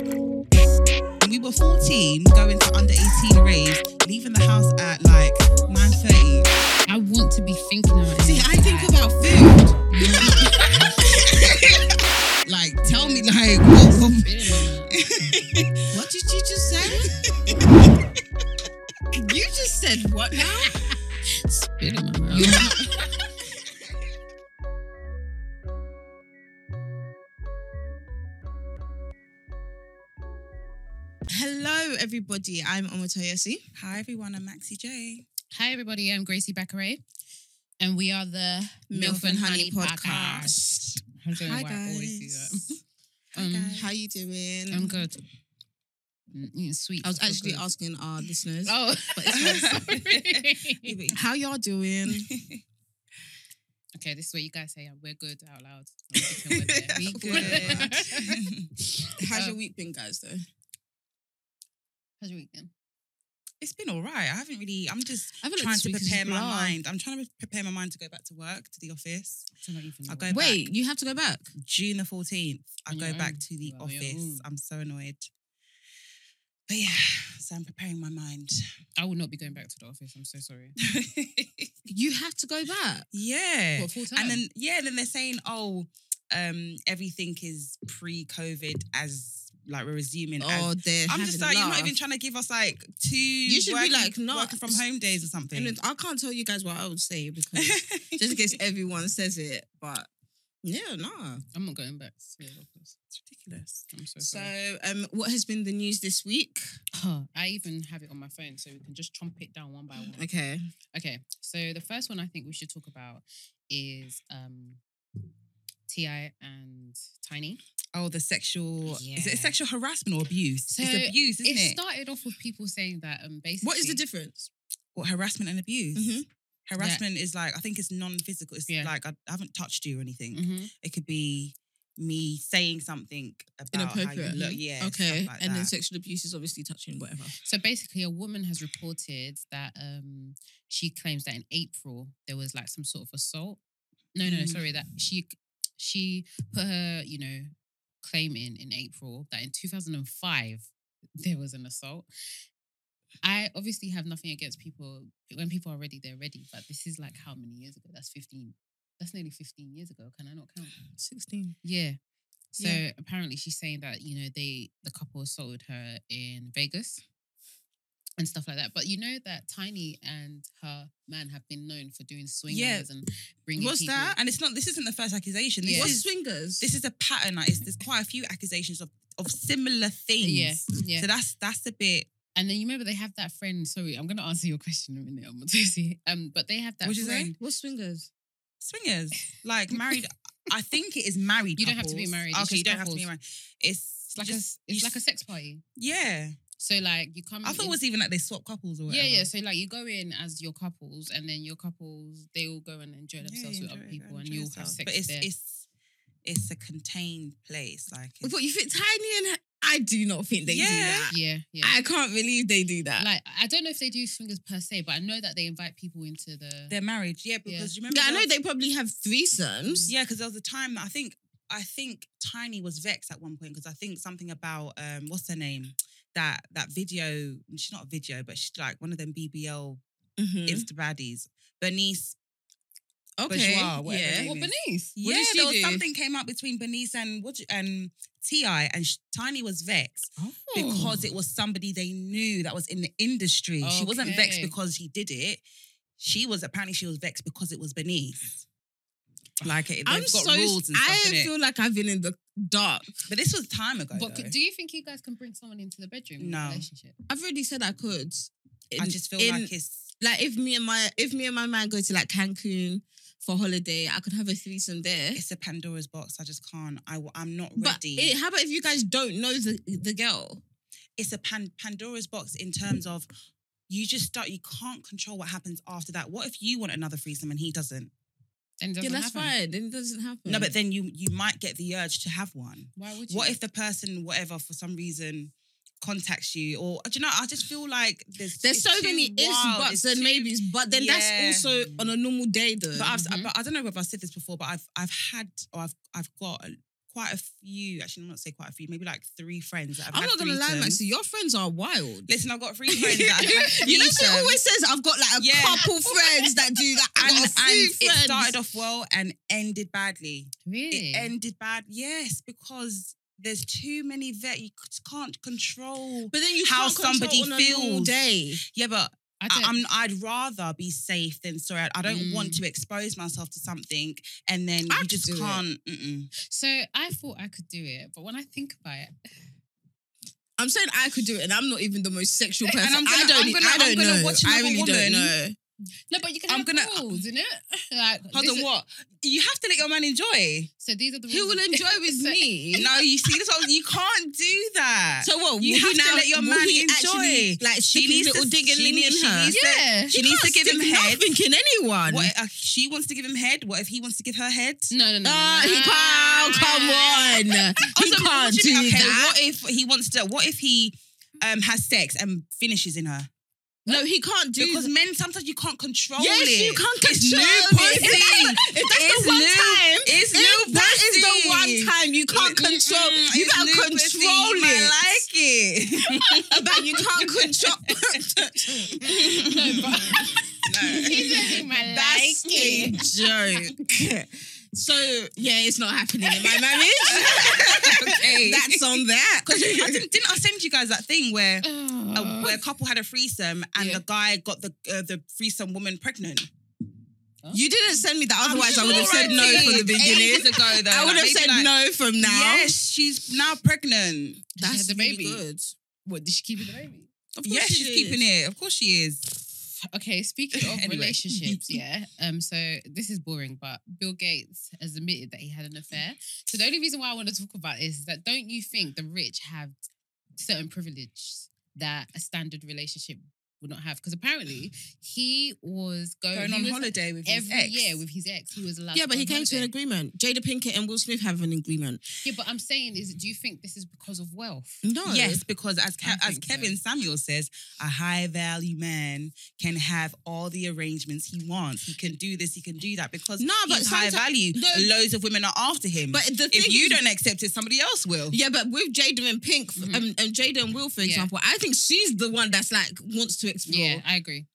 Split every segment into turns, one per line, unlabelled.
When we were 14, going to under 18 raves, leaving the house at like 9.30.
I want to be thinking about
See,
it.
I think about food. like, tell me, like, what, what,
What did you just say? you just said what now?
Spit in my mouth.
Hello, everybody. I'm Omotoyosi.
Hi, everyone. I'm Maxie J.
Hi, everybody. I'm Gracie Beckeray, and we are the
Milf and Honey Podcast.
I don't know
Hi,
why I always do that.
guys. Hi,
Um,
guys.
How you doing?
I'm good. Mm, mm, sweet.
I was
so
actually
good.
asking our listeners
Oh,
but
sorry.
how y'all doing.
okay, this is where you guys say we're good out loud. I'm thinking we're there.
We good. How's
Um,
your week been, guys? Though
How's your weekend?
It's been all right. I haven't really, I'm just
I feel
trying
this
to
week has
prepare my
blah.
mind. I'm trying to prepare my mind to go back to work, to the office.
I don't even know.
I'll go
what-
back.
Wait, you have to go back. Oh,
June the 14th, I
On
go
your
back
own.
to the
Wow, on your
office.
own.
I'm so annoyed. But yeah, so I'm preparing my mind.
I will not be going back to the office. I'm so sorry.
You have to go back.
yeah.
What, full time?
and then yeah, then they're saying, oh, um, everything is pre-COVID as like we're resuming. as,
Oh, there.
I'm just like, you're not even trying to give us like two. You
should be like, no,
working from
it's-
home days or something.
And I can't tell you guys what I would say because just in case everyone says it, but yeah, nah.
I'm not going back to the office.
it's ridiculous.
I'm so
So,
sorry.
um, what has been the news this week?
I even have it on my phone so we can just chomp it down one by one.
Okay,
Okay, so the first one I think we should talk about is um Ti and Tiny.
Oh, the sexual is
Yeah.
it sexual harassment or abuse?
So
it's abuse, isn't
It,
it?
started off with people saying that um basically
what is the difference?
What harassment and abuse?
Mhm.
Harassment is like I think it's non-physical. It's
Yeah.
like I, I haven't touched you or anything.
Mm-hmm.
Mhm.
It could be me saying something about how you
Inappropriate. mm-hmm.
look. Yeah. stuff
okay,
like
and then
that.
sexual abuse is obviously touching whatever.
So basically, a woman has reported that um she claims that in April there was like some sort of assault. No, no, no,
Mm.
sorry. That she she put her you know claim in in April that in 2005 there was an assault. I obviously have nothing against people when people are ready, they're ready. But this is like how many years ago? That's 15. That's nearly 15 years ago. Can I not count?
Sixteen.
Yeah. So
Yeah.
apparently she's saying that, you know, they the couple assaulted her in Vegas and stuff like that. But you know that Tiny and her man have been known for doing swingers and bringing
What's
people.
that? And it's not. This isn't the first accusation. This
Yeah.
What's
is
swingers?
this is a pattern. Like, it's, there's quite a few accusations of of similar things.
Yeah, yeah.
So that's that's a bit.
and then you remember they have that friend. Sorry, I'm gonna answer your question in a minute. I'm going Um, but they have that
What'd you say?
friend.
What's swingers?
swingers, like married. I think it is married.
You don't have to be
couples.
married, it's
Okay,
just
you don't have to be
couples.
married. It's
It's like
just-
a
you
it's like
s-
a sex party.
yeah.
So like you come.
I thought
in-
it was even like they swap couples or whatever.
Mm, Yeah, yeah. So like you go in as your couples, and then your couples they all go and enjoy
Yeah,
themselves
you
with other
enjoy it,
people, and
enjoy
you all have
yourself.
sex
But it's
there.
it's it's a contained place. Like it's-
What you think tiny and I do not think they
Yeah.
do that.
yeah,
Ah,
yeah.
I can't believe they do that.
like I don't know if they do swingers per se, but I know that they invite people into the.
their marriage. Yeah, because remember.
yeah, I
there
know
was-
they probably have threesomes.
Yeah, because there was a time that I think I think Tiny was vexed at one point because I think something about um what's her name that that video. She's not a video, but she's like one of them BBL
Mhm.
Insta baddies. Bernice.
Okay.
bourgeois, whatever
yeah.
they-
well,
Maybe.
Bernice.
Yeah,
did she
there was
do?
something came up between Bernice and what do- and Ti, and sh- Tiny was vexed
Oh.
because it was somebody they knew that was in the industry. She wasn't vexed
Okay.
because he did it. She was apparently she was vexed because it was Bernice. Like it,
I'm
they've got
so.
rules and stuff.
I
innit?
feel like I've been in the dark.
But this was time ago.
But
though.
do you think you guys can bring someone into the bedroom? in a
No.
relationship.
I've already said I could.
I
In-
just feel
in-
like it's
like if me and my if me and my man go to like Cancun for holiday, I could have a threesome there.
it's a Pandora's box. I just can't. I am not
But
ready.
it- how about if you guys don't know the the girl?
it's a pan- Pandora's box in terms of you just start. You can't control what happens after that. What if you want another threesome and he doesn't?
Then it
Yeah,
doesn't
that's
happen.
fine. Then it doesn't happen.
No, but then you you might get the urge to have one.
Why would you?
What if the person, whatever, for some reason contacts you? Or do you know? I just feel like there's
there's
it's
so
too
many ifs,
wild,
buts,
it's
and
too-
maybes. But then
Yeah.
that's also on a normal day, though.
But I've
Mhm.
but I don't know whether I've said this before, but I've I've had or I've I've got quite a few. Actually, I'm not say quite a few. Maybe like three friends. That have
I'm
had
not gonna lie,
threesomes.
Maxie, your friends are wild.
Listen, I've got three friends. That have had
you know, she
threesomes.
always says I've got like a
Yeah.
couple friends that do that. I
And,
got a
and
few
it
friends.
started off well and ended badly.
Really?
It ended bad. Yes, because there's too many vet. You c- can't control.
but then you
how
can't control
somebody
on a normal
feels.
day.
Yeah, but
I
I,
don't,
I'm, I'd rather be safe than sorry. I, I don't want
Mm.
to expose myself to something and then
I
you
could
just
do it.
can't. Mm-mm.
so I thought I could do it, but when I think about it,
I'm saying I could do it, and I'm not even the most sexual person.
I'm gonna-
I don't,
I'm
e-
gonna-
I don't
I'm gonna
know.
watch
I
another
really
woman.
don't know.
no, but you can
I'm
have
gonna-
rules, isn't it? Like,
Hold
this
on,
is-
what? You have to let your man enjoy.
So these are the rules.
Who will
of-
enjoy with
So-
me?
No, you see, this one, you can't do that.
So what?
You
will he
have to
now-
let your
will
man
he
enjoy.
Actually, like
She
she
needs
needs
to-
little digging
she
in
needs- she
her.
needs-
Yeah.
she needs to give him head.
Thinking anyone.
What, uh, she wants to give him head. What if he wants to give her head?
No, no, no.
Ah,
no,
he
no.
can't. come on. he
Also,
can't
should
do
be- okay,
that.
What if he wants to? What if he um, has sex and finishes in her?
no, he can't do
Because
that.
men sometimes you can't control
Yes,
it.
you can't
It's
control
new
it.
pussy.
If that's the- if that's
It's
the one
new- It's new pussy.
time, If that is the one time you can't
Mm-mm,
control.
it's
you gotta
new
control
pussy. You might
it.
like it.
About you can't control.
No, but he's having my like
That's a
it.
joke. So yeah, it's not happening in my marriage.
okay.
That's on that.
Because I didn't, didn't I send you guys that thing where
Mm-hmm.
a,
Oh.
where a couple had a threesome and
Yeah.
the guy got the uh, the threesome woman pregnant?
You didn't send me that.
I'm
Otherwise, I would have
sure
said
I
no
did.
from the
Ages
beginning.
ago, though,
I would
like,
have
maybe
said
like,
no from now.
Yes, she's now pregnant.
She had the
really
baby.
good.
What, did she keep it the baby?
Of
Yes, she's keeping it. Of course she is.
Okay, speaking of
Anyway.
relationships, yeah. Um, so this is boring, but Bill Gates has admitted that he had an affair. So the only reason why I want to talk about this is that don't you think the rich have certain privileges that a standard relationship would not have? Because apparently he was going,
Going
he
on
was
holiday with his
every
ex.
year with his ex. He was allowed.
Yeah,
to
but
go
he
on
came to an
holiday.
agreement. Jada Pinkett and Will Smith have an agreement.
Yeah, but I'm saying is, do you think this is because of wealth?
No.
Yes, because as Ke-
I
as
think
Kevin Samuel says, a high value man can have all the arrangements he wants. He can do this, he can do that because
No, but
he's high
sometimes-
value.
no.
Loads of women are after him.
But the thing
if you
is,
don't accept it, somebody else will.
Yeah, but with Jada and Pink f-
Mhm.
um, and Jada and Will, for
Yeah.
example, I think she's the one that's like wants to explore.
Yeah, I agree.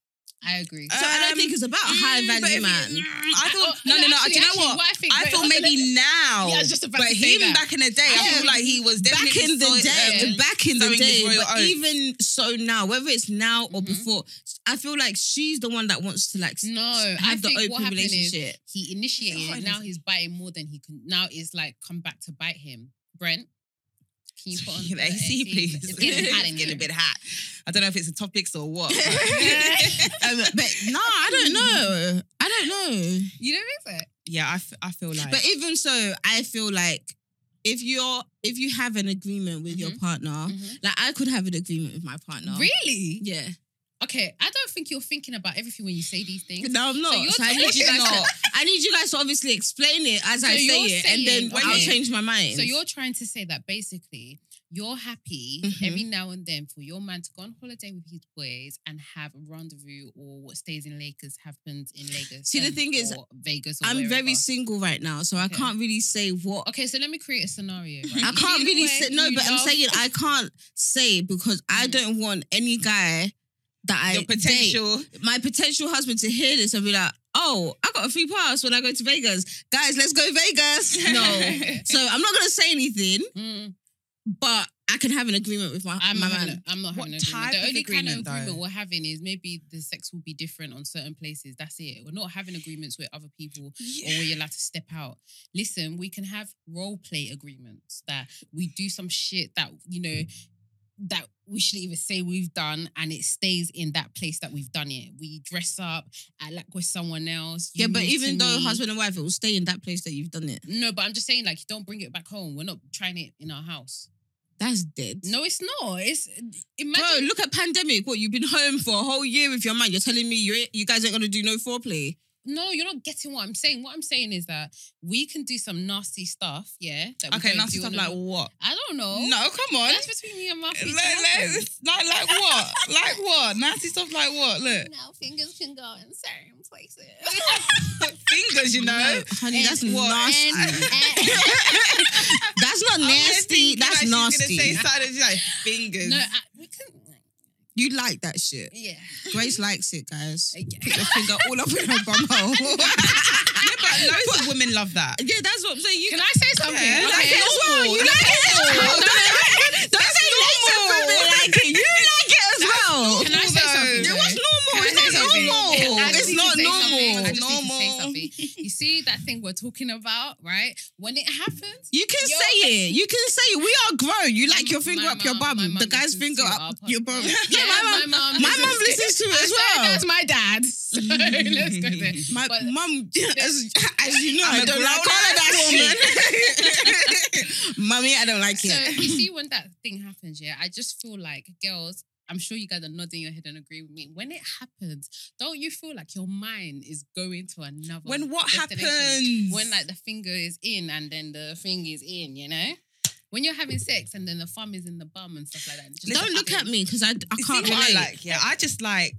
I agree.
Uh,
So I
Um,
don't think it's about a high
Mm, but if
value
you-
man.
mm, I thought
oh,
no, no, no.
actually-
do you know
actually,
what?
I think,
I
wait,
thought
hold on, let me-
maybe now,
Yeah, I was just about
but
to
him
say that.
back in the day, I
Yeah.
feel like he was
back
definitely
in the
so- um,
day,
yeah.
back in the
Sowing his
day,
royal
but
oats.
even so now, whether it's now or
Mhm.
before, I feel like she's the one that wants to like s-
No, I
have the
think what
open
happened is-
relationship.
he initiated.
God,
it. now he's biting more than he can. Now it's like come back to bite him. Brent, can you put on
Yeah,
the
AC, please.
It's getting hot in
It's getting a
here.
bit hot. I don't know if it's the topics or what.
Um, but no, I don't know. I don't know.
You don't think so?
yeah, I, f- I feel like.
But even so, I feel like if you're if you have an agreement with your
Mhm.
partner, like I could have an agreement with my partner.
Really?
Yeah.
Okay, I don't think you're thinking about everything when you say these things.
No, I'm not.
you're
So I need you guys.
telling-
To, I need you guys to obviously explain it as
So
I say
you're
it, and then
saying-
I'll
okay.
change my mind.
So you're trying to say that basically you're happy
Mhm.
every now and then for your man to go on holiday with his boys and have a rendezvous or what stays in Lagos happens in Lagos.
See, the
and-
thing is,
or Vegas. Or
I'm very
wherever.
single right now, so I
Okay.
can't really say what
Okay, so let me create a scenario. Right?
I
You
can't
live
really
where
say no,
you
but I'm
love-
saying I can't say because I
Mhm.
don't want any guy that I
your
potential
potential.
my potential husband to hear this and be like, oh, I got a free pass when I go to Vegas. Guys, let's go Vegas. No. so I'm not gonna say anything,
Mm,
but I can have an agreement with my,
I'm,
my
having
man.
a- I'm not
What
having an
type
agreement.
of
The only kind of
agreement, though?
agreement we're having is maybe the sex will be different on certain places. That's it. We're not having agreements with other people or where you're allowed to step out. Listen, we can have role play agreements that we do some shit that, you know, that we shouldn't even say we've done and it stays in that place that we've done it. We dress up, act like we're someone else. you
Yeah, but
move to
even though
me.
husband and wife, it will stay in that place that you've done it.
No, but I'm just saying, like, you don't bring it back home. We're not trying it in our house.
That's dead.
No, it's not. It's
Bro,
imagine.
look at pandemic. What you've been home for a whole year with your man. You're telling me you you guys ain't gonna do no foreplay.
No, you're not getting what I'm saying. What I'm saying is that we can do some nasty stuff. Yeah. That we
Okay,
don't
nasty
do on
stuff
a-
like what?
I don't know.
No, come on.
That's between me and my
Like,
future husband.
like, like, like what? like what? Nasty stuff like what? Look,
Now fingers can go in certain places.
fingers, you know.
honey, that's
And what?
nasty.
And- and-
gonna
nasty.
say something she's like fingers.
No, I, we can.
you like that shit.
Yeah.
Grace likes it, guys. Put
Okay.
your finger all up in her bum hole.
yeah, but loads of women love that.
yeah, that's what I'm saying. You
Can I say something?
Yeah,
Okay.
like it's normal.
You like it as
No,
well.
no,
Don't don't say normal.
normal.
like it. You like it as well.
Can I say
Although-
something?
There
It was
though?
normal.
Can I
It's
say
not
something?
normal.
I just
It's
need to
not
say something. I
normal.
just need to say
Normal.
something. You see that thing we're talking about, right? When it happens,
You can
Yo.
say it. You can say it. We are grown. You like your finger
My
up your
mum- my
bum. The
mum
guy's
listens
finger
to
up
our podcast.
your bum.
Yeah,
my
my
mum.
mum.
My mum listens to it as well.
That's my dad. So let's go there.
My
But-
mum, as, as you know,
I'm
I
a
don't like all of that shit. Mummy, I don't like
So
it.
you see, when that thing happens, yeah, I just feel like girls. I'm sure you guys are nodding your head and agree with me. When it happens, don't you feel like your mind is going to another?
When what
destination?
happens?
When like the finger is in and then the thing is in, you know. When you're having sex and then the thumb is in the bum and stuff like that. It just
Don't look at
happens.
me because I, I
You
can't
see what
relate.
I like, yeah, I just like,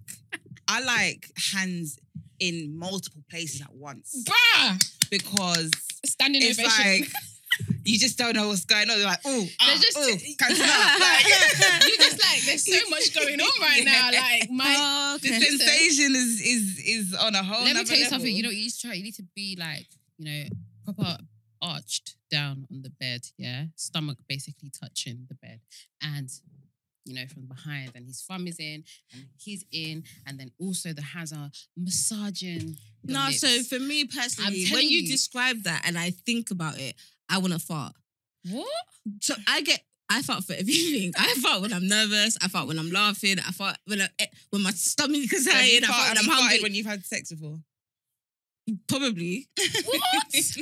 I like hands in multiple places at once
Bruh!
because
Standing
it's
ovation.
like you just don't know what's going on. They're like, oh,
They're
ah,
just-
oh, can smell. Like,
you just like there's so much going on right now. Like my
Oh,
the
okay.
Listen.
sensation is is is on a whole.
let me
nother
tell you
level.
something. You know, you need to try. You need to be like you know proper arched down on the bed. Yeah, stomach basically touching the bed, and you know from behind. And his thumb is in, and he's in, and then also the hands are massaging. your
No,
lips.
so for me personally, when
telling
you,
you.
describe that and I think about it, I want to fart.
what?
So I get, I fart for everything. I fart when I'm nervous. I fart when I'm laughing. I fart when I, eh, when my stomach is
Have you
hurting.
farted-
I fart when
have
I'm
you farted
hungry.
when you've had sex before.
Probably.
What?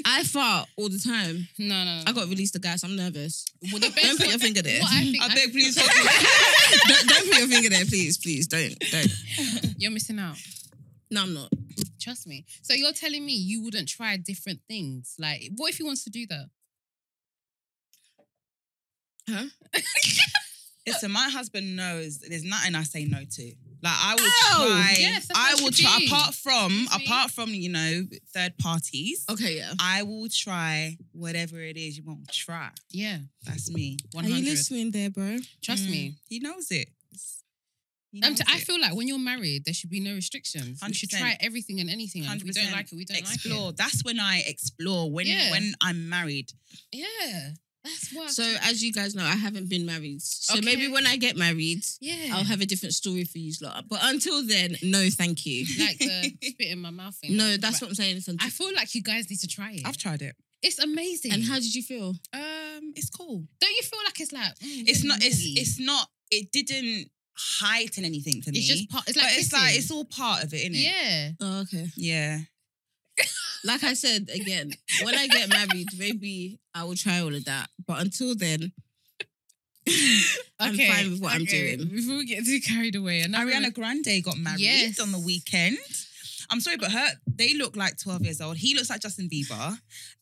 I fart all the time.
no, no, no.
I got released the gas. I'm nervous.
Well, the best
Don't put your finger there.
What I think,
I
I-
beg, please. fuck me.
don't, don't put your finger there, please. Please don't. Don't.
you're missing out.
No, I'm not.
Trust me. So you're telling me you wouldn't try different things? Like, what if he wants to do that?
Listen, my husband knows there's nothing I say no to. Like I will
Ow!
try.
Oh, Yes, that's
I
what
will
it should
try.
be.
Apart from,
Excuse me?
apart from you know, third parties,
Okay, yeah.
I will try whatever it is you won't try.
Yeah,
That's me.
one hundred.
there, bro?
Trust
Mm,
me.
he knows it. It's- He
I'm
knows
t- I
it.
feel like when you're married, there should be no restrictions. You should
100%.
try everything and anything. And if we don't
100%.
like it, we don't
explore.
like
That's when I explore. When
Yeah.
when I'm married,
it. Yeah, that's what.
So, as you guys know, I haven't been married. So
Okay.
maybe when I get married,
yeah,
I'll have a different story for you lot. But until then, no, thank you.
like the spit in my mouth thing.
No, that's what I'm saying. It's
I feel like you guys need to try it.
I've tried it.
it's amazing.
and how did you feel?
Um, it's cool.
don't you feel like it's like mm,
It's
really
not. It's
naughty?
it's not. It didn't heighten anything for me.
it's just part. It's like
but it's like
kissing.
it's all part of it, isn't it?
yeah.
Oh, okay.
Yeah.
Like I said again, when I get married, maybe I will try all of that. But until then, I'm fine with what I'm doing.
Before we get too carried away, and
Ariana Grande got married
Yes.
on the weekend. I'm sorry, but her they look like 12 years old. He looks like Justin Bieber,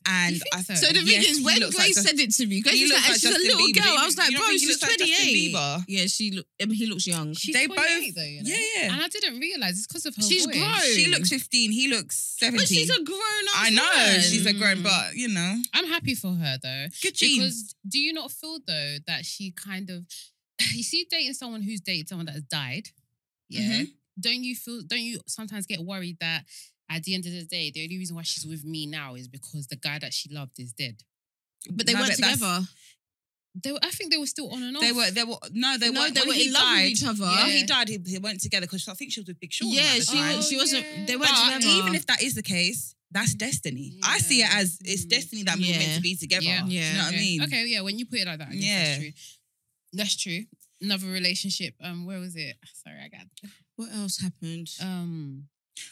and
You think
I
so?
So the
Yes,
thing is,
he
when
looks
Grace
like Justin-
said it to me, Grace
he
was
looks
like,
like
she's a
Justin
little
Bieber. Do
girl.
you
I was
think-
like,
you don't
bro,
think he
she's
looks like Justin
28.
Bieber?
yeah, she. Look, I mean, he looks young.
She's
they
28
both-
though, you know?
yeah, yeah.
And I didn't realize it's because of her.
She's
voice.
grown.
She looks 15. He looks 17.
But she's a grown up.
I know she's a grown,
Mm.
but you know,
I'm happy for her though,
good genes.
because do you not feel though that she kind of, you see, dating someone who's dated someone that has died, yeah.
Mm-hmm.
Don't you feel? Don't you sometimes get worried that at the end of the day, the only reason why she's with me now is because the guy that she loved is dead.
But they
No,
weren't
but that's-
together.
They, were, I think they were still on and off.
They were, they were, no, they
no,
weren't.
they
when
were
he
in love
died,
with each other.
When
Yeah.
he died, he, he went together because I think she was with Big Sean.
Yeah,
at the
she,
time.
was-
she
Oh,
wasn't.
yeah.
They weren't
But
together.
even if that is the case, that's destiny. I see it as it's
Mm.
destiny that we were meant
Yeah.
to be together.
Yeah.
Do you know what I
Okay.
mean?
Okay, yeah, when you put it like that, I guess
Yeah.
that's true. That's true. Another relationship. Um, where was it? Sorry, I got
what else happened?
um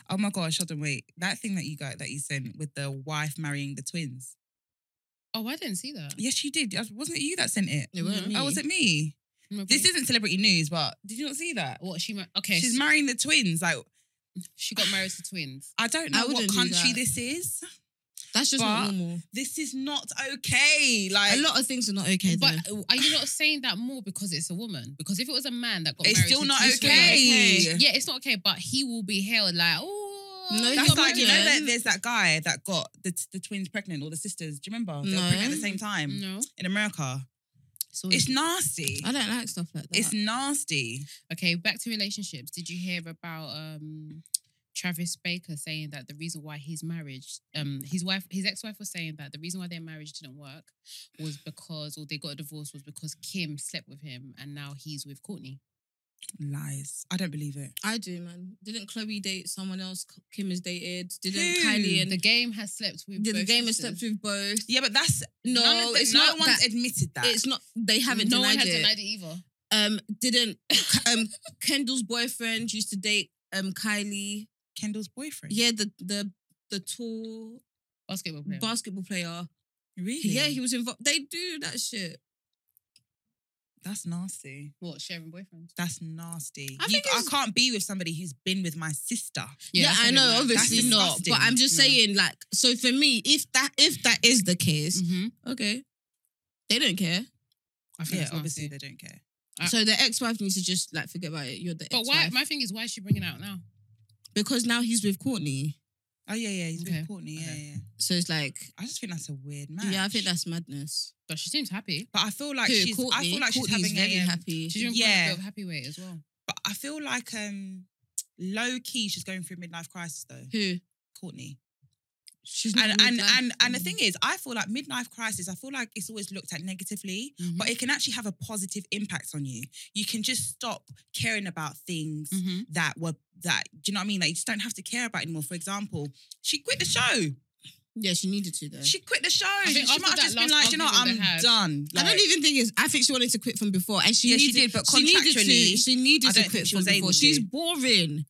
Oh my gosh, hold on, wait. That thing that you got that you sent with the wife marrying the twins.
Oh, I didn't see that.
Yes, you did. Wasn't it you that sent it?
it wasn't me.
Oh, was it me? This isn't celebrity news, but did you not see that?
what she mar- okay.
She's
so
marrying the twins. Like
she got married to twins.
I don't
I
know what
wouldn't do
country
that.
this is.
That's just not
but-
normal.
This is not okay. Like
a lot of things are not okay.
But
though.
are you not saying that more because it's a woman? Because if it was a man that got
it's
married,
still
to
not
twins,
okay.
okay.
Yeah, it's not okay, but he will be held like oh.
No,
you
he's
That's
got
not
like you know
married.
that there's that guy that got the, the twins pregnant or the sisters. Do you remember? They were
No. Oh.
pregnant at the same time
No,
in America.
always-
It's nasty.
I don't like stuff like that.
It's nasty.
Okay, back to relationships. Did you hear about um Travis Baker saying that the reason why his marriage, um, his wife, his ex-wife was saying that the reason why their marriage didn't work was because, or they got a divorce was because Kim slept with him, and now he's with Courtney.
Lies. I don't believe it.
I do, man. Didn't Chloe date someone else? Kim is dated. Didn't
Who?
Kylie
The
and
game has slept with.
the,
both
game has
sisters.
slept with both?
Yeah, but that's
No,
none of the-
it's
no
not.
one's
that-
admitted that.
it's not. They haven't
No
denied
one has
it.
denied it either.
Um, didn't um Kendall's boyfriend used to date um Kylie?
Kendall's boyfriend.
Yeah, the the the tall
Basketball player.
basketball player.
Really?
Yeah, he was involved. They do that shit.
That's nasty.
what sharing boyfriends?
That's nasty.
I
You-
think
I
it's-
can't be with somebody who's been with my sister.
Yeah,
that's
I
what it
know.
meant.
Obviously
That's
not. But
disgusting.
I'm just
No.
saying, like, so for me, if that if that is the case,
Mhm.
Mm.
okay, they don't care.
I think
Yeah,
it's
obviously
nasty.
they don't care.
I-
so the ex-wife needs to just like forget about it. You're the
But why?
ex-wife.
My thing is, why is she bringing it out now?
because now he's with Courtney.
Oh yeah, yeah, he's
Okay.
with Courtney. Yeah,
Okay.
yeah.
So it's like,
I just think that's a weird match.
yeah, I think that's madness.
But she seems happy.
But I feel like
Who,
she's. I feel like
Courtney's
she's
very
having a. um,
happy.
She's doing quite
Yeah.
a bit of happy weight as well.
But I feel like um, low key she's going through midlife crisis though.
Who?
Courtney.
She's not
And and,
midlife.
and and the thing is, I feel like midlife crisis. I feel like it's always looked at negatively.
Mhm.
Mm-hmm.
but it can actually have a positive impact on you. You can just stop caring about things
Mhm.
Mm-hmm.
that were that. Do you know what I mean? Like you just don't have to care about anymore. For example, she quit the show.
Mm. yeah, she needed to though.
She quit the show.
think
She
after
might have
that
just been
last
like, "Do you know, what? I'm
argument they had-
done.
I
Like,
don't even think it's. I think she wanted to quit from before, and she
Yeah, she did,
needed,
but
needed to.
contractually,
She needed
I
to
don't
quit
think she
from
was able
before.
to.
She's boring.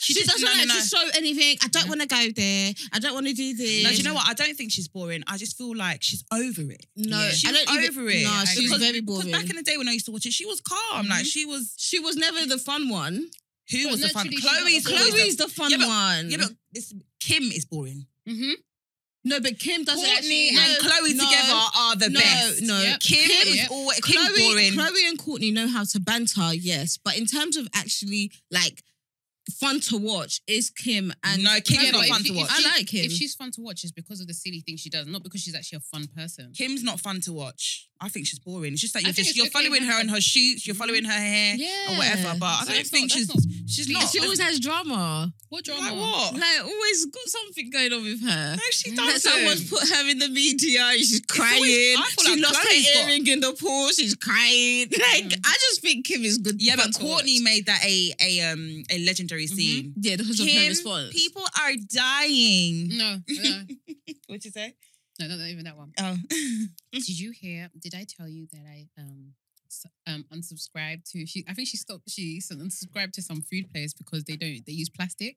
She,
just-
doesn't
no, no,
like
no.
to show anything. I don't
No.
want to go there. I don't want to do this.
No, do you know what? I don't think she's boring. I just feel like she's over it.
No,
Yeah.
She's
I don't even,
over it.
No, she was
Because-
very
Because
boring. Mm-hmm.
back in the day when I used to watch it, she was calm. Like she was.
she was never the fun one.
Who
But
was the fun?
naturally,
Chloe's.
she's not the fun
Chloe's.
Chloe's the fun
Yeah, but-
one.
Yeah, but this Kim is boring.
Mm-hmm.
no, but Kim doesn't.
Courtney
actually,
No,
and Chloe
no,
together are the
no,
best.
no.
Yep.
Kim,
Kim-
is
Yep.
always Kim
Chloe,
boring.
Chloe and Courtney know how to banter, yes, but in terms of actually like fun to watch, is Kim and
no, Kim's
Yeah,
not
but
fun
if
to
you-
watch.
if
I
she-
like Kim.
If she's fun to watch, it's because of the silly things she does, not because she's actually a fun person.
Kim's not fun to watch. I think she's boring. It's just that
I
you're
think
just
it's
you're
okay
following her
having-
and her shoots, you're following her hair
yeah,
or whatever. But I
So
don't
it's not-
think
that's
she's
not-
she's
Yeah,
not.
she always has drama.
What
like
drama?
what?
Like always got something going on with her.
no, she
Like
doesn't.
Like someone's put her in the media. and She's crying.
always- I feel
she
like
lost
Chloe's
her
got-
earring in the pool. She's crying. Like
Mm.
I just think Kim is good.
yeah,
fun
but
to
Courtney
watch.
made that a a um a legendary scene.
Yeah, because of her
Kim,
response.
people are dying.
No, no,
What'd you say?
no, not even that one.
Oh,
Did you hear? Did I tell you that I um s- um unsubscribed to? She, I think she stopped. She s- unsubscribed to some food place because they don't they use plastic,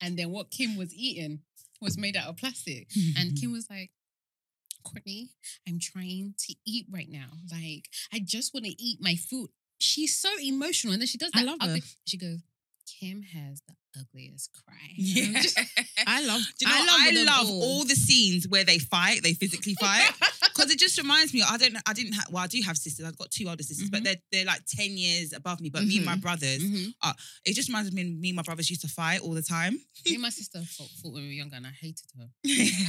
and then what Kim was eating was made out of plastic.
Mm-hmm.
And Kim was like, Courtney, I'm trying to eat right now. Like, I just want to eat my food. She's so emotional. And then she does
I
that.
love
ugly-
her.
She goes, Kim has the ugliest cry. And
yeah.
I'm just-
I love.
Do you know
I
what?
love, them
I love all the scenes where they fight, they physically fight. Because it just reminds me, I don't, I didn't have, well, I do have sisters. I've got two older sisters, but
Mhm.
they're they're like ten years above me. But me and my brothers,
Mhm.
it just reminds me, me and my brothers used to fight all the time.
Me and my sister fought, fought when we were younger and I hated her.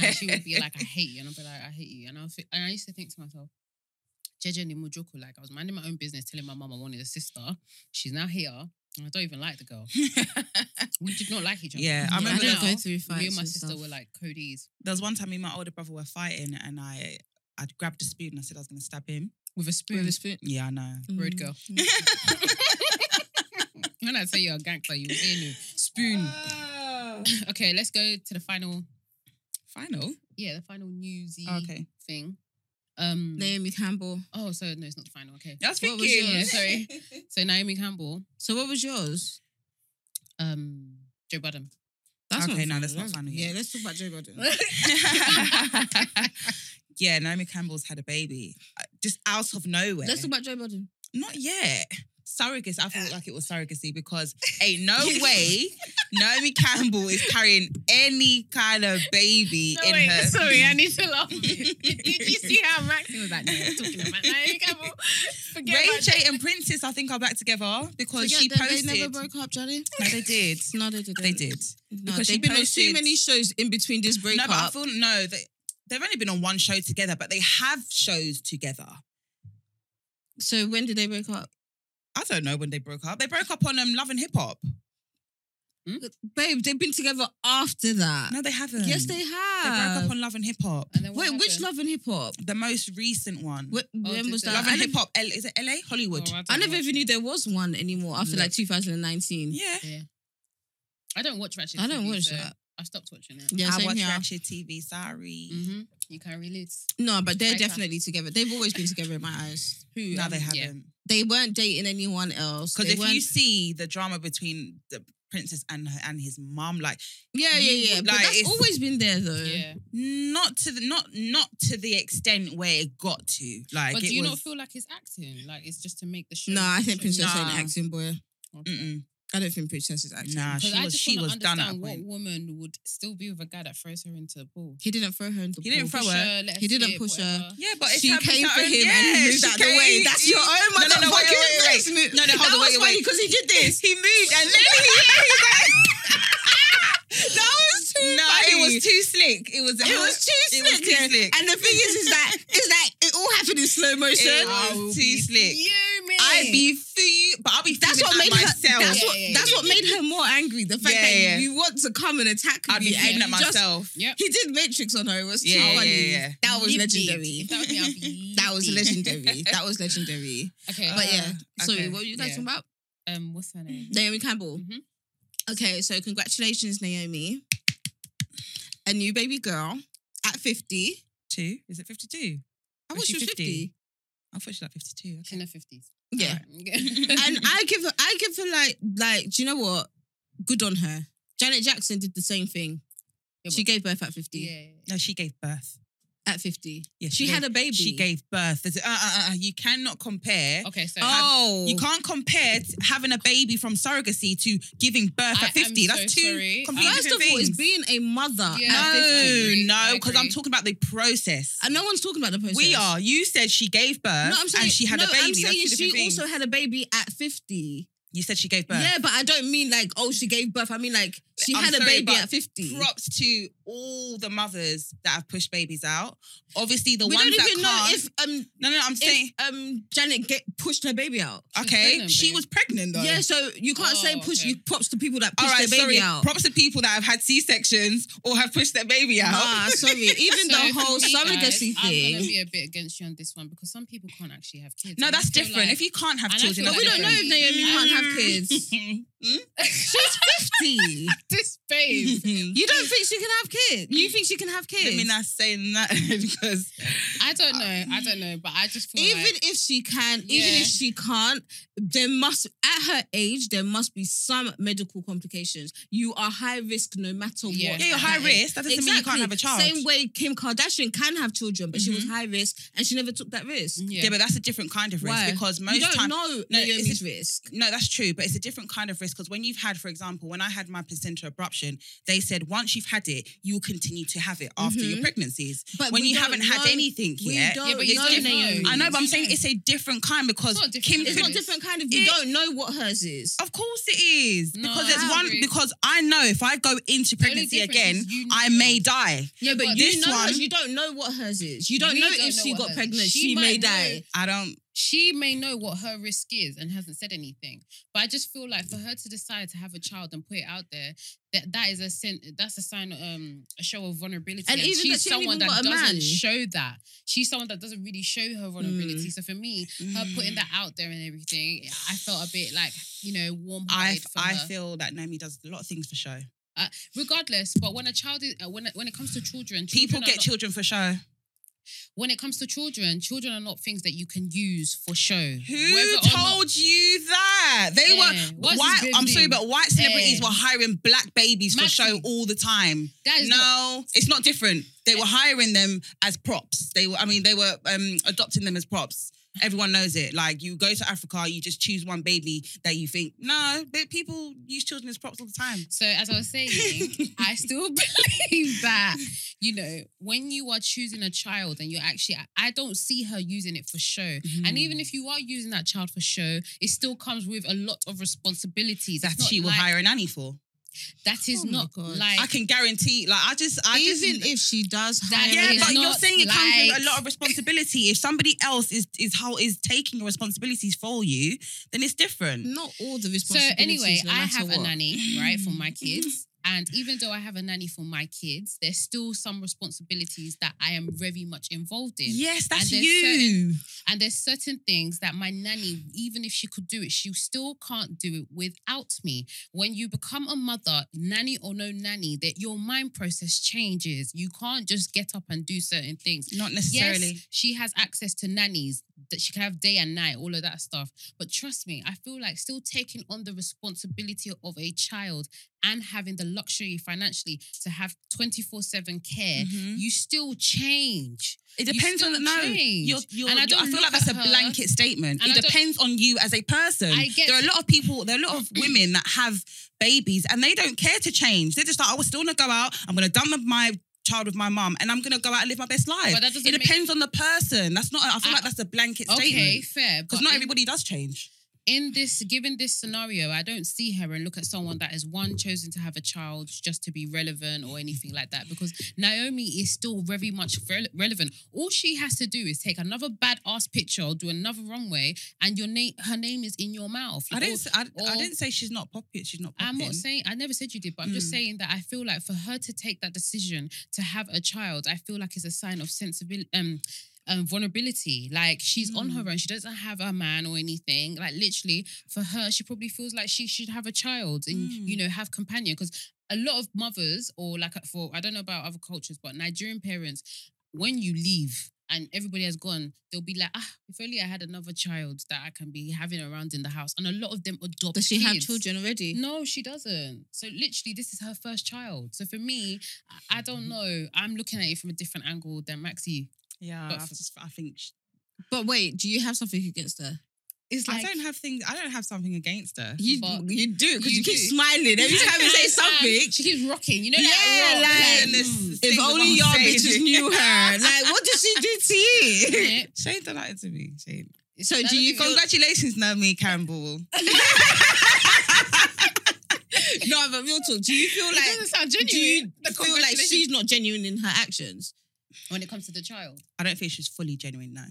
And she would be like, I hate you. And I'd be like, I hate you. And I, was, and I used to think to myself, Jeje ni Mujoku, like I was minding my own business, telling my mum I wanted a sister. She's now here. And I don't even like the girl. We did not like each other.
Yeah, I
And
remember
now,
going through fights.
Me and my
and
sister
stuff.
were like Cody's
there was one time me and my older brother were fighting, and I I grabbed a spoon and I said I was going to stab him.
with a spoon.
spoon. Mm,
Yeah, I know.
Road girl. when I tell you a gangster, you hear me. Spoon. Okay, let's go to the final.
Final.
Yeah, the final newsy
Okay.
thing. Um.
Naomi
mm.
Campbell.
oh, so no, it's not the final. Okay.
I was
What was
thinking.
yours? Sorry. So Naomi Campbell.
So what was yours?
Um. Joe Budden.
Okay, no, that's not final yet.
Yeah, let's talk about Joe Biden.
yeah, Naomi Campbell's had a baby uh, just out of nowhere.
Let's talk about Joe Biden.
Not yet. Surrogacy. I felt like it was surrogacy because ain't no way Naomi Campbell is carrying any kind of baby in her.
sorry, I need to laugh. Did, did you see how Max was like, no, we're talking about Naomi Campbell? Forget
Ray
about
J and Princess, I think, are back together because
Forget
she
that
posted.
They never broke up, Johnny.
No, they did.
No, they didn't.
They did.
No,
Because
they've
she
been on too
posted-
many shows in between this
no,
breakup.
but I feel no. They, they've only been on one show together, but they have shows together.
So when did they break up?
I don't know when they broke up. They broke up on um, Love and Hip Hop.
Babe, they've been together after that.
No, they haven't.
yes, they
They broke
have.
up on Love and Hip Hop.
And then what
Wait, which
happened?
love and hip hop?
The most recent one.
Wh- when
did
was
they?
that?
Love
I
and Hip
never,
Hop. L- Is it LA?
Oh,
Hollywood.
I don't
I never
watch
even knew
it.
there was one anymore after
No.
like 2019.
yeah.
Yeah. I don't watch Ratchet.
I don't
TV,
watch
so
that.
I stopped watching it.
Yeah,
I
same
watch
here.
Ratchet TV. Sorry.
Mm-hmm. You can relate.
No, but they're
I can't.
definitely together. They've always been together in my eyes. Who?
No, they
um,
haven't.
Yeah.
They weren't dating anyone else.
Because
They
if you
weren't-
see the drama between the princess and her and his mom, like
yeah,
you-
yeah, yeah. but
like,
that's
it's-
always been there though.
Yeah.
not to the not not to the extent where it got to. Like,
but
it
do you
was,
not feel like it's acting? Like it's just to make the show.
No, I think Princess
Nah.
ain't acting, boy.
Mm-mm.
I don't think Princess is acting.
Nah,
Because
she
I
was
just
she
want
was
to
done at a
understand what
point.
woman would still be with a guy that throws her into the pool.
He didn't throw her in the
He didn't
pool.
throw her.
let
He didn't
see it,
push her.
whatever.
Yeah, but it's
she
her- it's
came
her
for
own-
him
yeah,
and he moved
she
out the
came-
way.
he-
That's your
he- No,
own
no, no, wait,
motherfucking
wait, wait.
embarrassment.
No, no, hold
that
on, wait,
was
wait, wait.
because he did this.
He moved and then he.
That was too
no,
funny.
it was too slick. It was.
It was too
It was
slick.
too
yeah.
slick.
And the thing is, is that it's like it all happened in slow motion.
It was
will
too
be
slick.
fuming.
I'd be fuming, but I'll be
That's
fuming
what
at
made
myself.
her. That's
Yeah,
what.
yeah,
that's
yeah.
what made her more angry. The fact
Yeah,
that
yeah.
you want to come and attack
I'd
me.
be fuming
and
at
you just-
myself.
Yep.
he did Matrix on her. It was
Yeah,
too
yeah,
funny.
yeah.
That was
Livid.
legendary.
If that was me, I'd be
That was
livid.
legendary. That was legendary.
Okay.
But yeah,
Ah,
sorry.
okay.
What were you guys
Yeah.
talking about?
um, what's her name?
Naomi Campbell.
Mhm.
Mm-hmm.
Okay, so congratulations, Naomi. A new baby girl at 50.
Two? Is it fifty-two?
I
Was
wish
she
she was 50.
50? I thought she was like fifty-two.
She's in her fifties.
Yeah. and
and
I give her, I give her like, like, do you know what? Good on her. Janet Jackson did the same thing.
Yeah,
she
but-
gave birth at 50.
No, she gave birth.
At 50.
Yeah,
She had a baby.
She gave birth. There's- Uh, uh, uh, you cannot compare.
Okay, so
Oh.
You can't compare t- having a baby from surrogacy to giving birth
I
at 50.
am
That's
so
two
sorry.
completely
First of
different
all, it's
things.
being a mother.
Yeah.
at 50.
No,
agree,
no,
I
because I'm
agree.
talking about the process.
And no one's talking about the process.
We are. You said she gave birth
No, I'm saying
and she had
no,
a baby.
I'm
That's
saying
two
she
different things.
also had a baby at 50.
You said she gave birth.
Yeah, but I don't mean like, oh, she gave birth. I mean like she
I'm
had
sorry,
a baby
but
at 50.
Props to all the mothers that have pushed babies out. Obviously, the
we
ones
don't
that
even know
can't.
if um
no, no, I'm saying
if um Janet get, pushed her baby out.
was
okay,
pregnant,
she
babe.
was pregnant though.
Yeah, so you can't say
Oh,
push.
okay.
You props to people that push
All right,
their baby
sorry.
out.
Props to people that have had C sections or have pushed their baby out.
Ah, sorry. Even
So
the
for
whole
me, guys,
surrogacy
I'm gonna
thing.
be a bit against you on this one because some people can't actually have kids.
no,
And I
that's
feel
different.
like-
if you can't have
and I
children,
feel
that's
But we don't know
different.
if Naomi can't have kids.
Mm.
She's 50.
this babe,
You don't think she can have kids? You think she can have kids?
Let me not say that because
I don't know, I don't know, but I just feel
even
like
if she can, even
Yeah.
if she can't, there must at her age there must be some medical complications. You are high risk no matter what.
Yeah.
yeah, you're
at
high
that age.
risk. That doesn't mean you can't have a child. Mm-hmm.
Same way Kim Kardashian can have children, but she was high risk and she never took that risk.
yeah. but that's a different kind of risk
Why?
because
you
most
don't
times.
know
No, it's
Naomi's
just-
risk.
No, that's true, but it's a different kind of risk because when you've had, for example, when I had my placenta abruption, they said once you've had it, you will continue to have it after your
Mhm.
pregnancies.
But
when
we
you
don't
haven't
know-
had anything
we
yet,
don't
Yeah, but you
it's
don't
different.
know.
I know, but I'm
You
saying
don't know.
it's a different kind because
It's not a different
Kim
kind of
It's not
couldn't
risk.
different kind of. You
It-
don't know what hers is.
Of course it is.
No,
because it's
I
one
agree.
because I know if I go into
The only
pregnancy
difference
again,
is you
I
know.
may die.
Yeah, but,
But
you
this
know hers,
one-
you don't know what hers is. You don't
We
know
don't
if
know
she
what
got
hers is.
pregnant.
She
She, may
might know.
die.
I don't
she may know what her risk is and hasn't said anything. But I just feel like for her to decide to have a child and put it out there, that that is a sin. That's a sign, of, um, a show of vulnerability.
And even that
she's
she ain't
someone
even
that
got a
doesn't
man.
show that. She's someone that doesn't really show her
Mm.
vulnerability. So for me, her
mm,
putting that out there and everything, I felt a bit like you know warm
I,
hearted for
I
her.
feel that Naomi does a lot of things for show.
Regardless, but when a child is uh, when it- when it comes to children,
People
children are
get
not-
children for show.
When it comes to children, children are not things that you can use for show.
Who
or not-
told you that? They
Yeah.
were
What's
white.
this Eh.
I'm sorry, but
building?
white celebrities
Yeah.
were hiring black babies for
Maxi.
show all the time.
that is
no,
not-
it's not different. They were hiring them as props. They were, I mean, they were um, adopting them as props. Everyone knows it. Like you go to Africa, you just choose one baby that you think. No, but people use children as props all the time.
So as I was saying, I still believe that you know when you are choosing a child and you're actually, I don't see her using it for show.
Mm-hmm.
And even if you are using that child for show, it still comes with a lot of responsibilities. It's
that
not
she will
like-
hire a nanny for.
That is
Oh my
not
God.
like
I can guarantee. Like I just, I just.
Even if she does hire
yeah,
It's
but you're
not
saying it comes
like-
with a lot of responsibility. If somebody else is is how is taking your responsibilities for you, then it's different.
not all the
So
responsibilities.
anyway,
no
I
matter
have
what.
a nanny, right, for my kids. And even though I have a nanny for my kids, there's still some responsibilities that I am very much involved in.
Yes,
And
that's
there's
you.
And there's certain things that my nanny, even if she could do it, she still can't do it without me. When you become a mother, nanny or no nanny, that your mind process changes. You can't just get up and do certain things.
Not necessarily.
Yes, she has access to nannies that she can have day and night, all of that stuff. But trust me, I feel like still taking on the responsibility of a child and having the luxury financially to have 24 7 care,
Mhm.
you still change.
It
You
depends on the
still
no.
change.
You're, you're,
And I
I,
don't
I feel
look
like that's a
at her-
blanket statement.
And I
It
don't-
depends on you as a person.
I get-
there are a lot of people, there are a lot of women that have babies and they don't care to change. They're just like, I was still gonna go out. I'm gonna dump my child with my mom, and I'm gonna go out and live my best life.
But that doesn't
it
make-
depends on the person. That's not. I feel
I-
like that's a blanket
Okay,
statement
fair.
because
but
not
in-
everybody does change.
in this given this scenario, I don't see her and look at someone that is one chosen to have a child just to be relevant or anything like that because Naomi is still very much rele- relevant. All she has to do is take another bad ass picture or do another wrong way, and your name her name is in your mouth.
I
Or-
didn't. I,
or-
I didn't say she's not popular. She's not. Popping.
I'm not saying I never said you did, but I'm just
Mm.
saying that I feel like for her to take that decision to have a child, I feel like is a sign of sensibility. Um, um, vulnerability, like she's on
Mm.
her own. She doesn't have a man or anything. Like literally, for her, she probably feels like she should have a child and
Mm.
you know have companion. Because a lot of mothers, or like for I don't know about other cultures, but Nigerian parents, when you leave and everybody has gone, they'll be like, ah, if only I had another child that I can be having around in the house. And a lot of them adopt.
Does she have
kids.
children already?
No, she doesn't. So literally, this is her first child. So for me, I- I
Mm-hmm.
don't know. I'm looking at it from a different angle than Maxi.
Yeah,
But
I've
for-
just, I think she-
But wait, do you have something against her?
It's like
I don't have things. I don't have something against her.
You
But-
you do because
You
you, keep
do.
smiling every time you say something.
she keeps rocking. You know
Yeah,
that
like,
rock.
mm,
If
things
only
about
y'all
saying
bitches
it.
knew her. Like, what did she do to you?
Yeah.
Shade done that to me. Shade.
So do you feel-
Congratulations, Naomi Campbell.
no, but real talk. Do you feel
It
like
doesn't sound
do you
genuine. The
feel like
congratulations-
she's not genuine in her actions?
when it comes to the child.
I don't think she's fully genuine now.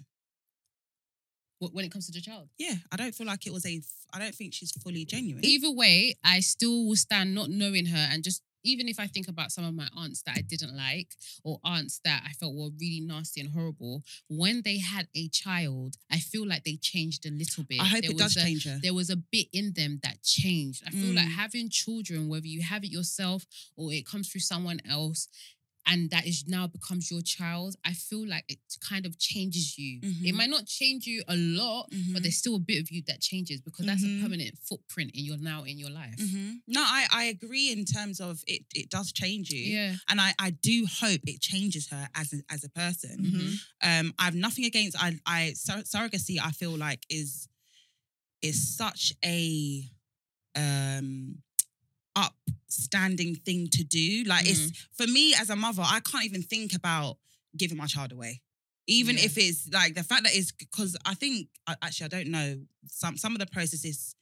Wh- When it comes to the child.
Yeah, I don't feel like it was a. I don't think she's fully genuine.
Either way, I still will stand not knowing her and just even if I think about some of my aunts that I didn't like or aunts that I felt were really nasty and horrible, when they had a child, I feel like they changed a little bit.
I hope
There
it does
was a-
change her.
There was a bit in them that changed. I feel like
Mm.
having children, whether you have it yourself or it comes through someone else, and that is now becomes your child, I feel like it kind of changes you. It
Mhm.
might not change you a lot,
Mhm.
but there's still a bit of you that changes because that's a
Mhm.
permanent footprint in your now in your life.
Mhm. No, I, I agree in terms of it. It does change you,
Yeah.
and I, I do hope it changes her as a, as a person. Um, I have nothing against. I I sur- surrogacy. I feel like is is such a um upstanding thing to do. Like it's
Mm-hmm.
for me as a mother, I can't even think about giving my child away. Even
Yeah.
if it's like the fact that it's because I think I- actually I don't know some some of the processes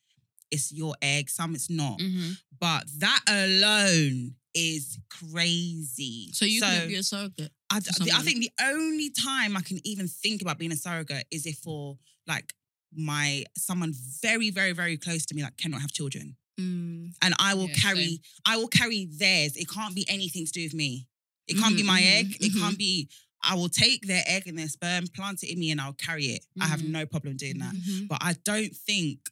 it's your egg, some it's not.
Mm.
Mhm.
But that alone is crazy.
So you could be a surrogate.
I, the-
for
I
someone.
think the only time I can even think about being a surrogate is if for like my someone very, very, very close to me that cannot have children.
Hmm.
And I will
Yeah,
carry,
same.
I will carry theirs. It can't be anything to do with me. It can't
Mm-hmm,
be
Mhm,
my
mhm,
egg. It
mhm.
can't be, I will take their egg and their sperm, plant it in me, and I'll carry it. I have
Mhm.
no problem doing that.
Mm-hmm.
Mhm.
But I don't think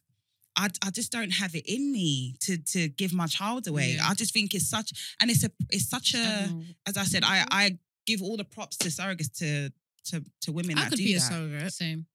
I, I just don't have it in me to to give my child away.
Yeah.
I just think it's such and it's a it's such
Mm-hmm.
a as Uh, I said, I I give all the props to surrogates to to to women
I
that
could
do
be a
that.
surrogate.
Same.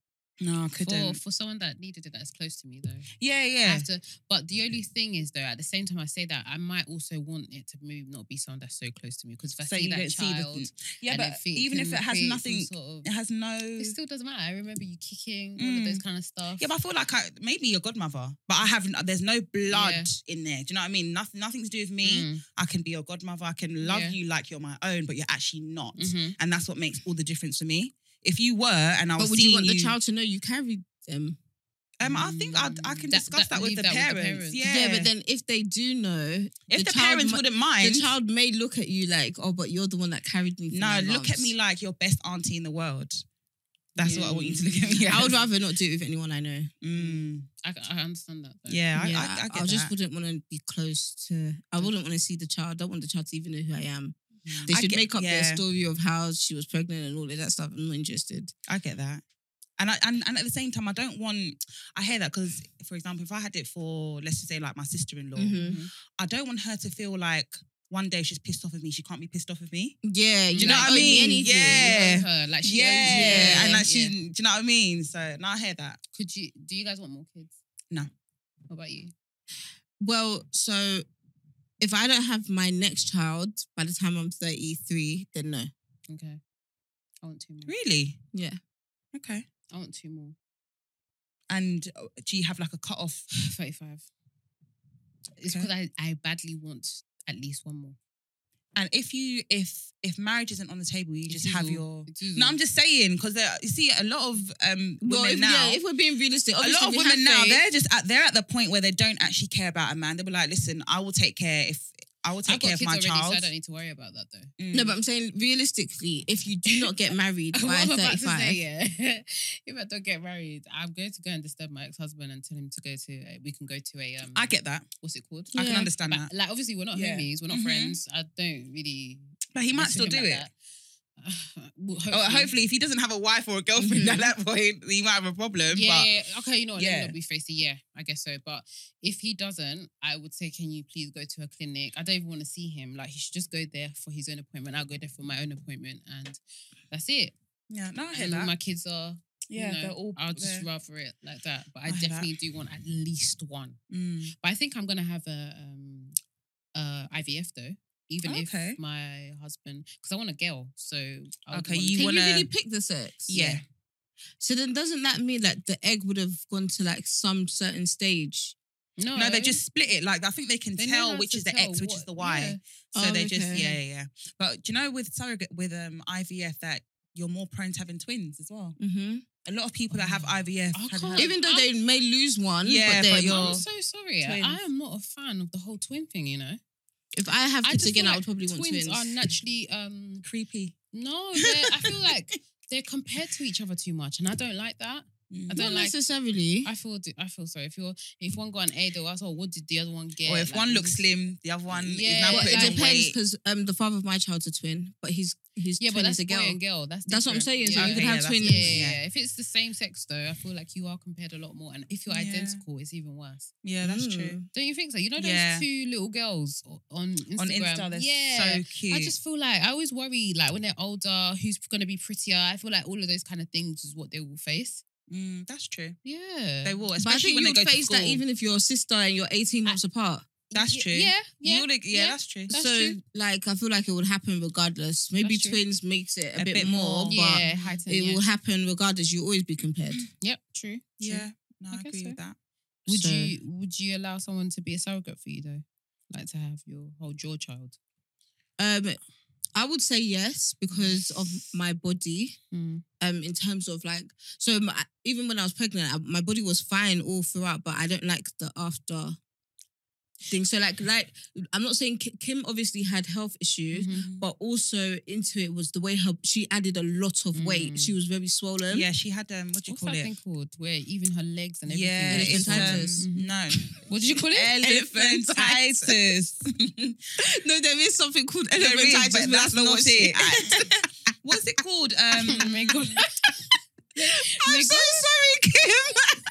no, I
For,
couldn't.
for someone that needed it that's close to me though.
Yeah,
I
yeah.
have to, but the only thing is though, at the same time I say that I might also want it to maybe not be someone that's so close to me. Because if I see that child,
yeah,
and
but
if it
even if
can
it has
create some
nothing,
sort of-
it has no.
it still doesn't matter. I remember you kicking all of those kind of stuff.
Mm. Yeah, but I feel like I maybe your godmother, but I have there's no blood
Yeah.
in there. Do you know what I mean? Nothing, nothing to do with me.
Mm,
I can be your godmother. I can love
Yeah.
you like you're my own, but you're actually not,
mhm.
and that's what makes all the difference for me. If you were, and I was
But would
seeing
you want the child to know you carried them?
Uh, Um, I think I'd, I can
Mm, That-
discuss
that-
that, with,
leave
the
that with the
parents.
parents.
Yeah.
Yeah, but then if they do know,
if the,
child
parents
mi-
wouldn't mind,
the child may look at you like, "Oh, but you're the one that carried me." through
no,
my
look at
lumps."
me like your best auntie in the world. That's what I want you to look at me. As.
I would rather not do it with anyone I know.
Mm,
I, I understand that. Though.
yeah, I,
yeah,
I, I get
I just
that. Mm.
wouldn't want to be close to. I wouldn't want to see the child. I don't want the child to even know who I am.
Mm.
They
I
should
get-
make up their
yeah.
story of how she was pregnant and all of that stuff. I'm not interested.
I get that. And, I, and and at the same time, I don't want. I hear that because, for example, if I had it for let's just say like my sister in law,
Mm-hmm.
Mhm.
I don't want her to feel like one day she's pissed off with me. She can't be pissed off with me.
Yeah,
you know
like,
what I
owe me
mean?
Anything.
Yeah.
You owe her, like she
yeah,
owes you.
yeah,
and like
Yeah.
she, do you know what I mean? So now I hear that.
Could you? Do you guys want more kids?
No.
What about you?
Well, so if I don't have my next child by the time I'm 33, then no.
Okay. I want two more.
Really?
Yeah.
Okay.
I want two more.
And uh, do you have like a cut off?
Thirty-five. It's
Okay.
because I, I badly want at least one more.
And if you if if marriage isn't on the table, you just
It's
have
easy.
your.
It's easy.
No, I'm just saying because you see a lot of um women
well, if,
now.
yeah, if we're being realistic,
a
obviously
lot of
we
women
have
now
faith.
they're just at they're at the point where they don't actually care about a man. They'll be like, listen, I will take care if I will take
I've got
care of
kids
my
already,
child.
so I don't need to worry about that though.
Mm.
No, but I'm saying realistically, if you do not get married by
What I'm about to
35,
say, yeah. if I don't get married, I'm going to go and disturb my ex-husband and tell him to go to. A, we can go to a um.
I get that.
what's it called?
I can
Yeah.
understand
But,
that.
like obviously we're not
Yeah.
homies, we're not
Mhm.
friends. I don't really.
But he might
listen
still
to
do
him
it. Oh,
like that. Well, hopefully. Mm-hmm.
Or hopefully, if he doesn't have a wife or a girlfriend
Mhm.
at that point, he might have a problem.
Yeah,
but
yeah, yeah. Okay, you know what?
yeah.
Yeah. Let me not be facey. Yeah, I guess so. But if he doesn't, I would say, can you please go to a clinic? I don't even want to see him. Like, he should just go there for his own appointment. I'll go there for my own appointment. And that's it.
yeah, no, I hear
And all
that.
my kids are,
yeah,
you know,
they're all.
I'll just
they're-
rather it like that. But I,
I hear that.
definitely do want at least one.
Mm.
But I think I'm gonna have a um uh IVF though. Even
Okay.
if my husband, because I want a girl, so I would
Okay,
want-
you
can
wanna-
you really pick the sex?
Yeah.
So then doesn't that mean that the egg would have gone to like some certain stage?
no,
No, they just split it. Like I think they can
they know
tell
how
which
to
is the
tell
X, which is
what-
the Y.
yeah.
So
Oh,
they just
okay.
yeah, yeah, yeah. But do you know with surrogate with um IVF that you're more prone to having twins as well.
Mm-hmm.
A lot of people that have IVF,
Oh, I
have-
can't-
Even though they may lose one,
Yeah,
but, they're-
but you're-
I'm so sorry. I-
twins.
I am not a fan of the whole twin thing. You know,
if I have
I
kids
just
again,
feel
I would probably want twins.
twins are naturally um
creepy.
no. they're- I feel like they're compared to each other too much, and I don't like that.
Mm.
I
Not
don't like.
necessarily.
I feel I feel sorry if you're if one got an A, they'll ask, oh, what did the other one get?
or if
Like,
one
I'm
looks
just-
slim, the other one is
Yeah,
now
but
putting
it
like-
on
depends
weight.
because um, the father of my child's a twin, but he's his
yeah, but
twin
that's
is a girl.
boy and girl. That's
That's what I'm
different.
saying. So
Yeah,
you could
okay,
have
yeah, that's
twins.
Yeah, yeah,
Yeah.
yeah. If it's the same sex though, I feel like you are compared a lot more. And if you're
Yeah.
identical, it's even worse.
Yeah, that's
Mm.
true.
Don't you think so? You know those
Yeah.
two little girls o- on mm, Instagram.
On Insta, they're
yeah.
so cute.
I just feel like I always worry, like when they're older, who's gonna be prettier. I feel like all of those kind of things is what they will face.
Mm, that's true.
Yeah,
They will,
But I
especially
think
when they
you
go
would
to
face
school.
that even if you're a sister and you're 18 months apart.
That's
Y-
true.
Yeah, yeah,
you would, yeah,
yeah.
that's true.
That's
so,
true.
like, I feel like it would happen regardless. Maybe
That's true.
twins makes it a, bit, more, but
yeah. Heighten,
it
yeah.
will happen regardless. You'll always be compared.
Yep, true. true.
yeah, no, I
Okay,
agree
so-
with that.
Would
So-
you would you allow someone to be a surrogate for you though? Like to have your hold your child?
Um, I would say yes because of my body.
Mm,
Um, in terms of like, so my, even when I was pregnant, I, my body was fine all throughout, but I don't like the after thing. So like, like I'm not saying Ki- Kim obviously had health issues,
mm-hmm.
Mm-hmm.
but also into it was the way her she added a lot of weight.
Mm.
She was very swollen.
Yeah, she had um, what do you
What's
call
that
it?
thing called? Where even her legs and everything.
yeah,
was
it's um,
swollen.
Elephantitis.
Mhm.
no
What did you call it?
elephantitis.
no, there is something called
There is,
elephantitis,
but
but
that's not
what she
it.
had.
What's it called? Um,
Oh my God.
I'm so sorry, Kim.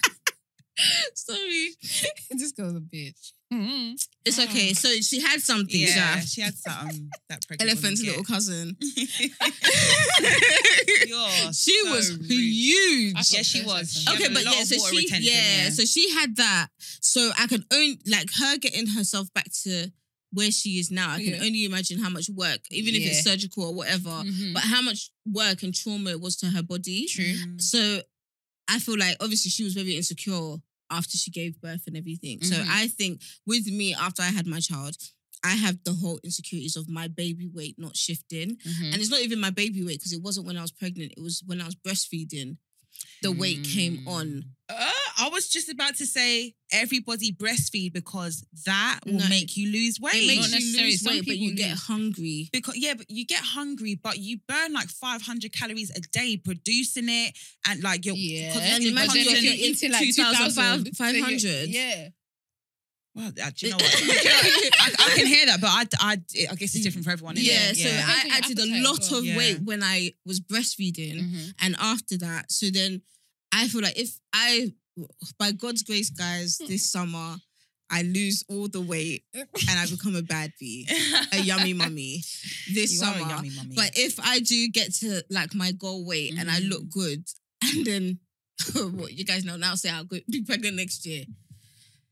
Sorry,
this girl's a bitch. Mhm.
it's okay. So she had something.
Yeah,
Ah. Yeah,
she had something that pregnant
elephant's
woman
little
get.
cousin.
You're
she
so
was
rude.
huge.
I thought
Yeah, she
so,
was.
so,
She
so.
had
Okay,
a
but
lot
yeah,
of
so
water
she
retention,
yeah,
yeah.
so she had that. So I can only like her getting herself back to where she is now. I can
Yeah.
only imagine how much work, even if
Yeah.
it's surgical or whatever,
Mhm.
but how much work and trauma it was to her body.
True.
Mm.
So I feel like obviously she was very insecure after she gave birth and everything. So
Mhm.
I think with me, after I had my child, I have the whole insecurities of my baby weight not shifting.
Mhm.
And it's not even my baby weight because it wasn't when I was pregnant, it was when I was breastfeeding. The weight came
Mm.
on.
Uh, I was just about to say everybody breastfeed because that will
No.
make you lose weight.
It
Not
makes you
necessarily.
lose
Some
weight, but you
people
get
lose.
hungry.
because yeah, but you get hungry, but you burn like 500 calories a day producing it, and like you're
Yeah.
because
And
it's
imagine
because
if
you're-
you're eating- into, like, 2,500. 500.
Yeah.
well, uh, do you know what? I, I can hear that, but I, I, I guess it's different for everyone. Isn't
Yeah,
it?
so
Yeah.
I added a
Appetite as
lot
well.
of
Yeah.
weight when I was breastfeeding. And after that, so then I feel like if I, by God's grace, guys, this summer, I lose all the weight and I become a bad bee, a yummy mummy this
You are a
summer.
yummy mummy.
But if I do get to like my goal weight and I
Mhm.
look good, and then what you guys know now say I'll go be pregnant next year.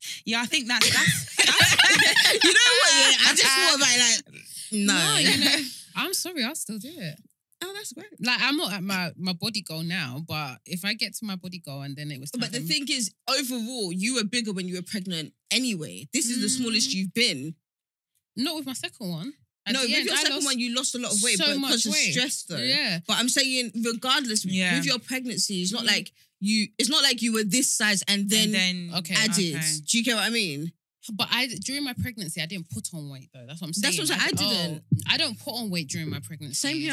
yeah, I think that's that's. that's
you know what? Yeah, I just thought about it, like no.
No, you know, I'm sorry, I'll still do it.
oh, that's great.
Like I'm not at my my body goal now, but if I get to my body goal and then it was, time
But the
for me-
thing is, overall, you were bigger when you were pregnant anyway. This is the smallest you've been.
not with my second one. At
no,
the
with
end,
your
I
second
lost-
one, you lost a lot of weight
so
but
much
because of
weight.
stress, though.
yeah,
But I'm saying, regardless,
Yeah.
with your pregnancy, it's not
Mhm.
like you. It's not like you were this size and then,
and then
okay,
added.
okay.
Do you get what I mean?
But I during my pregnancy, I didn't put on weight though. That's what I'm saying.
That's what I'm saying, I
oh,
didn't.
I don't put on weight during my pregnancy.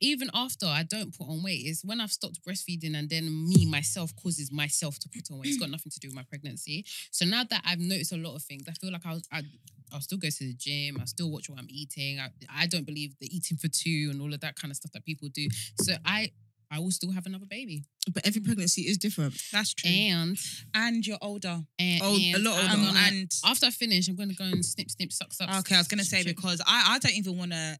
Even after I don't put on weight, is when I've stopped breastfeeding and then me myself causes myself to put on weight. It's got nothing to do with my pregnancy. So now that I've noticed a lot of things, I feel like I was, I, I'll still go to the gym. I still watch what I'm eating. I, I don't believe the eating for two and all of that kind of stuff that people do. So I I will still have another baby.
But every pregnancy is different.
That's true. And,
And,
you're older.
and,
Oh, a
and
lot
I'm
older.
gonna-
and
after I finish, I'm gonna go and snip, snip, suck, suck.
Okay, I was gonna say
suck, suck.
because I, I don't even wanna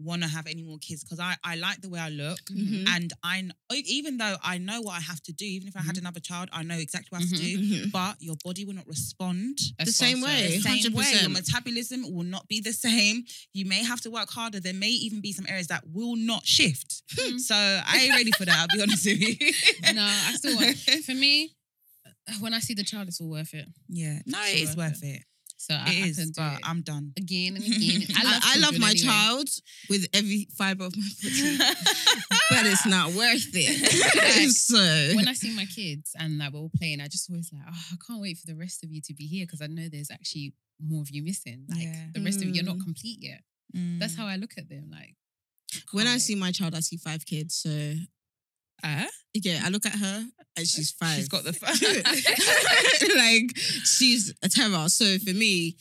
wanna have any more kids because I, I like the way I look
Mm-hmm.
Mhm.
and I kn- e- even though I know what I have to do, even if I
Mm-hmm.
had another child, I know exactly what I have to do.
Mm-hmm.
Mhm.
But your body will not respond
As
The
far
same
as-
the
way.
same way. Your
100%.
metabolism will not be the same. You may have to work harder. There may even be some areas that will not shift.
Mhm.
So I ain't ready for that. I'll be honest with you.
no, I still want. For me, uh, when I see the child, it's all worth it.
yeah, no,
It's
it is
worth
worth it.
So I,
It
I can
is,
do
but
it
I'm done.
again and again. I love,
I love, I love
children
my
anyway.
child with every fiber of my body, but it's not worth
Like,
it. so
When I see my kids and like we're all playing, I just always like, oh, I can't wait for the rest of you to be here because I know there's actually more of you missing. Like
Yeah.
the rest of you, you're not
Mm.
complete yet.
Mm-hmm.
That's how I look at them. Like
when I
can't
see my child, I see five kids. So
Uh,
yeah, I look at her and she's five.
Mm. she's got the
like she's a terror. So for me,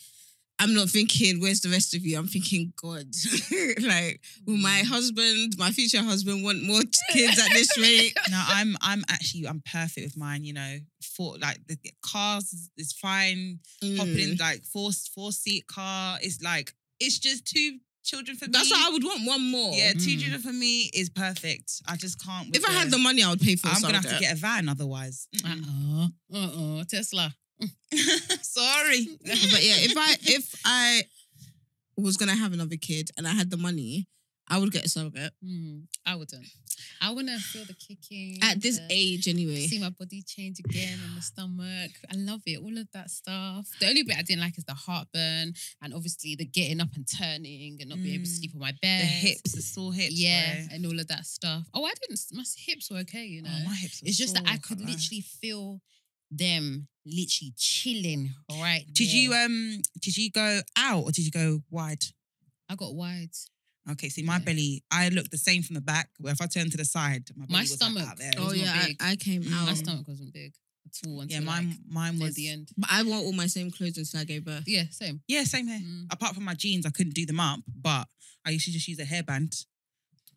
I'm not thinking, where's the rest of you? I'm thinking, God. like, will my
Mm.
husband, my future husband, want more kids at this rate?
No, I'm I'm actually I'm perfect with mine. You know, for like the the cars is- is fine. Hopping
Mm.
in like four four seat car is like it's just two children for
That's
me.
what I would want. One more.
yeah, two
Mm.
children for me is perfect. I just can't. with
If I had the money, I would pay for.
I'm
some
gonna
of
have to
that.
get a van otherwise.
Uh oh, uh oh, Tesla.
Sorry.
but yeah, if I if I was gonna have another kid and I had the money, I would get a surrogate
Mm, I wouldn't. I wanna feel the kicking
at this
the-
age anyway.
see my body change again in the stomach. I love it, all of that stuff. The only bit I didn't like is the heartburn and obviously the getting up and turning and not being able to
Mm.
sleep on my
the
bed.
hips, the sore hips.
yeah,
boy.
and all of that stuff. Oh, I didn't. My hips were okay, you know.
Oh, my hips. Are
it's just that
sore,
I could
can't lie.
literally feel them literally chilling right.
Did
there.
you um? Did you go out or did you go wide? uh,
I got wide.
Okay, see my
Yeah.
belly. I look the same from the back. Where if I turn to the side, my, belly
My
was like
stomach.
out there.
Oh,
Oh
It's not
yeah,
big.
I, I came
Mm.
out.
My stomach wasn't big at all. Until
yeah, mine mine
like, near
was
the end.
But I wore all my same clothes until I gave birth.
Yeah, same.
Yeah, same here.
Mm.
Apart from my jeans, I couldn't do them up, but I used to just use a hairband.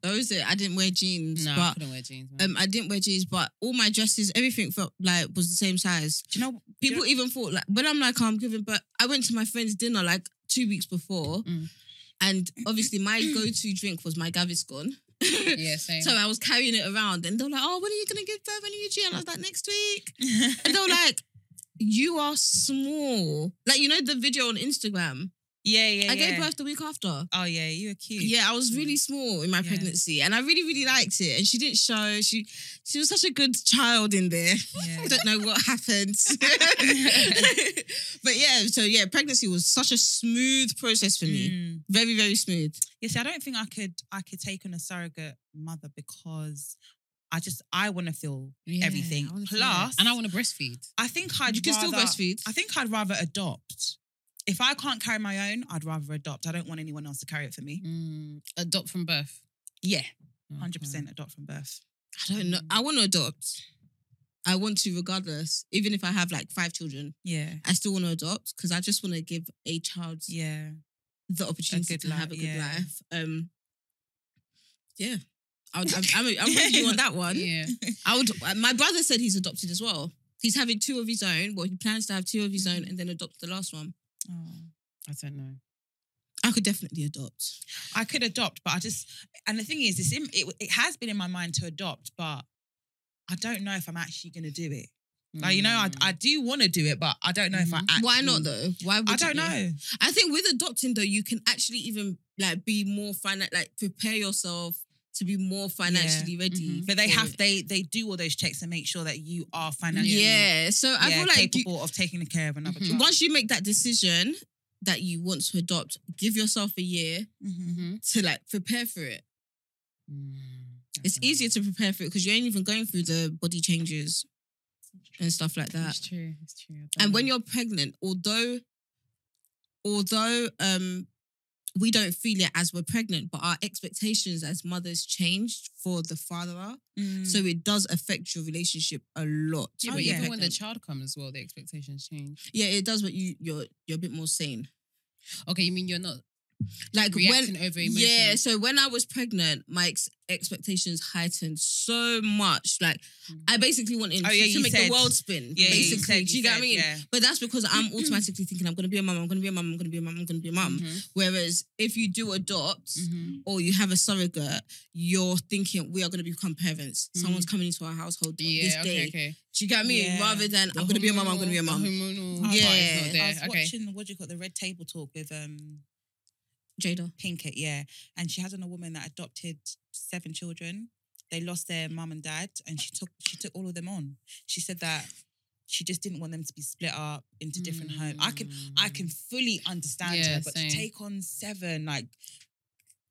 Oh, is it? I didn't wear jeans,
No, I
but
couldn't wear jeans. Man.
um, I didn't wear jeans, but all my dresses, everything felt like was the same size.
Do you know
People even thought like when I'm like I'm giving birth. I went to my friend's dinner like two weeks before,
Mm.
and obviously my go-to drink was my Gaviscon.
yeah, same.
So I was carrying it around, and they were like, "Oh, when are you gonna give birth? When are you due?" And I was like, "Next week." And they were like, "You are small." Like you know the video on Instagram.
yeah, yeah. yeah.
I gave birth the week after.
Oh yeah, you were cute.
Yeah, I was really small in my
Mm. Yeah.
pregnancy, and I really, really liked it. And she didn't show. She she was such a good child in there. I
yeah.
don't know what happened, but yeah. So yeah, pregnancy was such a smooth process for me.
Mm.
Very, very smooth.
Yeah, see, I don't think I could I could take on a surrogate mother because I just I want to feel
Yeah,
everything.
I wanna feel
Plus-
it. and I want to breastfeed.
I think I'd
you can still
rather-
breastfeed.
I think I'd rather adopt. If I can't carry my own, I'd rather adopt. I don't want anyone else to carry it for me.
Mm, adopt from birth. Oh,
Yeah,
Mm,
Okay.
hundred percent adopt from birth.
I don't know. I want to adopt. I want to, regardless. Even if I have like five children,
Yeah,
I still want to adopt because I just want to give a child
yeah.
the opportunity
good
to
li-
have a good
yeah.
life. Um, yeah, I would, I'm, I'm, I'm with you on that one.
Yeah.
I would. uh, My brother said he's adopted as well. He's having two of his own. Well, he plans to have two of his own and then adopt the last one.
Oh.
I don't know.
I could definitely adopt.
I could adopt, but I just and the thing is, it's in, it, it has been in my mind to adopt, but I don't know if I'm actually going to do it. Like you know, I,
Mm.
I do want to do it, but I don't know if I actually.
Mm-hmm. Why not though? Why would
I
you
don't
not?
know.
I think with adopting though, you can actually even like be more finan like prepare yourself to be more financially ready.
Mhm.
But they
Mm-hmm. for
have
it.
they they do all those checks and make sure that you are financially
Yeah, so I
yeah,
feel like you- Mm-hmm.
capable of taking care of another
Mhm.
child.
once you make that decision that you want to adopt, give yourself a year
Mhm.
Mhm.
to like prepare for it.
Mm.
It's
Okay.
easier to prepare for it because you ain't even going through the body changes
uh,
and stuff like that.
It's true. It's true. I don't
And when
know.
you're pregnant, although although um we don't feel it as we're pregnant, but our expectations as mothers changed for the father are.
Mm.
So it does affect your relationship a lot.
yeah,
Oh,
but
yeah.
even when the
Pregnant.
child comes as well, the expectations change.
yeah, it does, but you you're you're a bit more sane.
Okay, you mean you're not
Like
reacting
when
over emotion?
yeah, so when I was pregnant, my ex- expectations heightened so much. Like
Mm.
I basically wanted
Oh, yeah,
to
you
make
said-
the world spin.
Mm. yeah,
basically,
you said,
do you get what I
said,
mean?
Yeah.
But that's because I'm automatically thinking I'm gonna be a mum, I'm gonna be a mum, I'm gonna be a mum, I'm gonna be a mum.
um, Mm-hmm.
Mhm.
Whereas if you do adopt
Mhm.
or you have a surrogate, you're thinking we are going to become parents. Someone's
Mm-hmm.
coming into our household this
Yeah.
day.
Okay. Okay.
Do you get me?
Yeah.
Rather than I'm going to be a mum, I'm going to be a
The
mum.
Hormonal.
I
part
was
is
Yeah.
not
I
there.
was
Okay.
watching what do you call it, the Red Table Talk with um
Jada.
Pinkett, yeah, and she had on a woman that adopted seven children. They lost their mum and dad, and she took she took all of them on. She said that she just didn't want them to be split up into different homes. I can
Mm.
Mm,
I can fully understand
Yeah,
her, but
same.
to take on seven, like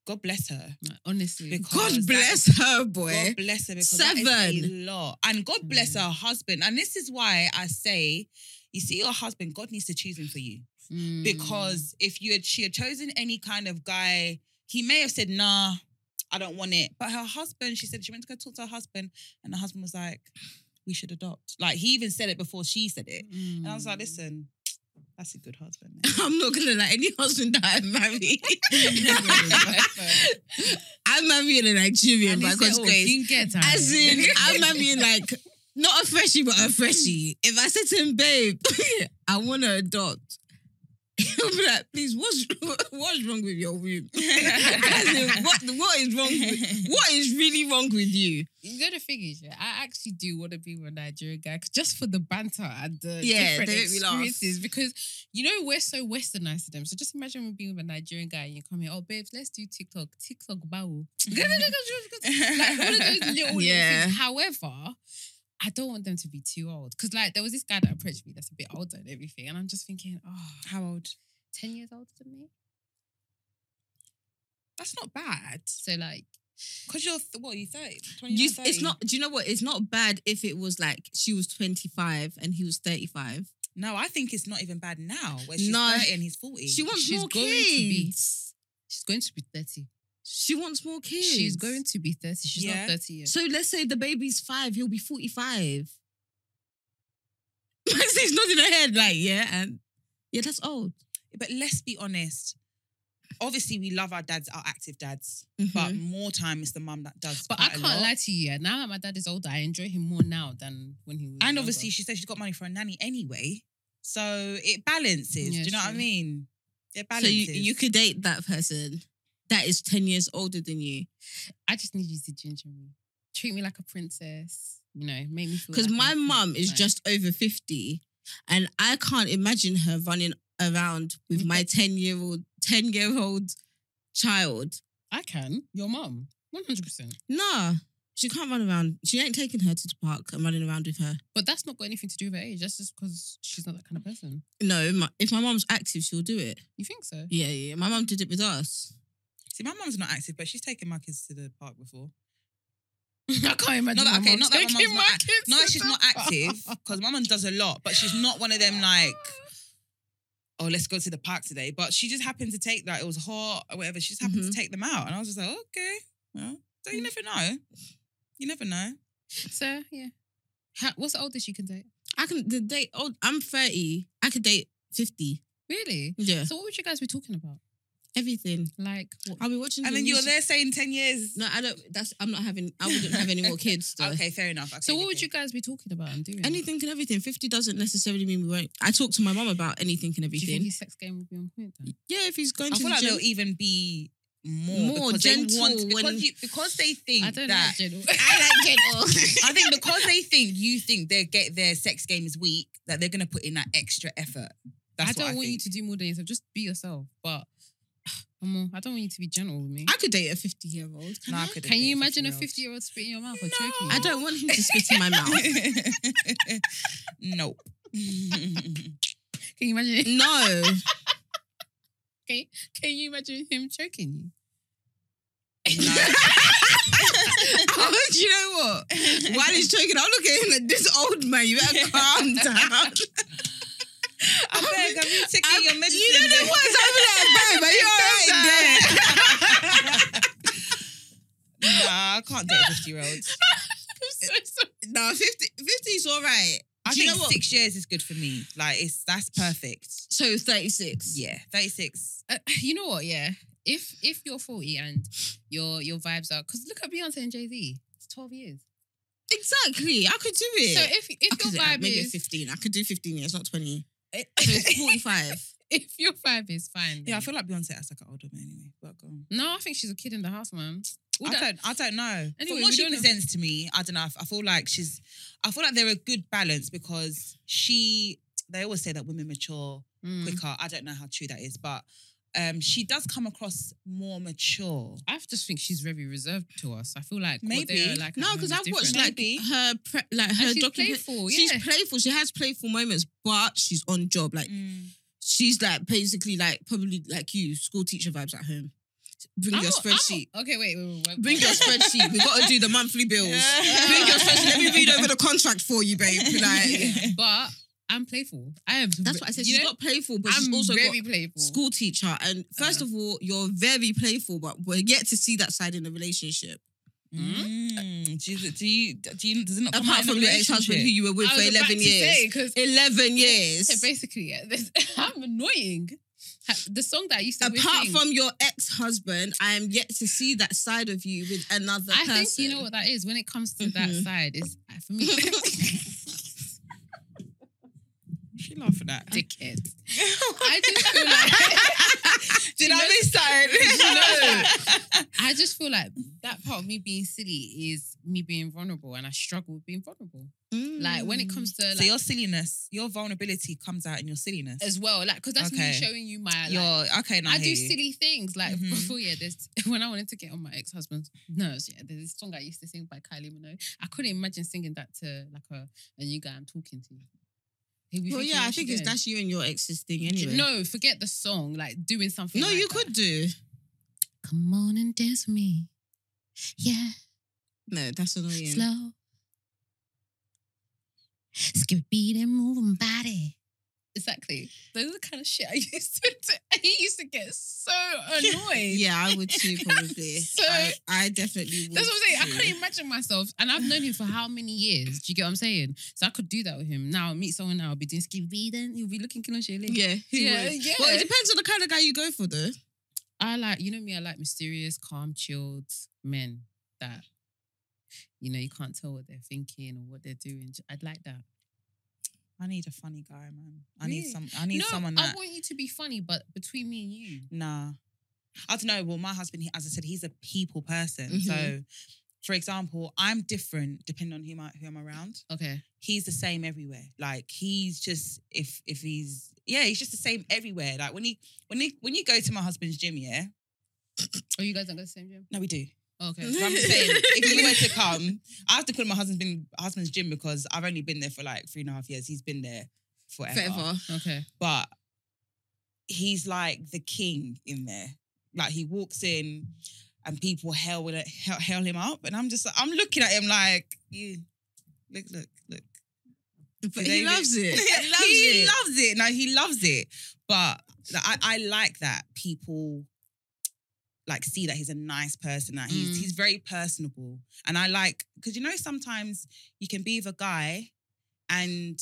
God bless her.
Mm. honestly.
Because-
God
that-
bless her, boy.
God bless her because seven. That is a
Seven.
lot. And God bless
Mm.
her husband. And this is why I say, you see your husband, God needs to choose him for you.
Mm.
because if you had she had chosen any kind of guy, he may have said, "Nah, I don't want it." But her husband, she said she went to go talk to her husband, and her husband was like, "We should adopt." Like he even said it before she said it, and I was like,
Mm.
"Listen, that's a good husband." man."
I'm not going to let any husband that I marry. I'm marrying a Nigerian by
"Oh,
God's grace. As in, I'm marrying like, not a freshie, but a freshie. If I said to him, babe, I want to adopt. He'll be like, please, what's, what's wrong with your womb? As in, what, what is wrong with what is really wrong with you?
you know the thing is, yeah, I actually do want to be with Nigerian guy 'cause just for the banter and the
Yeah,
different
they make me laugh.
experiences. Because you know we're so westernized to them. So just imagine we being with a Nigerian guy and you come here, oh babes, let's do TikTok, TikTok bow. like all of those little, little
Yeah.
things. However, I don't want them to be too old. Because like there was this guy that approached me that's a bit older and everything, and I'm just thinking, oh,
How old?
10 years older than me.
That's not bad.
So like,
Cause you're th- what? You thirty?
You-
29,
it's
30?
not. Do you know what? It's not bad if it was like she was twenty five and he was thirty five.
No, I think it's not even bad now. Where she's
No.
thirty and he's forty.
She wants
she's
more
going
kids.
to be she's going to be 30.
She wants more kids.
She's going to be 30. She's
Yeah.
not 30 yet.
So let's say the baby's five. He'll be forty five. Maxie's nodding her head like yeah, and yeah, that's old.
but let's be honest. Obviously, we love our dads, our active dads. But
Mm-hmm.
more time it's the mum that does.
But I
quite a
can't
lot.
lie to you. yeah, Now that my dad is older, I enjoy him more now than when he was.
And
younger.
obviously, she said she's got money for a nanny anyway, so it balances.
Yeah,
do you know what I
true.
mean? It
so
balances.
you, you could date that person that is ten years older than you.
I just need you to ginger me, treat me like a princess. You know, make me feel.
Because
like
my
I'm-
mum is
like-
just over 50 and I can't imagine her running around with my 10 year old 10 year old child.
I can. Your mum, one hundred percent.
Nah, she can't run around. She ain't taking her to the park and running around with her.
But that's not got anything to do with her age. That's just because she's not that kind of person.
No, my, if my mum's active, she'll do it.
You think so?
Yeah, yeah. My mum did it with us.
See, my mum's not active, but she's taken my kids to the park before.
I can't imagine.
No,
my
that, okay,
mum
not that my
taking
mum's
my
not, act-
kids
not that
to
she's
the
not
park.
active because my mum does a lot, but she's not one of them like, oh, let's go to the park today. But she just happened to take that. It was hot or whatever. She just happened
Mhm.
Mm-hmm.
to take them out, and I was just like, okay, well, so
Mm.
you never know. You never know.
So yeah, How, what's the oldest you can date?
I can the date. Oh, I'm thirty. I could date fifty.
Really?
Yeah,
So what would you guys be talking about?
everything.
Like, what?
I'll be watching.
And
the
then you're
news-
there saying ten years.
No, I don't. That's. I'm not having. I wouldn't have any more kids. Though.
Okay, fair enough. Okay,
so what would
okay.
you guys be talking about and doing?
Anything and everything. Fifty doesn't necessarily mean we won't. I talk to my mum about anything and
Do you think
everything.
his sex game would be on point then?
Yeah, if he's going
I
to
feel
the
like
gym.
they'll even be more,
More
because they want
gentle
because,
when-
you, because they think
I don't
that.
know. General.
I like
I think because they think you think they get their sex game is weak, that they're gonna put in that extra effort. That's
I don't
what I
want you
think.
to do more than yourself. Just be yourself. But Amo, I don't want you to be gentle with me.
I could date a fifty-year-old.
No, I
I?
couldn't
Can
date
you imagine a 50
50-year-old.
year old spit in your mouth or choking? you?
I don't want him to spit in my mouth.
nope.
Can you imagine?
No,
Can you imagine him choking you?
No.
do you know what? While he's choking, I'm looking at him like this old man. You better calm down.
I beg, have you taken
I'm-
your medicine?
You know the words I'm like, babe, are you alright there?
Nah, I can't date 50 year olds.
I'm so sorry.
No, 50, 50 is alright.
I
Do you
think
know what?
six years is good for me. Like it's that's perfect.
So 36.
Yeah. 36.
Uh, you know what? Yeah. If if you're 40 and your your vibes are because look at Beyonce and Jay Z. It's 12 years.
Exactly. I could do it.
So if
I
if your
could do it at
vibe
maybe
is
15. I could do 15 years, not 20. So it's 45.
if your vibe is fine.
Yeah, I
then-
feel like Beyonce acts like an older man anyway. But go on.
no, I think she's a kid in the house, man. All
I
that-
don't, I don't know.
Anyway,
From
we
what she
don't know.
presents to me, I don't know. I feel like she's, I feel like they're a good balance because she, they always say that women mature
Mm.
quicker. I don't know how true that is, but um, she does come across more mature.
I just think she's very reserved to us. I feel like what
Maybe.
they're like at
No,
home
because
is
I've watched
um, different.
like
Maybe.
her pre- like her
and she's
document.
playful. Yeah, Mm.
She's playful. She has playful moments, but she's on job. Like
Mm-hmm.
she's like basically like probably like you, school teacher vibes at home. Bring
I'm
your
not- I'm
spreadsheet.
not- okay, wait, wait, wait, wait.
Bring your spreadsheet. We gotta do the monthly bills. Bring your spreadsheet. Let me read over the contract for you, babe. Like
Yeah.
But I'm playful. I am.
that's what I said.
You
She's
know,
got playful, Uh-huh. but she's
I'm
also got
very playful.
school teacher. And 1st of all, you're very playful, but we're yet to see that side in a relationship.
Mm. Do, you, do you do you does it not come out
Apart
in a
from your ex-husband who
relationship?
you were with
I
for
was about
eleven
to
years.
say, 'cause-
Eleven years.
So basically, yeah, this- I'm annoying. Ha- The song that I used to always
Apart
sing,
from your ex-husband, I am yet to see that side of you with another
I
person.
think you know what that is. When it comes to that
Mhm.
side, it's uh, for me.
She laughing at.
dickhead. I just feel like
Did I
knows-
miss that?
I just feel like that part of me being silly is me being vulnerable, and I struggle with being vulnerable.
Mm.
Like when it comes to
So
like
your silliness, your vulnerability comes out in your silliness.
as well, like because that's me
Okay.
showing you my. Like,
your okay, no,
I do
hear you.
silly things like
Mm-hmm.
Mhm.
before. Yeah, there's when I wanted to get on my ex husband's nerves. Yeah, there's this song I used to sing by Kylie Minogue. I couldn't imagine singing that to like a, a new guy I'm talking to. He'd be
Well,
thinking,
yeah, I
"What's she
think it's
doing?"
that's you and your ex's thing anyway.
No, forget the song. Like doing something.
no,
like
you
that.
could do.
Come on and dance with me. Yeah,
No, that's annoying.
slow. Skip a beat and move my body. Exactly. Those are the kind of shit I used to do. He used to get so annoyed.
Yeah, I would too probably.
So-
I, I definitely would.
That's what I'm saying. I
too.
couldn't imagine myself, and I've known him for how many years? Do you get what I'm saying? So I could do that with him. Now I meet someone now, I'll be doing skibidi, then you'll be looking kind of shady.
Yeah, he
yeah,
would.
yeah.
Well, it depends on the kind of guy you go for, though.
I like, you know me. I like mysterious, calm, chilled men that, you know, you can't tell what they're thinking or what they're doing. I'd like that.
I need a funny guy, man. I need
Really?
some. I need
no,
someone
I
that.
want you to be funny, but between me and you,
Nah. I don't know. Well, my husband, he, as I said, he's a people person.
Mhm.
So, for example, I'm different depending on who, my, who I'm around.
okay,
He's the same everywhere. Like he's just if if he's yeah, he's just the same everywhere. Like when he when he when you go to my husband's gym, yeah.
oh, you guys don't go to the same gym?
No, we do.
Okay,
So I'm saying if you were to come, I have to call my husband's been husband's gym because I've only been there for like three and a half years. He's been there
Forever.
okay,
but he's like the king in there. Like he walks in and people hell with it, hell, hell him up, and I'm just like, I'm looking at him like, you look, look, look.
But
They-
he loves it. He loves
he
it.
loves it. No, he loves it. But like, I, I like that people like see that he's a nice person. That he's
Mm.
he's very personable, and I like because you know sometimes you can be with a guy, and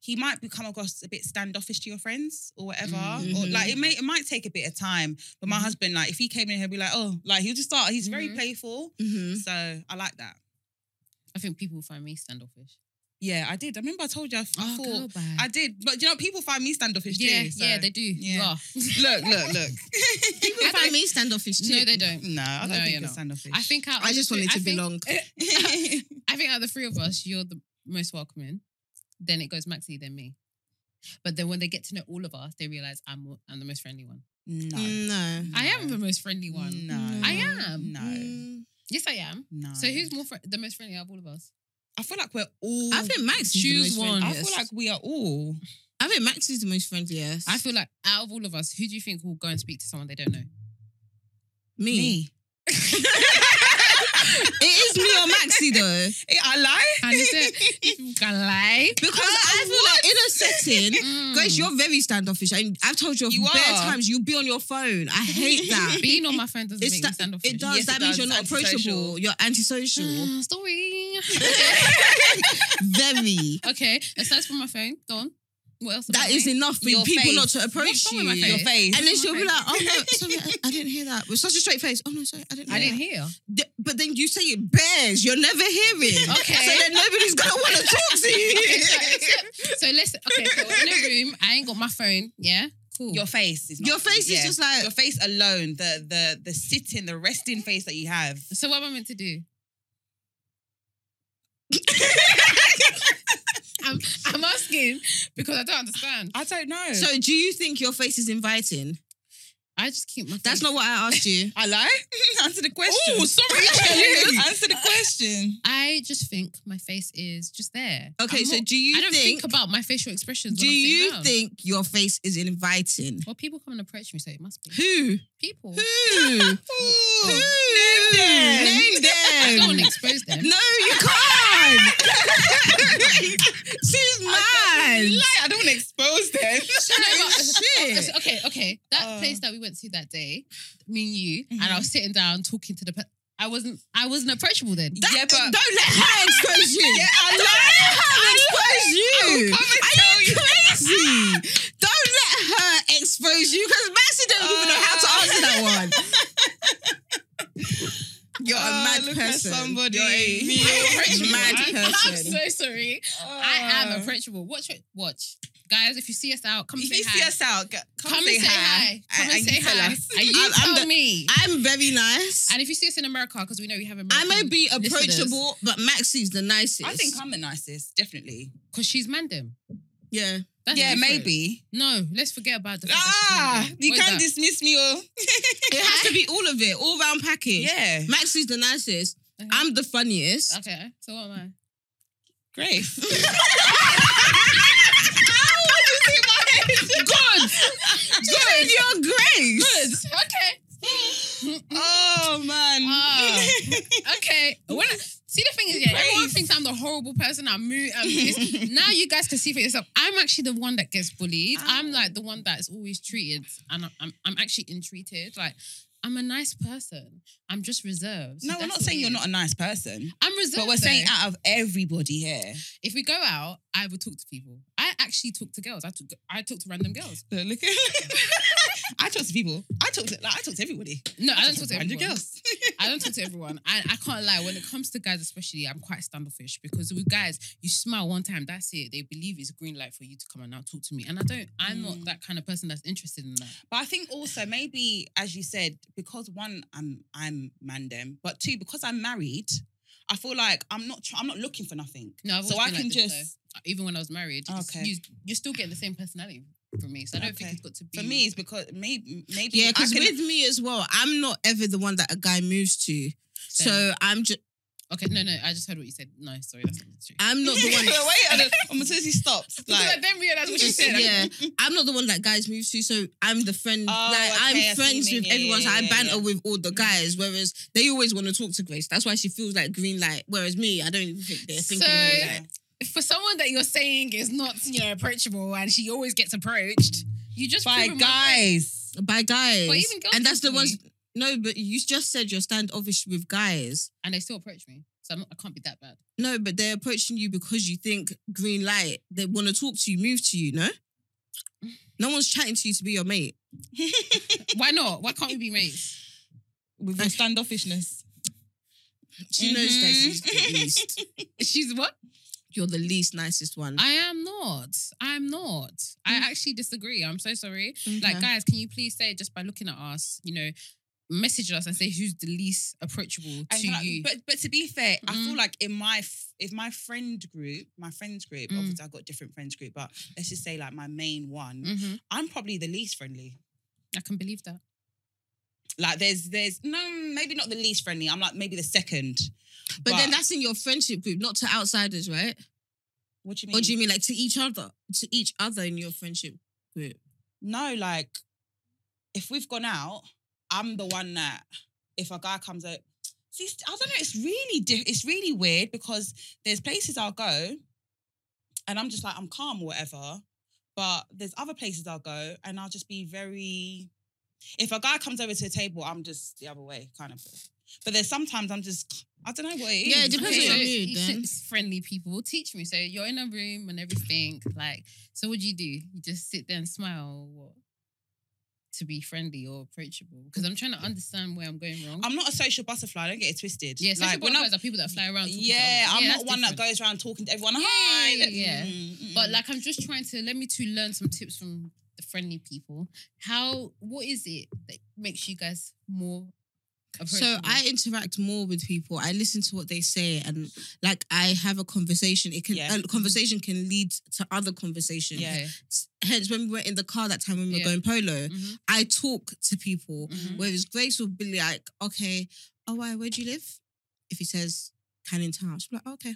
he might be come across a bit standoffish to your friends or whatever.
Mm.
Or like it may it might take a bit of time. But my
Mhm.
husband, like if he came in, he'll be like, oh, like he'll just start. He's very
Mhm.
playful,
Mhm.
so I like that.
I think people find me standoffish.
Yeah, I did. I remember I told you I, I thought.
girl, bye.
I did, but you know, people find me standoffish
yeah,
too. so-
yeah, they do. You
Yeah.
are.
Look, look, look.
People
I
find
don't-
me standoffish too.
No, they don't.
No, I don't
No,
think
you're
you're
not.
standoffish.
I think out
I just wanted to
I think-
belong.
I think out of the three of us, you're the most welcoming. Then it goes Maxi, then me. But then when they get to know all of us, they realize I'm I'm the most friendly one.
no.
No.
I am
No.
the most friendly one.
No.
I am.
No.
Mm.
Yes, I am.
No.
So who's more fr- the most friendly out of all of us?
I feel like we're all.
I think Max is the
Choose
most
one.
I
friendliest.
feel like we are all.
I think Max is the most friendliest.
I feel like out of all of us, who do you think will go and speak to someone they don't know?
me. It is me or Maxi though.
Eh, I lie.
And is it you can lie?
Because I feel like in a setting,
Mm.
Grace, you're very standoffish. I, I've told you,
You
bare
are.
times you'll be on your phone. I hate that.
being on my phone doesn't
It's
make
that-
me standoffish.
it does.
Yes, it
that means
does.
you're not
Antisocial.
approachable. You're antisocial.
Ah, story.
very.
okay, aside from my phone, go on. What else?
That
about
is
me?
enough for
Your
people
face.
not to approach
What's wrong
you.
with my
Your
face?
face.
And then
What's
she'll
wrong
be
with
like,
my
"Oh no, sorry, I, I didn't hear that." With such a straight face. Oh no, sorry, I didn't. Hear
I didn't
that."
hear.
Th- But then you say it bears. You're never hearing.
Okay.
So then nobody's gonna want to talk to
Okay, so,
you.
except- so let's okay. So we're in a room. I ain't got my phone. Yeah, cool.
Your face is. Not,
Your face is
yeah.
just like
Your face alone, the the the sitting, the resting face that you have.
so what am I meant to do? I'm, I'm asking because I don't understand.
I don't know.
So do you think your face is inviting?
I just keep my.
That's
phone.
not what I asked you.
I lie. Answer the question.
Oh,
Ooh, sorry.
Answer the question.
I just think my face is just there.
Okay,
I'm
so
not-
do you
I don't think,
think,
about my facial expressions.
do
when I'm sitting
you
down.
think your face is inviting?
Well, people come and approach me, so it must be
Who?
people.
Who? Who?
Oh. them.
Name
I don't
them.
want to expose them.
No, you can't. She's
I don't
mad.
lie. I don't want to expose them.
No, but-
Shit.
Okay, okay. That
Uh.
place that we went to that day, me and you,
Mhm.
and I was sitting down talking to the. Pe- I wasn't. I wasn't approachable then.
That- Yeah, but-
don't let her expose you.
Yeah, I
don't let her expose you.
Come and tell you.
crazy. Don't let her expose you because Maxie don't even know how to answer that one. You're a
Oh,
mad
look at
person.
somebody.
You're a real mad
I'm
person.
so sorry. I am approachable. Watch, it- watch, guys. If you see us out, come
Oh. If
say
you
hi.
see us out, g- come,
come
say
and say hi. Come and,
you
say
tell
hi.
us.
And you
I'm- I'm
tell
the-
me.
I'm very nice.
and if you see us in America, because we know we have American.
I may be approachable, but Maxie's the nicest.
I think I'm the nicest, definitely.
because she's mandem.
yeah.
That's
yeah,
different.
maybe.
No, let's forget about the. fact that
Ah,
she's mandem.
you
What is
can't
that?
dismiss me oh. or
It has to be all of it, all round package.
yeah.
Maxie's the nicest.
Okay.
I'm the funniest.
okay. So what am I?
Great.
God, God, your grace.
Okay.
oh man.
Ah. Okay. When I, see, the thing is, yeah, everyone
Praise.
thinks I'm the horrible person. I'm moody. I'm this. now you guys can see for yourself. I'm actually the one that gets bullied.
Oh.
I'm like the one that's always treated, and I'm, I'm, I'm actually entreated. Like, I'm a nice person. I'm just reserved. So
no, we're
that's
not
all
saying
it
you're
is.
not a nice person,
I'm reserved.
but we're
though.
saying out of everybody here.
if we go out, I would talk to people. I actually talk to girls. I talk, I talk to random girls.
Look, look. I talk to people. I talk to like, I talk to everybody.
No, I don't talk to
random
everyone.
girls.
I don't talk to everyone. I, I can't lie. When it comes to guys, especially, I'm quite standoffish because with guys, you smile one time, that's it. They believe it's green light for you to come and now talk to me. And I don't, I'm not
Mm.
that kind of person that's interested in that.
But I think also maybe, as you said, because one, I'm I'm mandem, but two, because I'm married, I feel like I'm not tr- I'm not looking for nothing.
No, I've
so I
always been
can
like this,
just
Even when I was married, okay.
Okay.
you, you're still getting the same personality from me. So I don't
Okay.
think it's got to be.
for me it's because maybe maybe
Yeah,
I
because
can-
with me as well, I'm not ever the one that a guy moves to. So I'm just
Okay, no, no, I just heard what you said. No, sorry, that's not the truth.
I'm not the one.
Wait, and then- I'm as soon as he stops.
because I
Like,
then realized what she said.
yeah, I'm not the one that guys move to, so I'm the friend.
Oh,
like
okay, I
I'm
see what
friends
you mean.
with
Yeah,
everyone, so
yeah,
I
yeah,
banter
yeah. Mm.
with all the guys. Whereas they always want to talk to Grace. That's why she feels like green light. Whereas me, I don't even think they're thinking.
So-
like,
For someone that you're saying is not, you know, approachable and she always gets approached, you just
by
proven my point.
guys.
by guys.
But even girls
and that's the
talk to
ones. No, but you just said you're standoffish with guys.
and they still approach me. So I'm not, I can't be that bad.
No, but they're approaching you because you think green light. They want to talk to you, move to you. No, no one's chatting to you to be your mate.
Why not? Why can't we be mates?
With your standoffishness.
She knows that
Mhm.
she's the least.
She's what?
You're the least nicest one.
I am not. I'm not. I actually disagree. I'm so sorry. Like,
Mm. Okay.
guys, can you please say just by looking at us, you know, message us and say who's the least approachable
And
to
like-
you?
but but to be fair, I feel
Mm.
like in my f- if my friend group, my friends group,
Mm.
obviously I've got different friends group, but let's just say like my main one,
Mhm.
I'm probably the least friendly.
I can believe that.
Like there's there's no maybe not the least friendly. I'm like maybe the second.
But, then that's in your friendship group, not to outsiders, right?
what do you mean?
Or do you mean like to each other? To each other in your friendship group.
No, like if we've gone out, I'm the one that if a guy comes out, see, I don't know. It's really di- it's really weird because there's places I'll go, and I'm just like I'm calm or whatever, but there's other places I'll go and I'll just be very. If a guy comes over to the table, I'm just the other way kind of. But there's sometimes I'm just I don't know what it is.
Yeah, it depends
Okay,
on
so
your mood,
you
then.
sit- friendly people teach me. So you're in a room and everything. Like, so what do you do? You just sit there and smile. Or what? To be friendly or approachable, because I'm trying to understand where I'm going wrong.
I'm not a social butterfly. Don't get it twisted.
yeah, social
Like, when I-
butterflies are people that fly around. talking to
Yeah,
others.
I'm
that's
not one
different.
that goes around talking to everyone.
Yeah,
Hi.
yeah,
let-
yeah.
Mm, mm,
But
mm.
like, I'm just trying to let me to learn some tips from the friendly people. How? What is it that makes you guys more?
So
approachable?
I interact more with people. I listen to what they say, and like I have a conversation. It can
Yeah.
a conversation can lead to other conversations.
Yeah.
Okay.
Hence, when we were in the car that time when we were
Yeah.
going polo,
Mhm,
I talk to people.
mhm.
Whereas Grace will be like, "Okay, oh why? Where do you live?" If he says Canning Town, she'll be like, "Okay."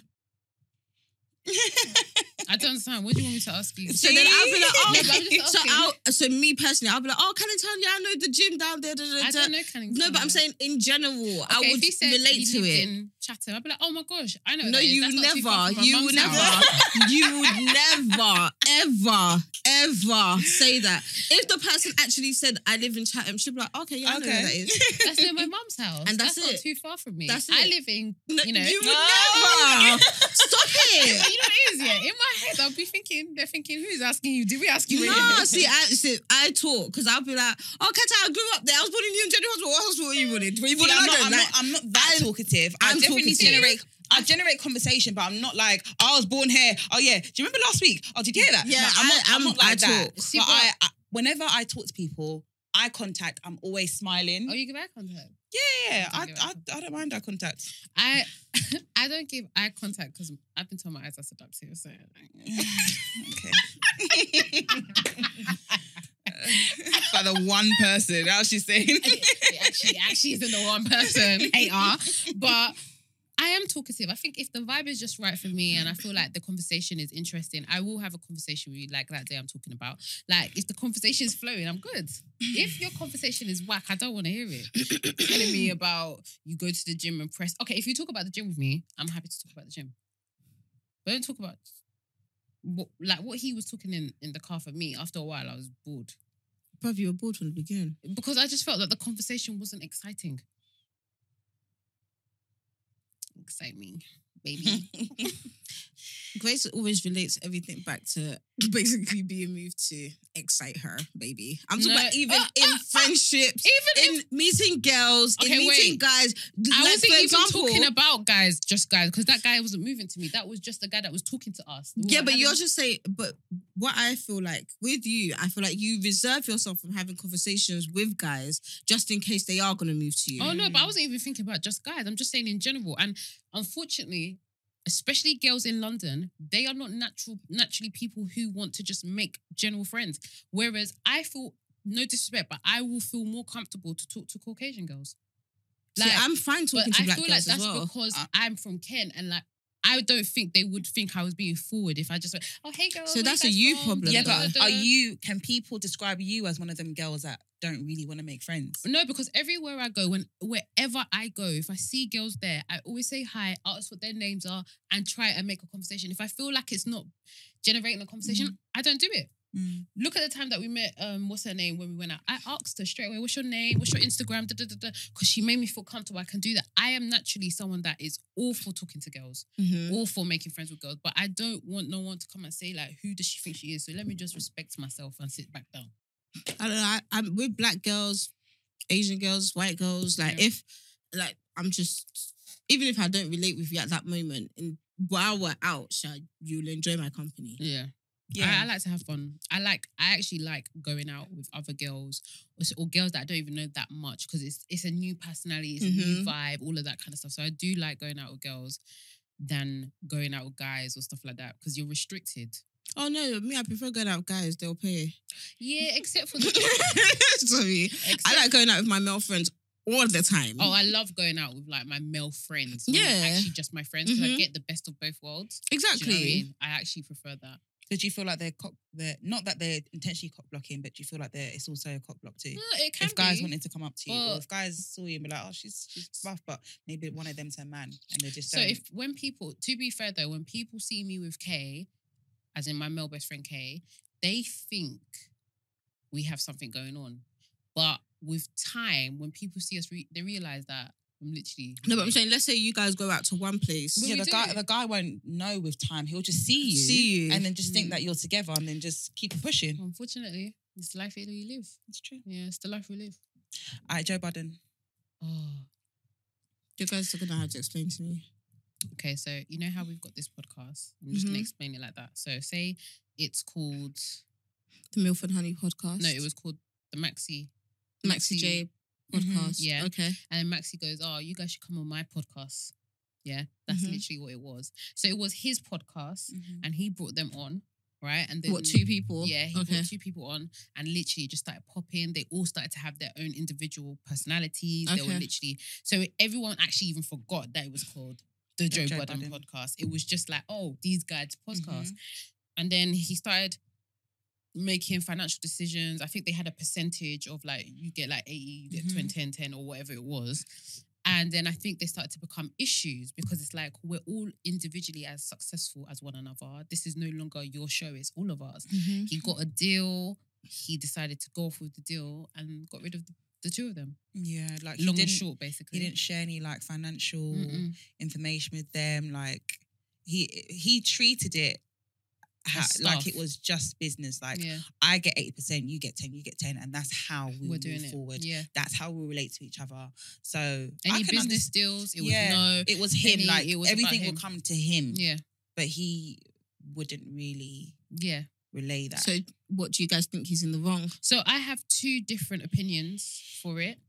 I don't understand. What do you want me to ask you?
So then I'll be like, oh,
No, but I'm just
so
asking.
I'll, so me personally, I'll be like, oh, Canning Town, yeah, I know the gym down there. Da, da, da.
I don't know. Canning
No, but
Town.
I'm saying in general, I
Okay, if
would
he said
relate
he
to
lived
it.
In Chatham, I'd be like, oh my gosh, I know.
no,
that is.
you
That's not too far
never,
from my
you
mum's
never,
house."
you would never, ever, ever say that. If the person actually said, I live in Chatham, she'd be like, okay, yeah, I know where
Okay.
that is.
That's near my mum's house,
And that's
not
it.
too far from me.
That's
I
it.
live in,
No,
you know. Oh
you would
No.
never. Stop
you know
it.
what it is, yeah. In my head, I'll be thinking, they're thinking, who's asking you? Did we ask you?
No, see, I see, I talk because I'll be like, oh, Kata, I grew up there. I was born in New Jersey Hospital. What hospital were you born in? Were you born
See,
in
I'm, not,
London?
I'm,
Like,
not, I'm not that
I'm-
talkative. i
I'm
definitely
talkative.
generate. I generate conversation, but I'm not like I was born here. Oh yeah, do you remember last week? Oh, did you hear that?
Yeah,
No, I'm,
I-
not, I'm
I'm-
not like
I
that.
talk.
But
See, but-
I, I, whenever I talk to people, eye contact. I'm always smiling.
Oh, you give eye contact.
yeah, yeah,
I
I,
don't
I,
give
I don't mind eye contact.
I, I don't give eye contact because I've been told my eyes are seductive. So
okay. By the one person, how's she saying?
it actually, it actually isn't the one person AR, but I am talkative. I think if the vibe is just right for me and I feel like the conversation is interesting, I will have a conversation with you like that day I'm talking about. Like if the conversation is flowing, I'm good. If your conversation is whack, I don't want to hear it. You're telling me about you go to the gym and press. Okay, if you talk about the gym with me, I'm happy to talk about the gym. But don't talk about what, like what he was talking in, in the car for me. After a while, I was bored
Bruv, you were bored from the beginning.
because I just felt that the conversation wasn't exciting. Excite me, baby.
Grace always relates everything back to basically being moved to excite her, baby. I'm talking
No.
about even
Uh,
in
uh, uh,
friendships,
even
in meeting girls,
Okay,
in meeting
wait.
guys.
I
Like,
wasn't
for
even
example,
talking about guys, just guys, because that guy wasn't moving to me. That was just the guy that was talking to us. We
yeah,
weren't
but you're
having-
just saying, but what I feel like with you, I feel like you reserve yourself from having conversations with guys just in case they are going to move to you.
Oh no, but I wasn't even thinking about just guys. I'm just saying in general, and unfortunately, especially girls in London, they are not natural, naturally people who want to just make general friends. Whereas I feel no disrespect, but I will feel more comfortable to talk to Caucasian girls.
Like,
Like,
I'm fine
But
talking
I
to black
feel like
girls
that's
as well.
because
Uh,
I'm from Kent and like I don't think they would think I was being forward if I just went, oh hey girl.
So
where
that's a
guys
you
from?
problem,
Yeah,
Blah, blah,
but
Da, da,
are
da.
you? Can people describe you as one of them girls that don't really want to make friends?
No, because everywhere I go, when wherever I go, if I see girls there, I always say hi, ask what their names are, and try and make a conversation. If I feel like it's not generating a conversation,
Mm-hmm.
I don't do it. Look at the time that we met. Um, what's her name? When we went out, I asked her straight away, "What's your name? What's your Instagram?" Da da da da. Because she made me feel comfortable. I can do that. I am naturally someone that is all for talking to girls,
Mhm.
all for making friends with girls. But I don't want no one to come and say like, "Who does she think she is?" So let me just respect myself and sit back down.
I don't know. I, I'm with black girls, Asian girls, white girls. Like
Yeah.
if, like I'm just, even if I don't relate with you at that moment, and while we're out, Sha, you'll enjoy my company.
Yeah. I, I
Yeah,
like to have fun. I like. I actually like going out with other girls or, s- or girls that I don't even know that much because it's it's a new personality, it's a
Mm-hmm.
new vibe, all of that kind of stuff. So I do like going out with girls than going out with guys or stuff like that because you're restricted.
Oh no, me, I prefer going out with guys. They'll pay.
Yeah, except for the.
Sorry,
except-
I like going out with my male friends all the time.
Oh, I love going out with like my male friends. when it's
Yeah.
actually just my friends because I
Mhm.
get the best of both worlds. Do you
exactly.
know what I mean? I actually prefer that.
Did you feel like they're cock? They're not that they're intentionally cock blocking, but do you feel like they're it's also a cock block too.
No, it Mm, can
If guys
be.
wanted to come up to you,
Well-
or if guys saw you and be like, "Oh, she's she's buff," but maybe one of them's her man, and they just
So
don't.
if when people, to be fair though, when people see me with Kay, as in my male best friend Kay, they think we have something going on. But with time, when people see us, re- they realize that I'm literally.
No, but I'm saying, let's say you guys go out to one place.
Well,
yeah,
we
the
do
guy
it.
the guy won't know with time. He'll just see you,
See you.
and then just think
Mm.
that you're together, and then just keep pushing.
Unfortunately, it's the life that we live.
It's true.
Yeah, it's the life we live.
All right, Joe Budden.
Oh.
You guys are gonna have to explain to me.
Okay, so you know how we've got this podcast? I'm just gonna
Mhm.
explain it like that. So say it's called
The Milf and Honey podcast.
no, it was called the Maxi
Maxi
Maxi- Mm-hmm.
Mhm,
J podcast.
yeah.
Okay.
And then Maxi goes, Oh, you guys should come on my podcast. Yeah, that's
Mhm.
literally what it was. So it was his podcast and he brought them on, right? And then
Mm-hmm. What two people?
Yeah, he
Okay.
brought two people on and literally just started popping. They all started to have their own individual personalities. They were
Okay.
literally so everyone actually even forgot that it was called the Joe,
Joe
Budden,
Budden.
podcast. It was just like, oh, these guys podcast. And then he started making financial decisions. I think they had a percentage of like you get like 80, you get
Mhm.
20, 10, 10 or whatever it was. And then I think they started to become issues because it's like we're all individually as successful as one another. This is no longer your show, it's all of us.
Mhm.
He
Mm-hmm.
got a deal, he decided to go off with the deal and got rid of the, the two of them.
Yeah, like he
Long and
didn't-
short, basically.
He didn't share any like financial.
Mm-mm.
information with them. Like he he treated it ha-
As
like
stuff.
it was just business. Like
yeah,
I get eighty percent, you get ten, you get ten, and that's how we
we're
move
doing it.
forward.
Yeah.
That's how we relate to each other. So I
Any
can
business
understand.
deals, it was
Yeah.
no.
It was him.
any-
like
it was about
everything
him.
will come to him,
Yeah,
but he wouldn't really
yeah.
relay that.
So, what do you guys think he's in the wrong?
So I have two different opinions for it.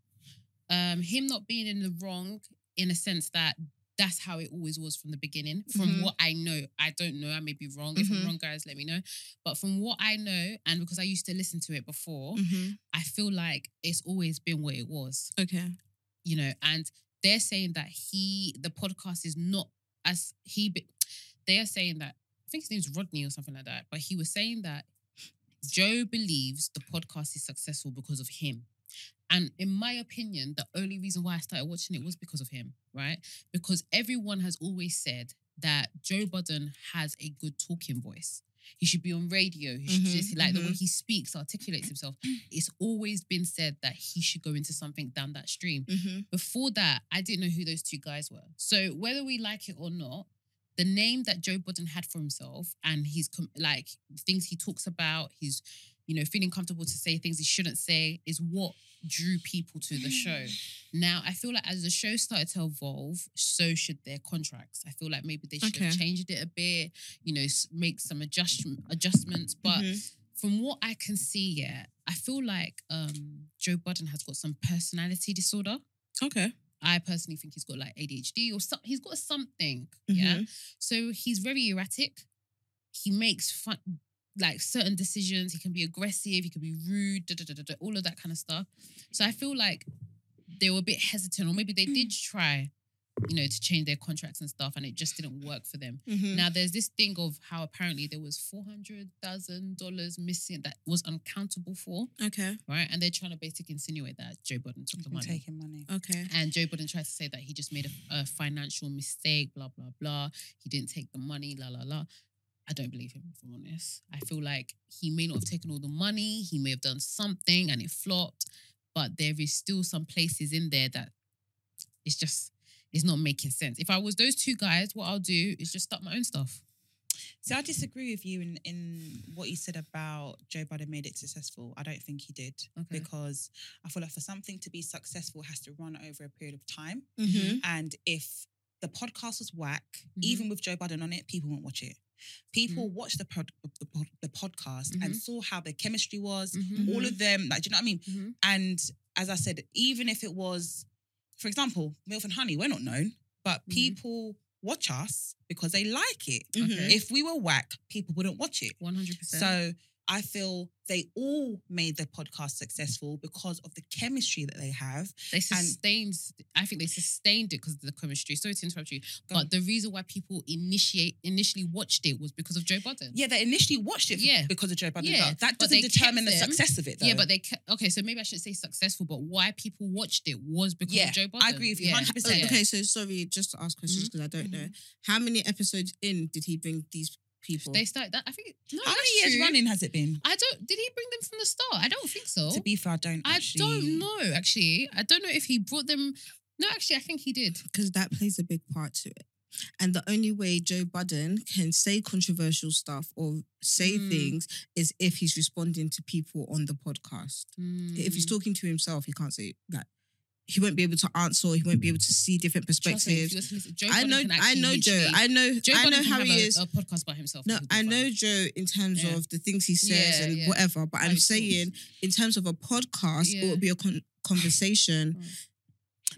Um, him not being in the wrong, in a sense that that's how it always was from the beginning. From
Mm-hmm.
Mhm.
what I know, I don't know. I may be wrong. If I'm
Mhm.
wrong, guys, let me know. But from what I know, and because I used to listen to it before,
Mm.
I feel like it's always been what it was.
Okay.
You know, and they're saying that he, the podcast is not as he. Be, they are saying that I think his name's Rodney or something like that. But he was saying that Joe believes the podcast is successful because of him. And in my opinion, the only reason why I started watching it was because of him, right? Because everyone has always said that Joe Budden has a good talking voice. He should be on radio. He should
Mhm,
just, like the way
mhm.
he speaks, articulates himself. It's always been said that he should go into something down that stream
Mm-hmm.
before that, I didn't know who those two guys were. So whether we like it or not, the name that Joe Budden had for himself and his com- like things he talks about, his you know feeling comfortable to say things he shouldn't say is what drew people to the show. Now I feel like as the show started to evolve, so should their contracts. I feel like maybe they should have
Okay.
changed it a bit, you know, s- make some adjust- adjustments, but
Mm-hmm.
from what I can see, yeah, I feel like um, Joe Budden has got some personality disorder.
okay.
I personally think he's got like ADHD or something. He's got something,
Mm-hmm.
yeah. So he's very erratic. He makes fun, like certain decisions. He can be aggressive. He can be rude. Da, da, da, da, da, all of that kind of stuff. So I feel like they were a bit hesitant, or maybe they did try, you know, to change their contracts and stuff, and it just didn't work for them.
Mm.
Now there's this thing of how apparently there was four hundred thousand dollars missing that was uncountable for,
Okay.
right? And they're trying to basically insinuate that Joe Budden took the money.
taking money.
Okay.
And Joe Budden tried to say that he just made a, a financial mistake, blah, blah, blah. He didn't take the money, la, la, la. I don't believe him, if I'm honest. I feel like he may not have taken all the money. He may have done something and it flopped. But there is still some places in there that it's just, it's not making sense. If I was those two guys, what I'll do is just start my own stuff.
So I disagree with you in, in what you said about Joe Biden made it successful. I don't think he did
Okay.
because I feel like for something to be successful it has to run over a period of time.
Mm-hmm.
And if the podcast was whack, even with Joe Biden on it, people won't watch it. People watched the, pod, the, pod, the podcast and saw how the chemistry was.
Mhm.
All of them, like, do you know what I mean?
Mhm.
And as I said, even if it was, for example, Milk and Honey, we're not known, but
Mhm.
people watch us because they like it.
Mm-hmm.
Okay.
If we were whack, people wouldn't watch it.
100%.
So I feel they all made their podcast successful because of the chemistry that they have.
They sustained. I think they sustained it because of the chemistry. Sorry to interrupt you,
Go on.
but the reason why people initiate initially watched it was because of Joe Budden.
Yeah, they initially watched it f-
Yeah.
because of Joe Budden.
Yeah,
but That
but
doesn't
they
determine the
kept them.
success of it, though.
Yeah, but they kept, okay. So maybe I should say successful, but why people watched it was because
Yeah,
of Joe Budden.
I agree with you, 100%.
Yeah.
Oh,
Mm-hmm.
Okay, so sorry, just to ask questions because I don't know. How many episodes in did he bring these people?
They started that. I think no,
how
that's
many years
true.
running has it been?
I don't. Did he bring them from the start? I don't think so.
To be fair, I don't.
Oh. I
actually-
don't know. Actually, I don't know if he brought them. No, actually, I think he did.
because that plays a big part to it. And the only way Joe Budden can say controversial stuff or say
Mm.
things is if he's responding to people on the podcast. If he's
Mm.
talking to himself, he can't say that. He won't be able to answer. He won't be able to see different
Trust me, if
perspectives.
you were to listen- Joe
I know.
Budden can
I
actually
know Joe.
literally-
I know.
Joe
I
Budden
know
can
how
have
he
a,
is.
a podcast by himself.
No,
and he'll
I
be
know
fine.
Joe in terms
Yeah.
of the things he says
Yeah,
and
yeah.
whatever, but
Like
I'm
thoughts.
saying in terms of a podcast,
Yeah.
it would be a con- conversation.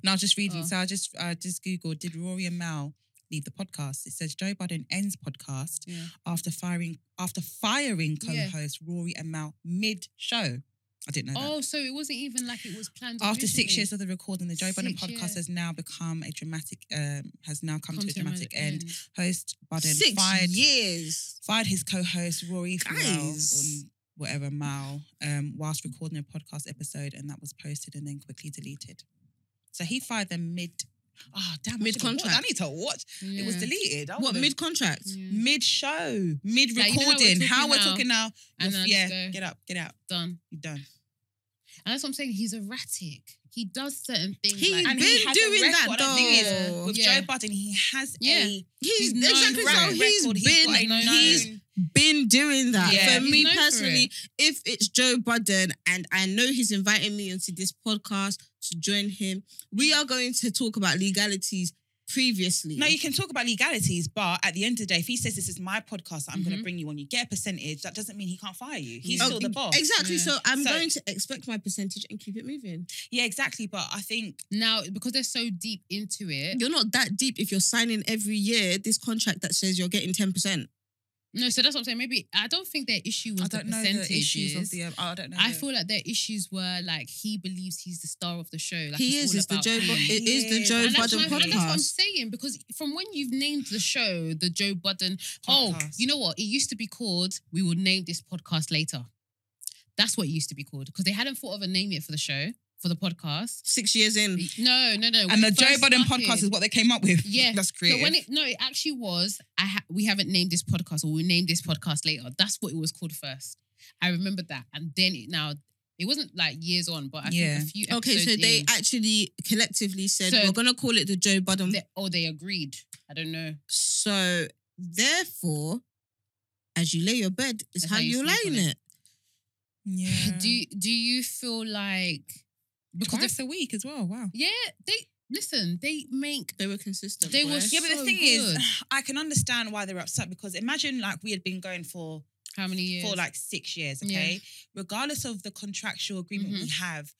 No, I was just reading.
Oh.
So I just I just Googled, did Rory and Mal leave the podcast? It says Joe Budden ends podcast
Yeah.
after firing after firing
Yeah.
co-host Rory and Mal mid-show. I didn't know that.
Oh, so it wasn't even like it was planned.
After six
originally.
years of the recording, the Joe Budden
Six
podcast
years.
has now become a dramatic, um, has now come, to a dramatic end. Host Budden
Six
fired,
years.
fired his co-host Rory Farrell
Guys.
on whatever Mal, um, whilst recording a podcast episode, and that was posted and then quickly deleted. So he fired them mid. Oh damn! I should've watched- I
Mid-contract.
need to watch. It was deleted. I
What
would've-
mid contract?
Yeah.
mid show, mid
Like, you know how we're
recording? how
talking
we're
now,
talking now?
and then I
yeah,
just go-
get up, get out.
done.
You're done.
And that's what I'm saying. He's erratic. He does certain things.
He
like,
And been
has a
doing that,
record. The thing is,
though.
with
Yeah.
Joe Budden, he has
Yeah.
a
He's,
He's known
exactly
for
so.
it.
He's
record.
been
got a
known-
he's been doing that.
Yeah.
For
He's
me
known for
personally, if it's Joe Budden and I know he's inviting me onto this podcast to join him, we are going to talk about legalities previously.
no, you can talk about legalities, but at the end of the day, if he says this is my podcast that I'm
Mm-hmm.
going to bring you on, you get a percentage. That doesn't mean he can't fire you. He's
Yeah.
still the boss.
Exactly.
Yeah.
So I'm
So-
going to expect my percentage and keep it moving.
Yeah, exactly. But I think
now because they're so deep into it.
You're not that deep if you're signing every year this contract that says you're getting 10%.
No, so that's what I'm saying. Maybe I don't think their issue was
I don't
the
know
percentages.
the issues of the. Um, I don't know.
I
the-
feel like their issues were like he believes he's the star of the show. Like
he
it's
is.
all
It's the
about
Joe, Bu-
him.
it is the
Yeah.
Joe
and that's,
Budden
what, and that's what I'm
podcast.
saying because from when you've named the show the Joe Budden, oh,
Podcast.
you know what? It used to be called We Will Name This Podcast Later. That's what it used to be called because they hadn't thought of a name yet for the show, for the podcast.
Six years in.
No, no, no. when
Mm. and the
it
Joe
first
Budden
started-
podcast is what they came up with.
Yeah.
that's
So
creative.
when it no, it actually was. I ha- we haven't named this podcast, or we named this podcast later. That's what it was called first. I remember that, and then it now it wasn't like years on, but I
Yeah.
think a few.
Okay, so
episodes
they
in,
actually collectively said
So-
we're gonna call it the Joe Budden.
they, or they agreed. I don't know.
so therefore, as you lay your bed is
That's
how,
how you
you're
sleep
laying
on
it.
yeah,
Do you- do you feel like because
twice a
if,
week as well. Wow.
yeah they listen they make
They were consistent.
They were
boy.
so
Yeah, but the thing
good.
is, I can understand why they're upset because imagine like we had been going for
how many years
for like six years,
Yeah. Mm-hmm.
okay? Regardless of the contractual agreement we have,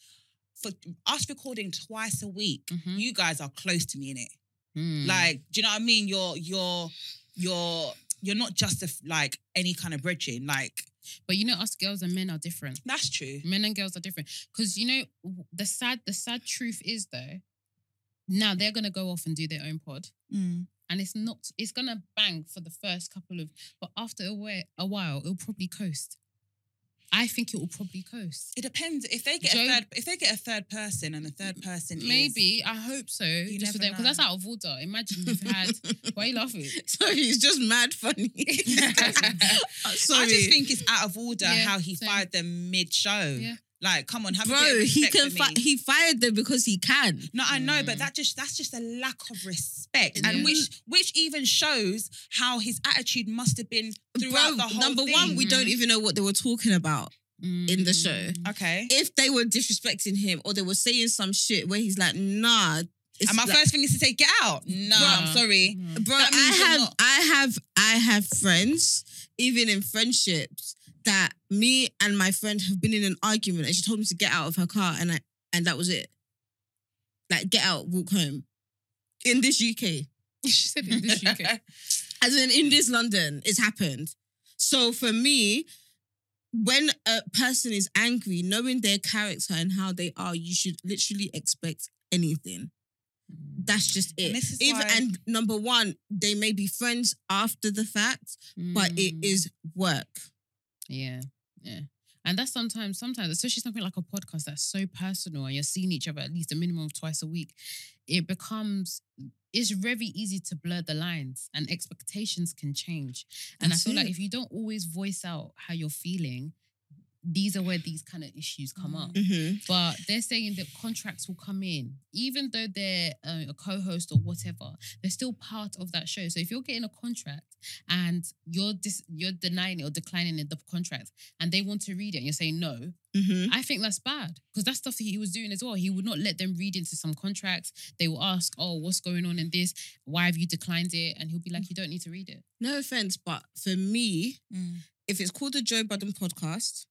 for us recording twice a week,
Mhm.
you guys are close to me in it.
Hmm.
Like, do you know what I mean? You're you're you're you're not just a f like any kind of bridging. Like
But you know, us girls and men are different.
That's true.
Men and girls are different because you know w- the sad the sad truth is though. Now they're gonna go off and do their own pod, and it's not it's gonna bang for the first couple of, but after a while, a while it'll probably coast. I think it will probably coast.
It depends if they get
Joe-
a third. If they get a third person and the third person is-
Maybe I hope so. just
never
for them because that's
know.
out of order. Imagine you've had. why are you laughing?
Sorry, it's just mad funny. Sorry.
I just think it's out of order
Yeah,
how he
same.
fired them mid-show.
Yeah.
Like, come on, have a bit
bro,
of
he
respect
can.
for
Fi-
me.
he fired them because he can.
No, I know, but
Mm.
that just that's just a lack of respect,
Yeah.
Mm-hmm.
and which which even shows how his attitude must have been throughout
Bro,
the whole
number
thing.
one, we don't even know what they were talking about. In the show.
okay.
If they were disrespecting him or they were saying some shit where he's like, nah. It's
and my
like-
first thing is to say, get out. No, I'm
Bruh.
sorry.
Mm.
bro,
That means
I
you're
have,
not-
I have, I have friends, even in friendships, that me and my friend have been in an argument, and she told me to get out of her car, and I, and that was it. Like, get out, walk home. In this UK,
she said in this UK.
as in in this London, it's happened. So for me, when a person is angry, knowing their character and how they are, you should literally expect anything. That's just it.
And this is
Even
why-
and number one, they may be friends after the fact, but it
Mm.
is work.
Yeah, yeah. And that's sometimes, sometimes, especially something like a podcast that's so personal and you're seeing each other at least a minimum of twice a week, it becomes, it's very easy to blur the lines and expectations can change. And
That's
I feel like
it.
if you don't always voice out how you're feeling, these are where these kind of issues come up.
Mm-hmm.
But they're saying that contracts will come in, even though they're uh, a co-host or whatever. They're still part of that show. So if you're getting a contract and you're dis- you're denying it or declining it, the contract, and they want to read it, and you're saying no,
Mm-hmm.
I think that's bad because that's stuff that he was doing as well. He would not let them read into some contracts. They will ask, "Oh, what's going on in this? Why have you declined it?" And he'll be like, "You don't need to read it."
No offense, but for me,
Mm.
if it's called the Joe Budden podcast,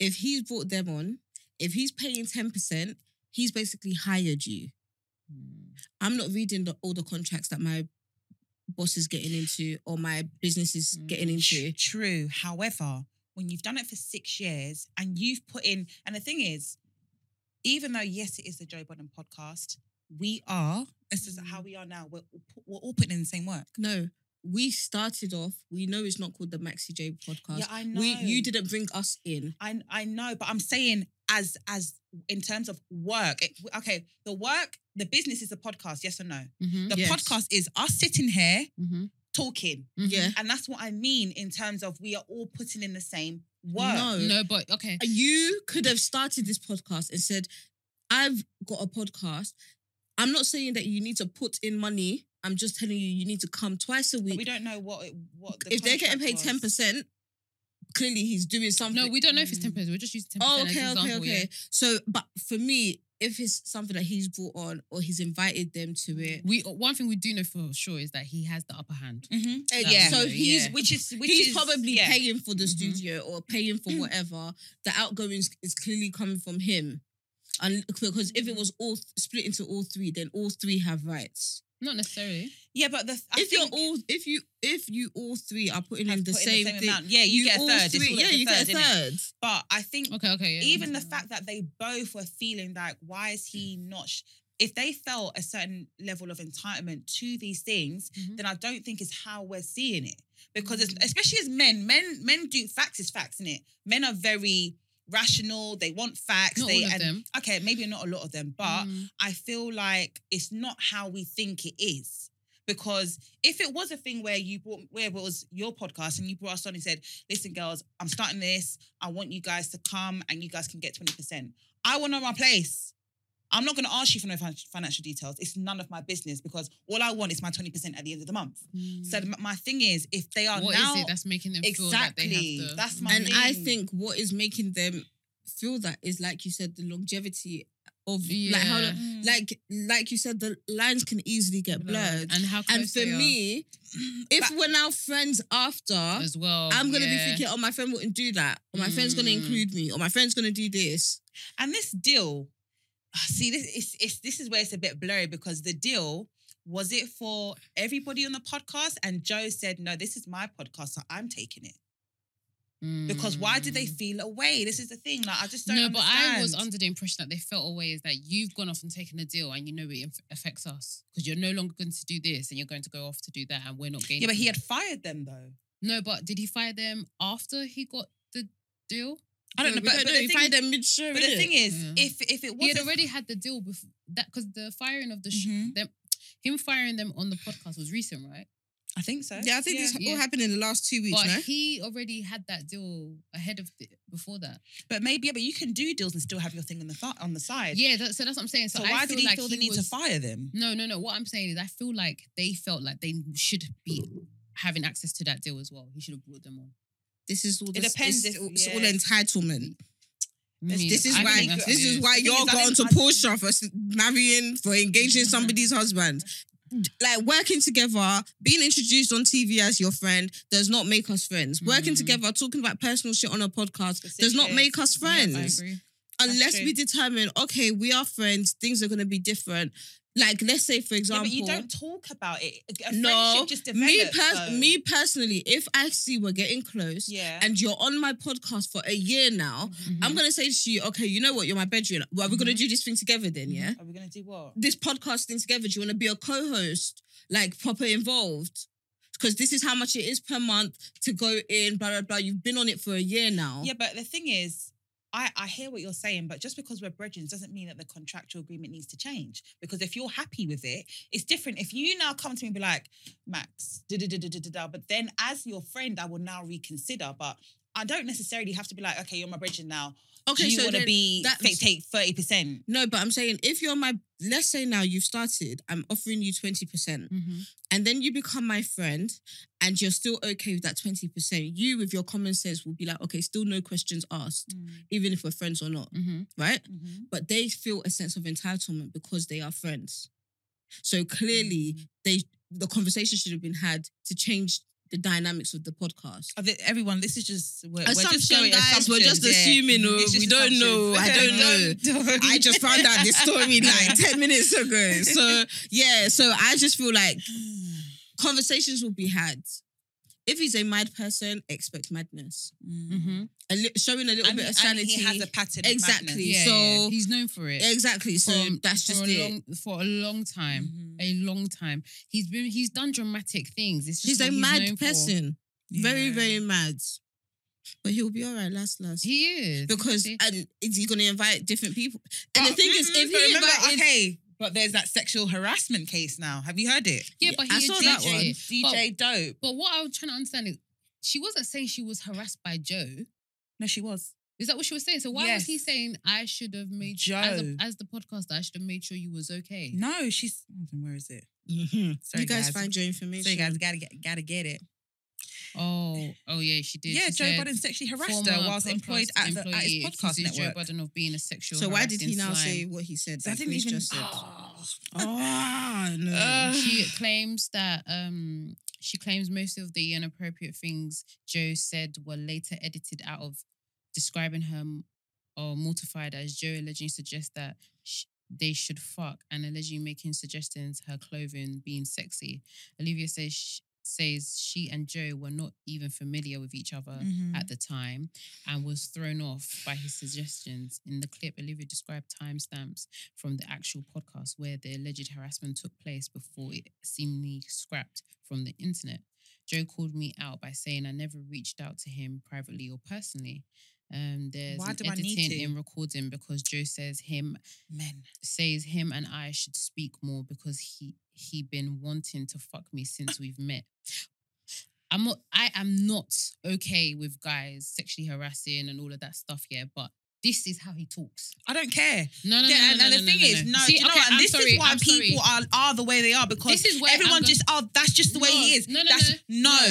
if he's brought them on, if he's paying ten percent, he's basically hired you.
Mm-hmm.
I'm not reading the, all the contracts that my boss is getting into or my business is
Mm.
getting into.
True. However, when you've done it for six years and you've put in, and the thing is, even though yes, it is the Joe Budden podcast, we are. This is
Mm.
how we are now. We're we're all putting in the same work.
No, we started off. We know it's not called the Maxi J podcast.
Yeah, I know.
We you didn't bring us in.
I I know, but I'm saying as as in terms of work. It- okay, the work, the business is the podcast. Yes or no?
Mhm,
The
Mm, Yes.
podcast is us sitting here
mhm,
talking,
mhm.
Yeah.
and that's what I mean in terms of we are all putting in the same work.
No.
No, but okay.
You could have started this podcast and said, I've got a podcast. I'm not saying that you need to put in money. I'm just telling you, you need to come twice a
But
week.
we don't know what it, what the
if they're getting paid
contract was.
ten percent, clearly he's doing something.
No, we don't know if it's
Mm.
ten percent. We're just using ten
Oh,
percent.
okay,
as an
okay,
example,
okay. So, but for me, if it's something that he's brought on or he's invited them to
yeah.
it,
We one thing we do know for sure is that he has the upper hand.
Mhm.
That
Yeah.
we know,
So he's
yeah.
which is which
he's
is,
probably
yeah.
paying for the
Mhm.
studio or paying for
Mm.
whatever. The outgoings is clearly coming from him, and because if it was all th- split into all three, then all three have rights.
not necessarily.
Yeah, but the I
if you're
think
all, if you, if you all three are putting in
have
the
put in
same, thing,
amount, yeah, you, get a
all
third.
Three, yeah, you get a
innit?
third.
But I think
Okay, okay. Yeah,
even the fact that they both were feeling like, why is he
Mm.
not? Sh- if they felt a certain level of entitlement to these things,
Mhm.
then I don't think it's how we're seeing it. Because it's,
Mm.
especially as men, men men do facts is facts, innit? Men are very rational. They want facts.
not
they
all of
and-
them,
okay, maybe not a lot of them, but
Mm.
I feel like it's not how we think it is. Because if it was a thing where you brought where it was your podcast and you brought us on and said, listen, girls, I'm starting this. I want you guys to come and you guys can get 20%. I want to know my place. I'm not going to ask you for no fin- financial details. It's none of my business because all I want is my 20% at the end of the month. So m- my thing is, if they are
Mm, what
now,
is it that's making them feel that they
Exactly.
have to?
That's
Mm.
my
And I
Mm.
think what is making them feel that is, like you said, the longevity of like how,
Yeah.
Mm.
like, like you said, the lines can easily get blurred.
and how
And
close
for
they are
me, if we're now friends after,
as well,
I'm gonna
yeah.
be thinking, oh, my friend wouldn't do that, or my friend's gonna
Mm.
include me, or my friend's gonna do this.
And this deal, ah, see, this is it's, this is where it's a bit blurry because the deal was it for everybody on the podcast, and Joe said, "No, this is my podcast, so I'm taking it." Because why did they
Mm.
feel away? This is the thing. Like I just don't.
no, but I was
understand.
under the impression that they felt a way is that you've gone off and taken a deal, and you know it inf- affects us because you're no longer going to do this, and you're going to go off to do that, and we're not gaining.
Yeah, but
from
he
that.
had fired them
Oh,
though.
no. But did he fire them after he got the deal?
I don't know. But, but, the,
you
thing,
find them mid show.
but the thing is,
Yeah.
if if it
he
was
had already had the deal before that because the firing of the sh-
Mm-hmm.
Mhm.
them, him firing them on the podcast was recent, right?
I think so.
yeah, I think this
Yeah.
all happened in the last two weeks,
but
no?
he already had that deal ahead of the, before that.
But maybe, yeah, but you can do deals and still have your thing on the th- on the side.
Yeah, that, so that's what I'm saying. So,
So
I
why
feel
did he
like
feel
he
the need to
was-
fire them?
No, no, no. What I'm saying is, I feel like they felt like they should be having access to that deal as well. He should have brought them on.
This is all.
It
this-
depends
It's,
if-
all- it's
yeah.
all entitlement.
Me,
This is
I
why.
think that's
This
what it
is why
The thing
you're
is, I
going to
think-
Portia for s- marrying, for engaging somebody's husband. Like working together, being introduced on TV as your friend does not make us friends. Working
Mhm.
together, talking about personal shit on a podcast
Yes, Mm-hmm. it
does not
is.
make us friends
I agree.
unless
true.
we determine okay, we are friends. Things are going to be different. Like let's say, for
Yeah,
example,
but you don't talk about it. A
No,
friendship just develops.
me, pers-
though.
me personally, if I see we're getting close
yeah.
and you're on my podcast for a year now,
Mm.
I'm gonna say to you, okay, you know what? You're my bedroom. Well, we're gonna
Mm-hmm.
Mhm.
do this thing together then, yeah?
Are we gonna do what?
This podcast thing together. Do you wanna be a co-host? Like proper involved? Because this is how much it is per month to go in, blah blah blah. You've been on it for a year now.
Yeah, but the thing is, I, I hear what you're saying, but just because we're brethren doesn't mean that the contractual agreement needs to change. Because if you're happy with it, it's different. If you now come to me and be like, Max, da da da da da da, da," but then as your friend, I will now reconsider. But I don't necessarily have to be like, okay, you're my brethren now. Okay, do you want to
then-
be
that's-
take take thirty percent?
no, but I'm saying if you're my let's say now you've started, I'm offering you 20%,
Mhm.
and then you become my friend and you're still okay with that 20%, you with your common sense will be like, okay, still no questions asked,
Mm.
even if we're friends or not,
Mhm.
right?
Mm-hmm.
but they feel a sense of entitlement because they are friends. So clearly, they the conversation should have been had to change the dynamics of the podcast.
I think Everyone, this is just we're, we're just
Assumption,
going
guys. We're just
assumptions, yeah.
assuming. oh,
It's just
we don't know. I
assumptions.
don't know.
Don't-
I just found out this story like ten minutes ago. So yeah. So I just feel like conversations will be had. If he's a mad person, expect madness.
Mhm.
A li- showing a little
And
bit
he-
of
and
sanity.
he has a pattern. of
Exactly.
madness.
Yeah,
So-
yeah. he's known for it.
exactly. So
From-
that's
for
just
a
it. Mm-hmm.
long for a long time.
Mhm.
A long time. He's been he's done dramatic things. It's just
He's a
what known
mad
for.
person. Very,
Yeah.
very mad. But he'll be all right last, last.
He is
because
See?
and is he going to invite different people? And the
But-
thing
Mm,
is, if
but
he
remember,
invited,
okay, but there's that sexual harassment case now. Have you heard it?
yeah, but he
I
is
saw
DJ.
that one.
DJ Dope.
But what I'm trying to understand is she wasn't saying she was harassed by Joe.
No, she was.
Is that what she was saying? So why
Yes.
was he saying I should have made as, a,
Joe.
as the podcaster I should have made sure you was okay?
No, she's. hold on, Where is it?
Mm-hmm.
Sorry,
you guys, find your information.
So you guys gotta get gotta get it.
Oh, oh yeah, she did.
yeah,
She
Joe
said,
Budden sexually harassed
"Former
her whilst
podcast
employed at, the, at
employee
his podcast
accuses Joe
network.
Budden of being a sexual.
so why did he
harassing
now
slime.
say what he said?
I
that
didn't
Grace
even.
Just said?
Oh.
Ah, no.
Uh,
she claims that um she claims most of the inappropriate things Joe said were later edited out of describing her m- or mortified as Joe allegedly suggests that sh- they should fuck and allegedly making suggestions her clothing being sexy. Olivia says sh- says she and Joe were not even familiar with each other
Mhm.
at the time and was thrown off by his suggestions. In the clip, Olivia described timestamps from the actual podcast where the alleged harassment took place before it seemingly scrapped from the internet. Joe called me out by saying I never reached out to him privately or personally. Um, there's
Why
an
do I need
editing
to?
in recording because Joe says him
Men.
says him and I should speak more because he he been wanting to fuck me since we've met. I'm not I am not okay with guys sexually harassing and all of that stuff, yeah, but this is how he talks.
I don't care.
No, no,
yeah,
no,
and,
no,
and
no,
the thing
no,
is, no,
See,
do you know
okay,
what?
I'm
And this
sorry,
is why
I'm sorry.
people are, are the way they are because
This is where I'm
everyone
gonna-
just oh that's just the way he
No,
is.
no, no,
that's,
no,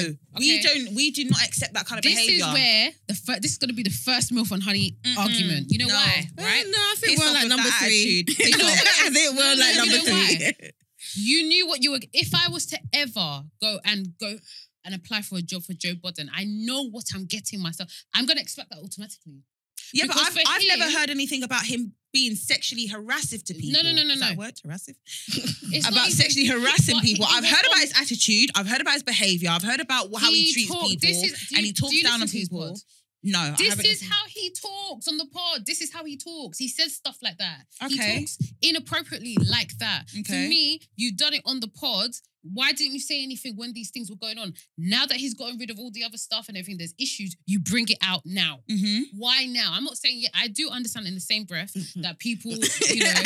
no.
we
Okay.
don't we do not accept that kind of
this
behavior.
is where the fir- this is gonna be the first milf and honey
Mm-mm.
argument. You know
No.
why?
Eh,
Right?
No, I think
Piss
we're
off
like
with
number
that
three.
attitude.
You know-
I think
No,
we're like
no, you
number
know why?
three.
You knew what you were. If I was to ever go and go and apply for a job for Joe Budden, I know what I'm getting myself. I'm gonna expect that automatically.
Yeah, but
Because
I've,
for
I've never
him-
heard anything about him being sexually harassive to people.
No, no, no, no,
Is that
no.
a word? Harassive?
It's not
about
even-
sexually harassing
but
people.
he
I've
was
heard about
on-
his attitude. I've heard about his behavior. I've heard about wh- how he, treats
talk-
people.
this is- do
and
you-
he
do
talks
you
down
listen
on
to his
people.
pod?
No, I
This
haven't
is
listened.
how he talks on the pod. This is how he talks. He says stuff like that.
Okay.
He talks inappropriately like that.
Okay.
To me, you've done it on the pod. Why didn't you say anything when these things were going on? Now that he's gotten rid of all the other stuff and everything, there's issues, you bring it out now.
Mhm.
Why now? I'm not saying, yeah, I do understand in the same breath
Mm-hmm.
that people, you know,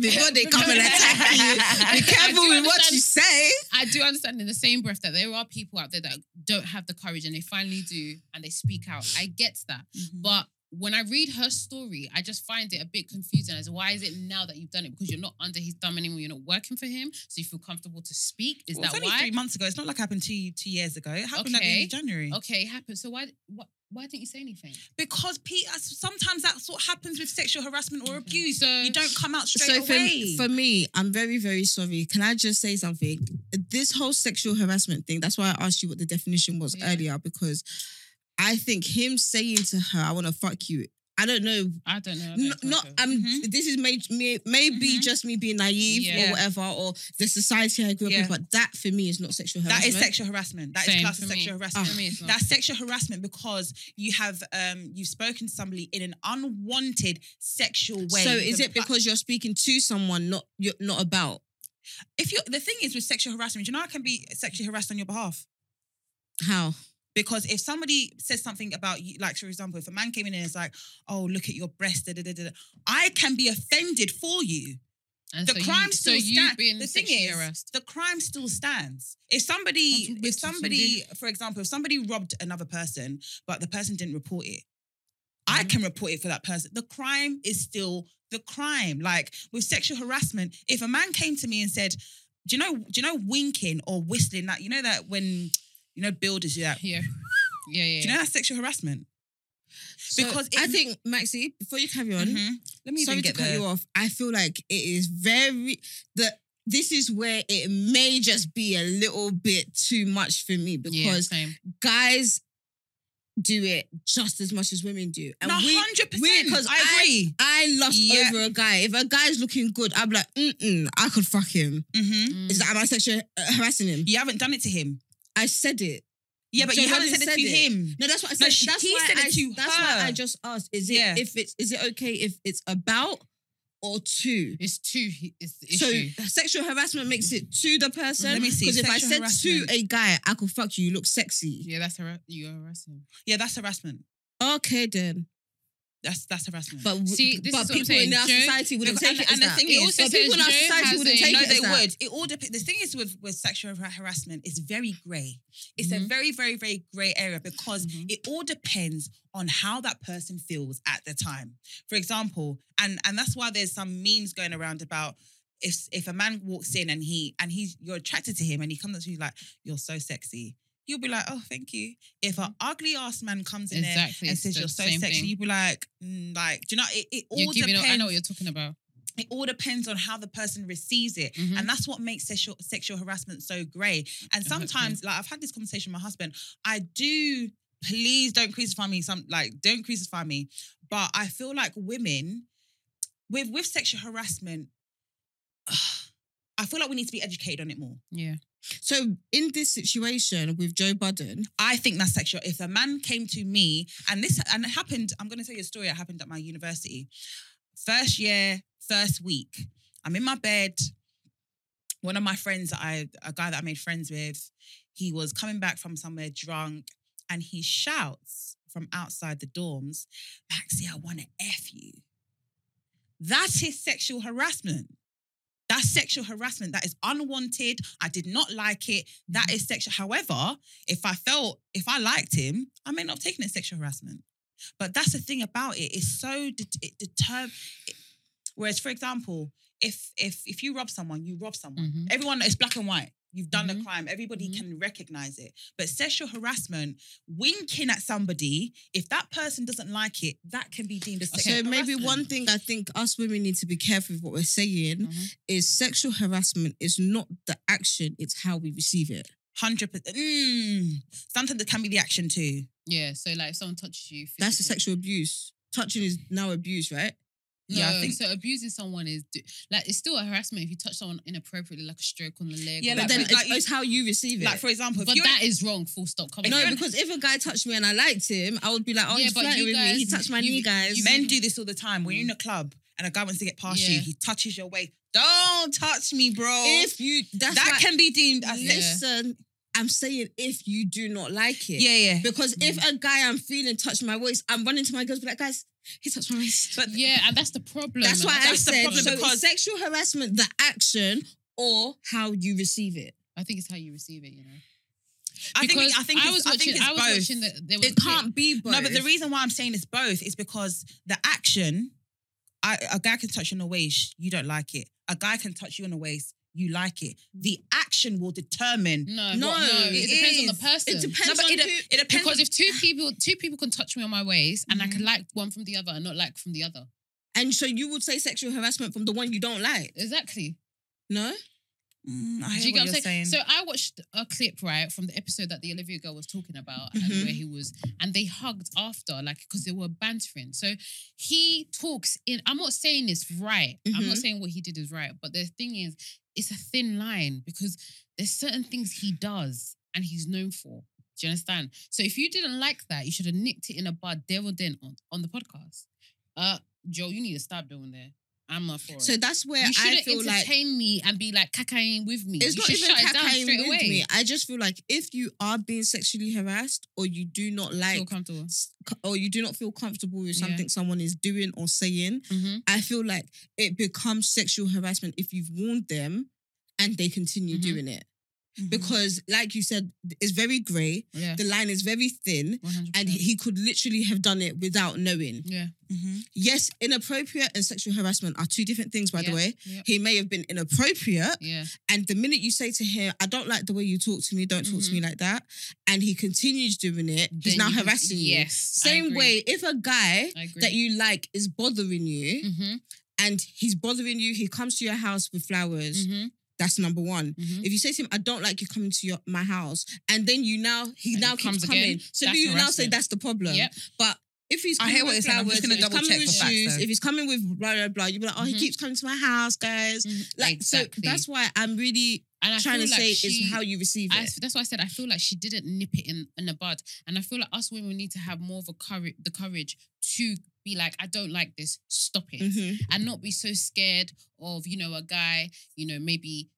Before they come and attack
Be
you.
careful
I do
with what you
understand-
say.
I do understand in the same breath that there are people out there that don't have the courage and they finally do and they speak out. I get that. But when I read her story, I just find it a bit confusing as why is it now that you've done it? Because you're not under his thumb anymore. You're not working for him, so you feel comfortable to speak. Is
Well,
that
it's only three
why?
months ago. It's not like it happened two two years ago. It happened at the end of January.
Okay, it happened. So why why, why didn't you say anything?
Because Pete, sometimes that's what happens with sexual harassment or
Okay.
abuse.
So-
you don't come out straight
Mm-hmm. So for,
away.
for me, I'm very, very sorry. Can I just say something? This whole sexual harassment thing, that's why I asked you what the definition was
Yeah.
earlier, because I think him saying to her, I want to fuck you, I don't know.
I don't know. I don't
N- not
fucking-
um.
Mhm.
This is made me maybe
Mhm.
just me being naive
Yeah.
or whatever, or the society I grew up
Yeah.
in. But that for me is not sexual harassment.
that is sexual harassment. That is
Same
classed
for
as
me.
Ah,
sexual harassment.
For me, it's not.
That's sexual harassment because you have um you've spoken to somebody in an unwanted sexual way.
So is
The
it
pla-
because you're speaking to someone not you're not about?
if you the thing is with sexual harassment, you know I can be sexually harassed on your behalf.
How?
Because if somebody says something about you, like for example, if a man came in and is like, "Oh, look at your breast," da, da, da, da, da," I can be offended for you.
And
the
so you-
crime
so
still
you've
stands.
been
The thing
sexually
is,
harassed.
the crime still stands. If
Onto
somebody,
which
if
it's
somebody, for example, if somebody robbed another person, but the person didn't report it, I can report it for that person. The crime is still the crime. Like with sexual harassment, if a man came to me and said, "Do you know? Do you know winking or whistling? That you know that when you know builders do that."
Yeah. Yeah, yeah.
Do you know that's sexual harassment?
So
Because
I
it-
think Maxi, before you carry on,
Mhm. Let me
sorry
even
to
get
cut
the.
you off. I feel like it is very the. This is where it may just be a little bit too much for me
yeah.
because
same.
guys do it just as much as women do, and
No,
we.
hundred
we-
percent.
'cause
I agree.
I lust
Yeah.
over a guy. If a guy's looking good, I'm like, mm I could fuck him.
Mhm.
Mm.
Is that am I sexual uh, harassing him?
You haven't done it to him.
I said it.
Yeah, but
So
you haven't
Robin
said it
said
to
it.
him.
No, that's what I
No,
said.
she-
that's
he
why
said it
I,
to
That's why
her.
I just asked: Is it
Yeah.
if it's is it okay if it's about or to?
It's two. he- It's the
So
issue.
sexual harassment makes it to the person.
Let me see,
Because if I
sexual
said
harassment.
to a guy, I could fuck you. You look sexy.
yeah, that's harass. You're harassing.
Yeah, that's harassment.
Okay then.
That's that's harassment.
But w-
See, this
but
is what I'm
people in
saying.
our
Joe-
society wouldn't
Because- and-
take it as
and the
that.
thing is-
It also
But people
says
in our
Joe
society
has
wouldn't
a-
take
no,
it as
they
that.
would. It all depends. The thing is with with sexual har- harassment, it's very grey. It's a
Mhm.
very very very grey area because
Mhm.
it all depends on how that person feels at the time. For example, and and that's why there's some memes going around about. If, if a man walks in and he and he's you're attracted to him and he comes up to you like you're so sexy, you'll be like, oh, thank you. If an ugly ass man comes in there
Mm-hmm. Exactly.
and
it's
says
the
you're so
same
sexy,
thing.
you'd be like, mm, like, do you know? It, it all
You're giving. up-
depends.
I know what you're talking about.
it all depends on how the person receives it.
Mhm.
And that's what makes sexual, sexual harassment so grey. And
Okay.
sometimes, like I've had this conversation with my husband, I do. Please don't crucify me. Some like don't crucify me, but I feel like women with with sexual harassment. I feel like we need to be educated on it more.
Yeah.
So in this situation with Joe Budden,
I think that's sexual. If a man came to me, and this and it happened, I'm gonna tell you a story that happened at my university. First year, first week, I'm in my bed. One of my friends that I a guy that I made friends with, he was coming back from somewhere drunk and he shouts from outside the dorms, Maxie, I wanna F you. That is sexual harassment. That's sexual harassment. That is unwanted. I did not like it. That is sexual. However, if I felt if I liked him, I may not have taken it as sexual harassment. But that's the thing about it. It's so det- it deter. it- whereas, for example, if if if you rob someone, you rob someone.
Mhm.
Everyone is black and white. You've done the
Mhm.
crime. Everybody
Mhm.
can recognize it. But sexual harassment, winking at somebody, if that person doesn't like it, that can be deemed as
Okay.
sexual
so maybe
harassment.
one thing I think us women need to be careful with what we're saying
Mm-hmm.
Mhm.
is sexual harassment is not the action; it's how we receive it.
hundred percent. Mm, sometimes it can be the action too.
Yeah. So like, if someone touches you.
That's a
physically-
sexual abuse. touching is now abuse, right?
yeah,
Yeah, I think-
so. Abusing someone is do- like it's still a harassment if you touch someone inappropriately, like a stroke on the leg.
Yeah,
or
but
like,
then
but-
whatever.
it's,
like you-
it's how you receive it.
Like for example, if
but
you're
that is wrong. Full stop. Come
no,
on.
because if a guy touched me and I liked him, I would be like, oh,
Yeah,
he's
but
flirting
you
with me. He
guys-
touched my
you-
knee, guys.
you-
men do this all the time. When you're in a club and a guy wants to get past you,
Mm. Yeah.
he touches your waist. Don't touch me, bro.
if you, that's
that
why-
can be deemed as
Yeah.
yeah,
listen, I'm saying if you do not like it.
yeah.
Because if a guy I'm feeling touched my waist, I'm running to my girls, be like, guys, he touched my waist.
But
yeah, and that's the problem.
That's
and
why I
that's the
said
problem
so it's
because-
sexual harassment, the action or how you receive it.
I think it's how you receive it. You know,
I think
Because
I think it's,
was
I
watching.
think it's
I was
both.
watching that there was a
it
clip.
can't be both.
No, but the reason why I'm saying it's both is because the action, I, a guy can touch you on the waist, you don't like it. A guy can touch you on the waist, you like it. The action will determine.
No,
No,
what- no, it,
it
depends on
is.
the person.
it depends
No, but
on
it,
who-
it depends.
because if two people, two people can touch me on my waist, and I
Mhm.
can like one from the other and not like from the other.
And so you would say sexual harassment from the one you don't like.
Exactly.
No?
Mm, I hear
Do you
what
get
you're
what I'm
saying.
saying? So I watched a clip right from the episode that the Olivia girl was talking about, and
Mhm.
Mm-hmm.
where he was, and they hugged after, like because they were bantering. So he talks in. I'm not saying it's right. I'm
Mm-hmm.
not
Mhm.
saying what he did is right, but the thing is, it's a thin line because there's certain things he does and he's known for. Do you understand? So if you didn't like that, you should have nicked it in a bud there or then on, on the podcast. Uh, Joe, you need to stop doing that. I'm not for it.
So that's where
you
I
shouldn't
feel like
entertain me and be like cacaing with me.
It's
you
not
should
even
shut it down
cacaing
straight
with
away.
me. I just feel like if you are being sexually harassed or you do not like
Feel comfortable.
s- or you do not feel comfortable with
Yeah.
something someone is doing or saying,
Mm-hmm.
I feel like it becomes sexual harassment if you've warned them and they continue
Mhm.
doing it.
Mm-hmm,
Because, like you said, it's very grey,
Yeah. Mm-hmm.
the line is very thin,
100%.
and he could literally have done it without knowing.
yeah.
Mhm.
Mm-hmm.
Yes, inappropriate and sexual harassment are two different things, by
Yeah.
the way.
Yeah.
He may have been inappropriate,
Yeah.
and the minute you say to him, I don't like the way you talk to me, don't talk
Mhm.
to me like that, and he continues doing it, he's
Then
now
you can-
harassing you.
Yes. I
Same
agree.
way, if a guy
I agree.
that you like is bothering you
Mhm,
and he's bothering you, he comes to your house with flowers.
Mm-hmm.
mhm,
That's number one.
mhm.
If you say to him, I don't like you coming to your, my house, and then you now, he
And
now
he
keeps
comes
coming.
again,
so
that's
do you now say
harassment.
that's the problem?
Yep.
But if he's
I
coming
hear what
with
you're saying. I'm
flowers,
just gonna
if he's
double
coming
check
with
for facts,
shoes,
though. Mm-hmm.
if he's coming with blah, blah, blah, you'd be like, oh,
Mhm.
he keeps coming to my house, guys.
Mhm.
Like,
Exactly.
so that's why I'm really
and I
trying to
feel like
say
she-
is how you receive
I,
it.
that's why I said I feel like she didn't nip it in in the bud, and I feel like us women need to have more of a courage, the courage to be like, I don't like this, stop it,
Mhm.
and not be so scared of you know a guy, you know maybe,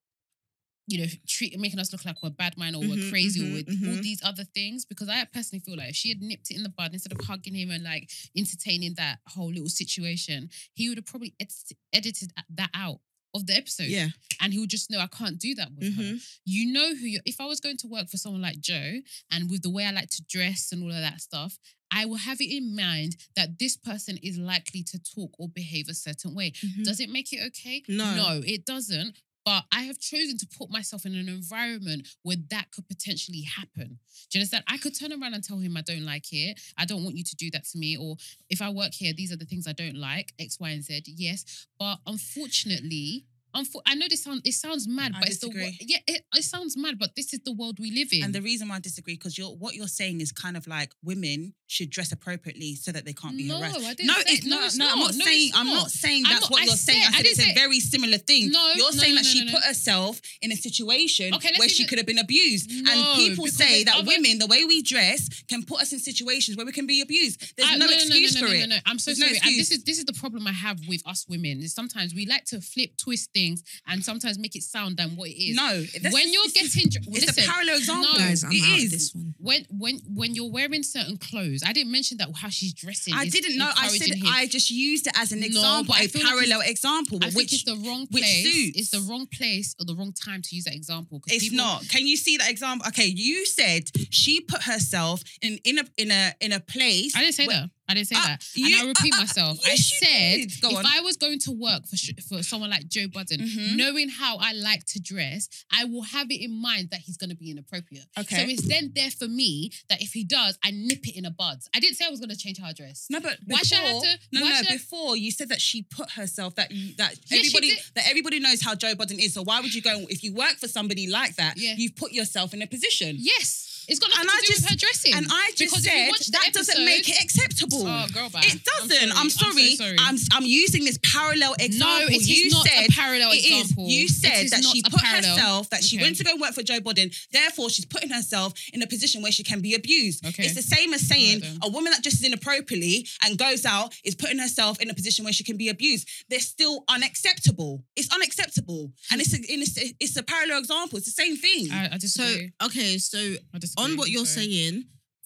you know treat making us look like we're bad man or we're
Mhm,
crazy or
mhm,
we're all
mhm.
these other things. Because I personally feel like if she had nipped it in the bud instead of hugging him and like entertaining that whole little situation, he would have probably edit- edited that out of the episode,
Yeah.
and he would just know I can't do that with her
Mhm.
you know who you're if I was going to work for someone like Joe and with the way I like to dress and all of that stuff, I will have it in mind that this person is likely to talk or behave a certain way.
Mhm.
Does it make it okay?
No.
No, it doesn't. But I have chosen to put myself in an environment where that could potentially happen. Do you understand? I could turn around and tell him I don't like it. I don't want you to do that to me. Or if I work here, these are the things I don't like. X, Y, and Z. Yes. But unfortunately, unfor- I know this sound it sounds mad,
I
but it's the wo-
disagree.
yeah, it, it sounds mad, but this is the world we live in.
And the reason why I disagree because you're what you're saying is kind of like women should dress appropriately so that they can't be
no,
harassed.
I didn't
No,
say,
it's no, no, I'm not
No, it's
saying. I'm not saying
I'm
that's
not-
what
I
you're saying.
said-
I
I
said
didn't
it's
say-
a very similar thing.
No,
you're
no,
saying
no,
that
no,
she
no,
put herself in a situation
Okay, let's
where
leave
she
it-
could have been abused.
No,
and people
because
say
there's
that
other-
women, the way we dress, can put us in situations where we can be abused. There's
I-
no, excuse
no, no,
for
no,
it.
No, no. I'm so
There's no
sorry. and this
excuse.
is this is the problem I have with us women. Is sometimes we like to flip twist things and sometimes make it sound than what it is.
No, that's-
when you're
it's-
getting dr-
it's
listen,
a parallel example.
no.
Guys, I'm
It
out of
is.
this one.
when when when you're wearing certain clothes, I didn't mention that how she's dressing.
I
is
didn't know. I said
encouraging him.
I just used it as an
No,
example,
but I
a
feel like it's-
parallel example,
I think
which
it's the wrong
which
place.
suits.
It's the wrong place or the wrong time to use that example. 'cause
It's
people-
not. Can you see that example? Okay, you said she put herself in in a in a in a place.
I didn't say
where-
that. I didn't say
Uh,
that. And
you-
I repeat
uh, uh,
myself. I
yes, you
said
did. Go
if
on.
I was going to work for sh- for someone like Joe Budden,
Mhm.
knowing how I like to dress, I will have it in mind that he's going to be inappropriate.
Okay.
So it's then there for me that if he does, I nip it in a bud. I didn't say I was going to change how I dress.
No, but
Why should I have
before,
to-
no,
why
no.
should I-
Before you said that she put herself that you, that
she
everybody
did.
that everybody knows how Joe Budden is. So why would you go if you work for somebody like that?
Yeah.
You've put yourself in a position.
Yes. It's got nothing
And I
to do with
just-
her dressing.
And I just
Because if you
said
watch the
that doesn't make it
episode-
acceptable.
Oh, girl, bye.
It doesn't. I'm sorry. I'm,
sorry.
I'm, using this parallel example.
No, it is
you
not
said
a parallel
it is.
example.
You
It
said
is
that
not
she
a
put
parallel.
herself, that she
Okay.
went to go work for Joe Biden. Therefore, she's putting herself in a position where she can be abused.
Okay.
It's the same as saying
Alright then.
a woman that dresses inappropriately and goes out is putting herself in a position where she can be abused. They're still unacceptable. It's unacceptable, and it's a, it's a, it's a parallel example. It's the same thing.
I, I
So
disagree.
okay, so
I disagree.
on what
I'm
you're
sorry.
saying,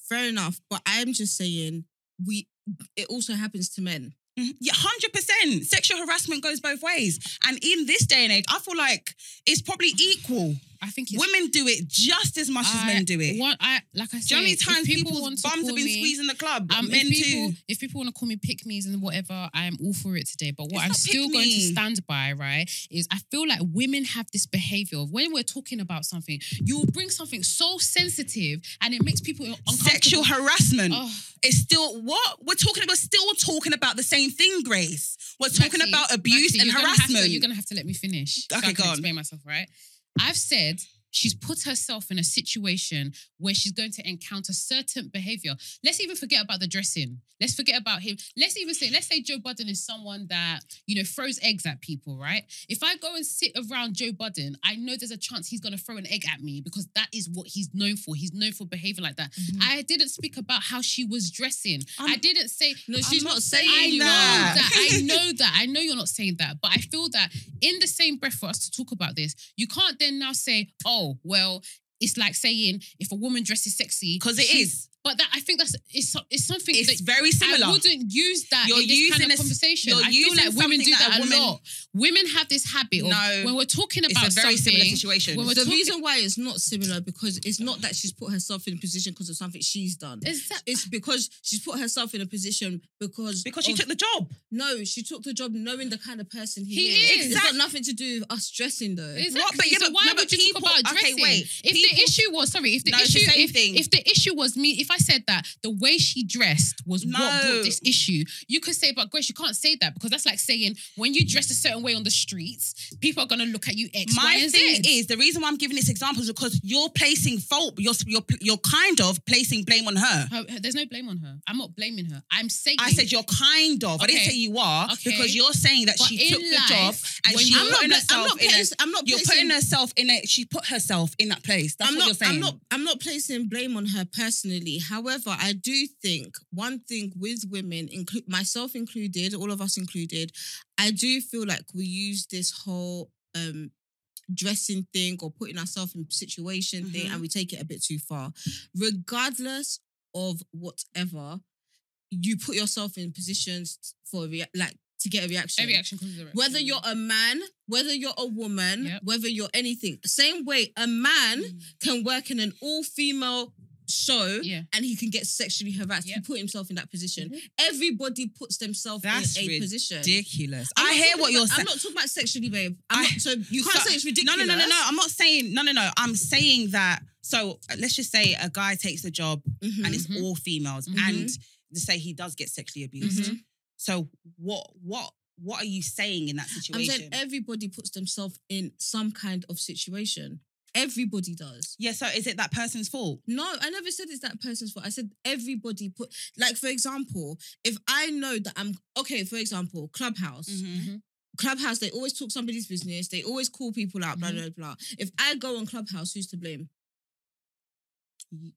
fair enough. But I'm just saying we it also happens to men.
Mhm. Yeah, hundred percent. Sexual harassment goes both ways, and in this day and age, I feel like it's probably equal.
I think it's
Women do it just as much as
I
men do it.
want- I, like I said,
do you know how many times
people
people's
want to
bums
call
have been
me,
squeezed in the club?
Um,
men
if people,
too.
If people want to call me pick me's and whatever, I am all for it today. But what
It's
I'm
not
still
pick
going to
me.
stand by, right, is I feel like women have this behavior of when we're talking about something, you'll bring something so sensitive and it makes people uncomfortable.
Sexual harassment.
Oh,
It's still what we're talking. We're still talking about the same thing, Grace. We're talking
Maxi,
about abuse
Maxi,
and
you're gonna have to-
harassment.
you're gonna have to let me finish. so
Okay,
I can
go on.
Explain myself, right? I've said she's put herself in a situation where she's going to encounter certain behavior. Let's even forget about the dressing. Let's forget about him. Let's even say, let's say Joe Budden is someone that you know throws eggs at people, right? If I go and sit around Joe Budden, I know there's a chance he's gonna throw an egg at me because that is what he's known for. He's known for behaving like that.
Mm-hmm.
I didn't speak about how she was dressing.
I'm-
I didn't say
No,
I'm
she's
not
not
saying
saying
I
that.
know that. I know that. I know you're not saying that. But I feel that in the same breath for us to talk about this, you can't then now say, oh, well, it's like saying if a woman dresses sexy.
Because it
she-
is.
But that I think that's it's, so- it's something
It's
that
very
I
similar.
wouldn't use that
You're
in this
using
kind
a
of
s-
conversation.
you're
I feel
using
like women do
something that
that
a
a,
woman-
lot. Women have this habit of
No.
when we're talking
It's
about
a very
something.
similar situation.
When we're
the
talking,
reason why it's not similar because it's not that she's put herself in a position because of something she's done.
is that
It's because she's put herself in a position because
because she
of-
took the job.
no, she took the job knowing the kind of person he,
He
is.
is.
It's got nothing to do with us dressing though.
Exactly.
but yeah,
so
but-
why
no,
would
but
you
people-
talk about
okay,
dressing?
wait.
if
People-
the issue was sorry, if the
No, it's
issue,
the same
if,
thing.
if the issue was me, if I said that the way she dressed was what
No.
brought this issue, you could say, but Grace, you can't say that because that's like saying when you dress a certain way on the streets, people are gonna look at you X,
My
Y, and
thing
Z.
is the reason why I'm giving this example is because you're placing fault. You're you're you're kind of placing blame on her.
Her- her- There's no blame on her. I'm not blaming her. I'm saying
I said you're kind of. I didn't
Okay.
say you are
Okay.
because you're saying that
But
she took
in
the job
life,
and
when
she
you're-
put
I'm not,
herself
I'm not
in a-
placing, I'm not
You're
placing
putting herself in a. She put herself in that place. That's
I'm
what
not,
you're saying.
I'm not. I'm not placing blame on her personally. However, I do think one thing with women, include myself included, all of us included, I do feel like we use this whole um dressing thing or putting ourselves in situation thing,
Mhm.
and we take it a bit too far, regardless of whatever. You put yourself in positions for a rea- like to get a reaction
every action causes a reaction.
whether you're a man, whether you're a woman,
Yep.
whether you're anything. Same way a man can work in an all female show
yeah.
and he can get sexually harassed. He
Yep.
put himself in that position.
Mhm.
Everybody puts themselves
Mm-hmm. That's
in a position.
ridiculous.
I'm
I
not
hear
talking
what
about-
you're saying.
I'm not talking about sexually, babe. I'm
I-
not, so you
So-
can't say it's ridiculous.
No, no, no, no, no. I'm not saying no, no, no. I'm saying that. So uh, let's just say a guy takes a job
Mhm.
and it's
Mhm.
all females,
Mm-hmm.
Mhm.
and to say he does get sexually abused.
Mhm.
So what? What? What are you saying in that
I'm
situation?
saying everybody puts themselves in some kind of situation. Everybody does.
yeah. So is it that person's fault?
No, I never said it's that person's fault. I said everybody put like for example, if I know that I'm okay, for example, Clubhouse.
Mm-hmm.
Clubhouse, they always talk somebody's business, they always call people out, blah, blah,
Mm-hmm.
blah. If I go on Clubhouse, who's to blame?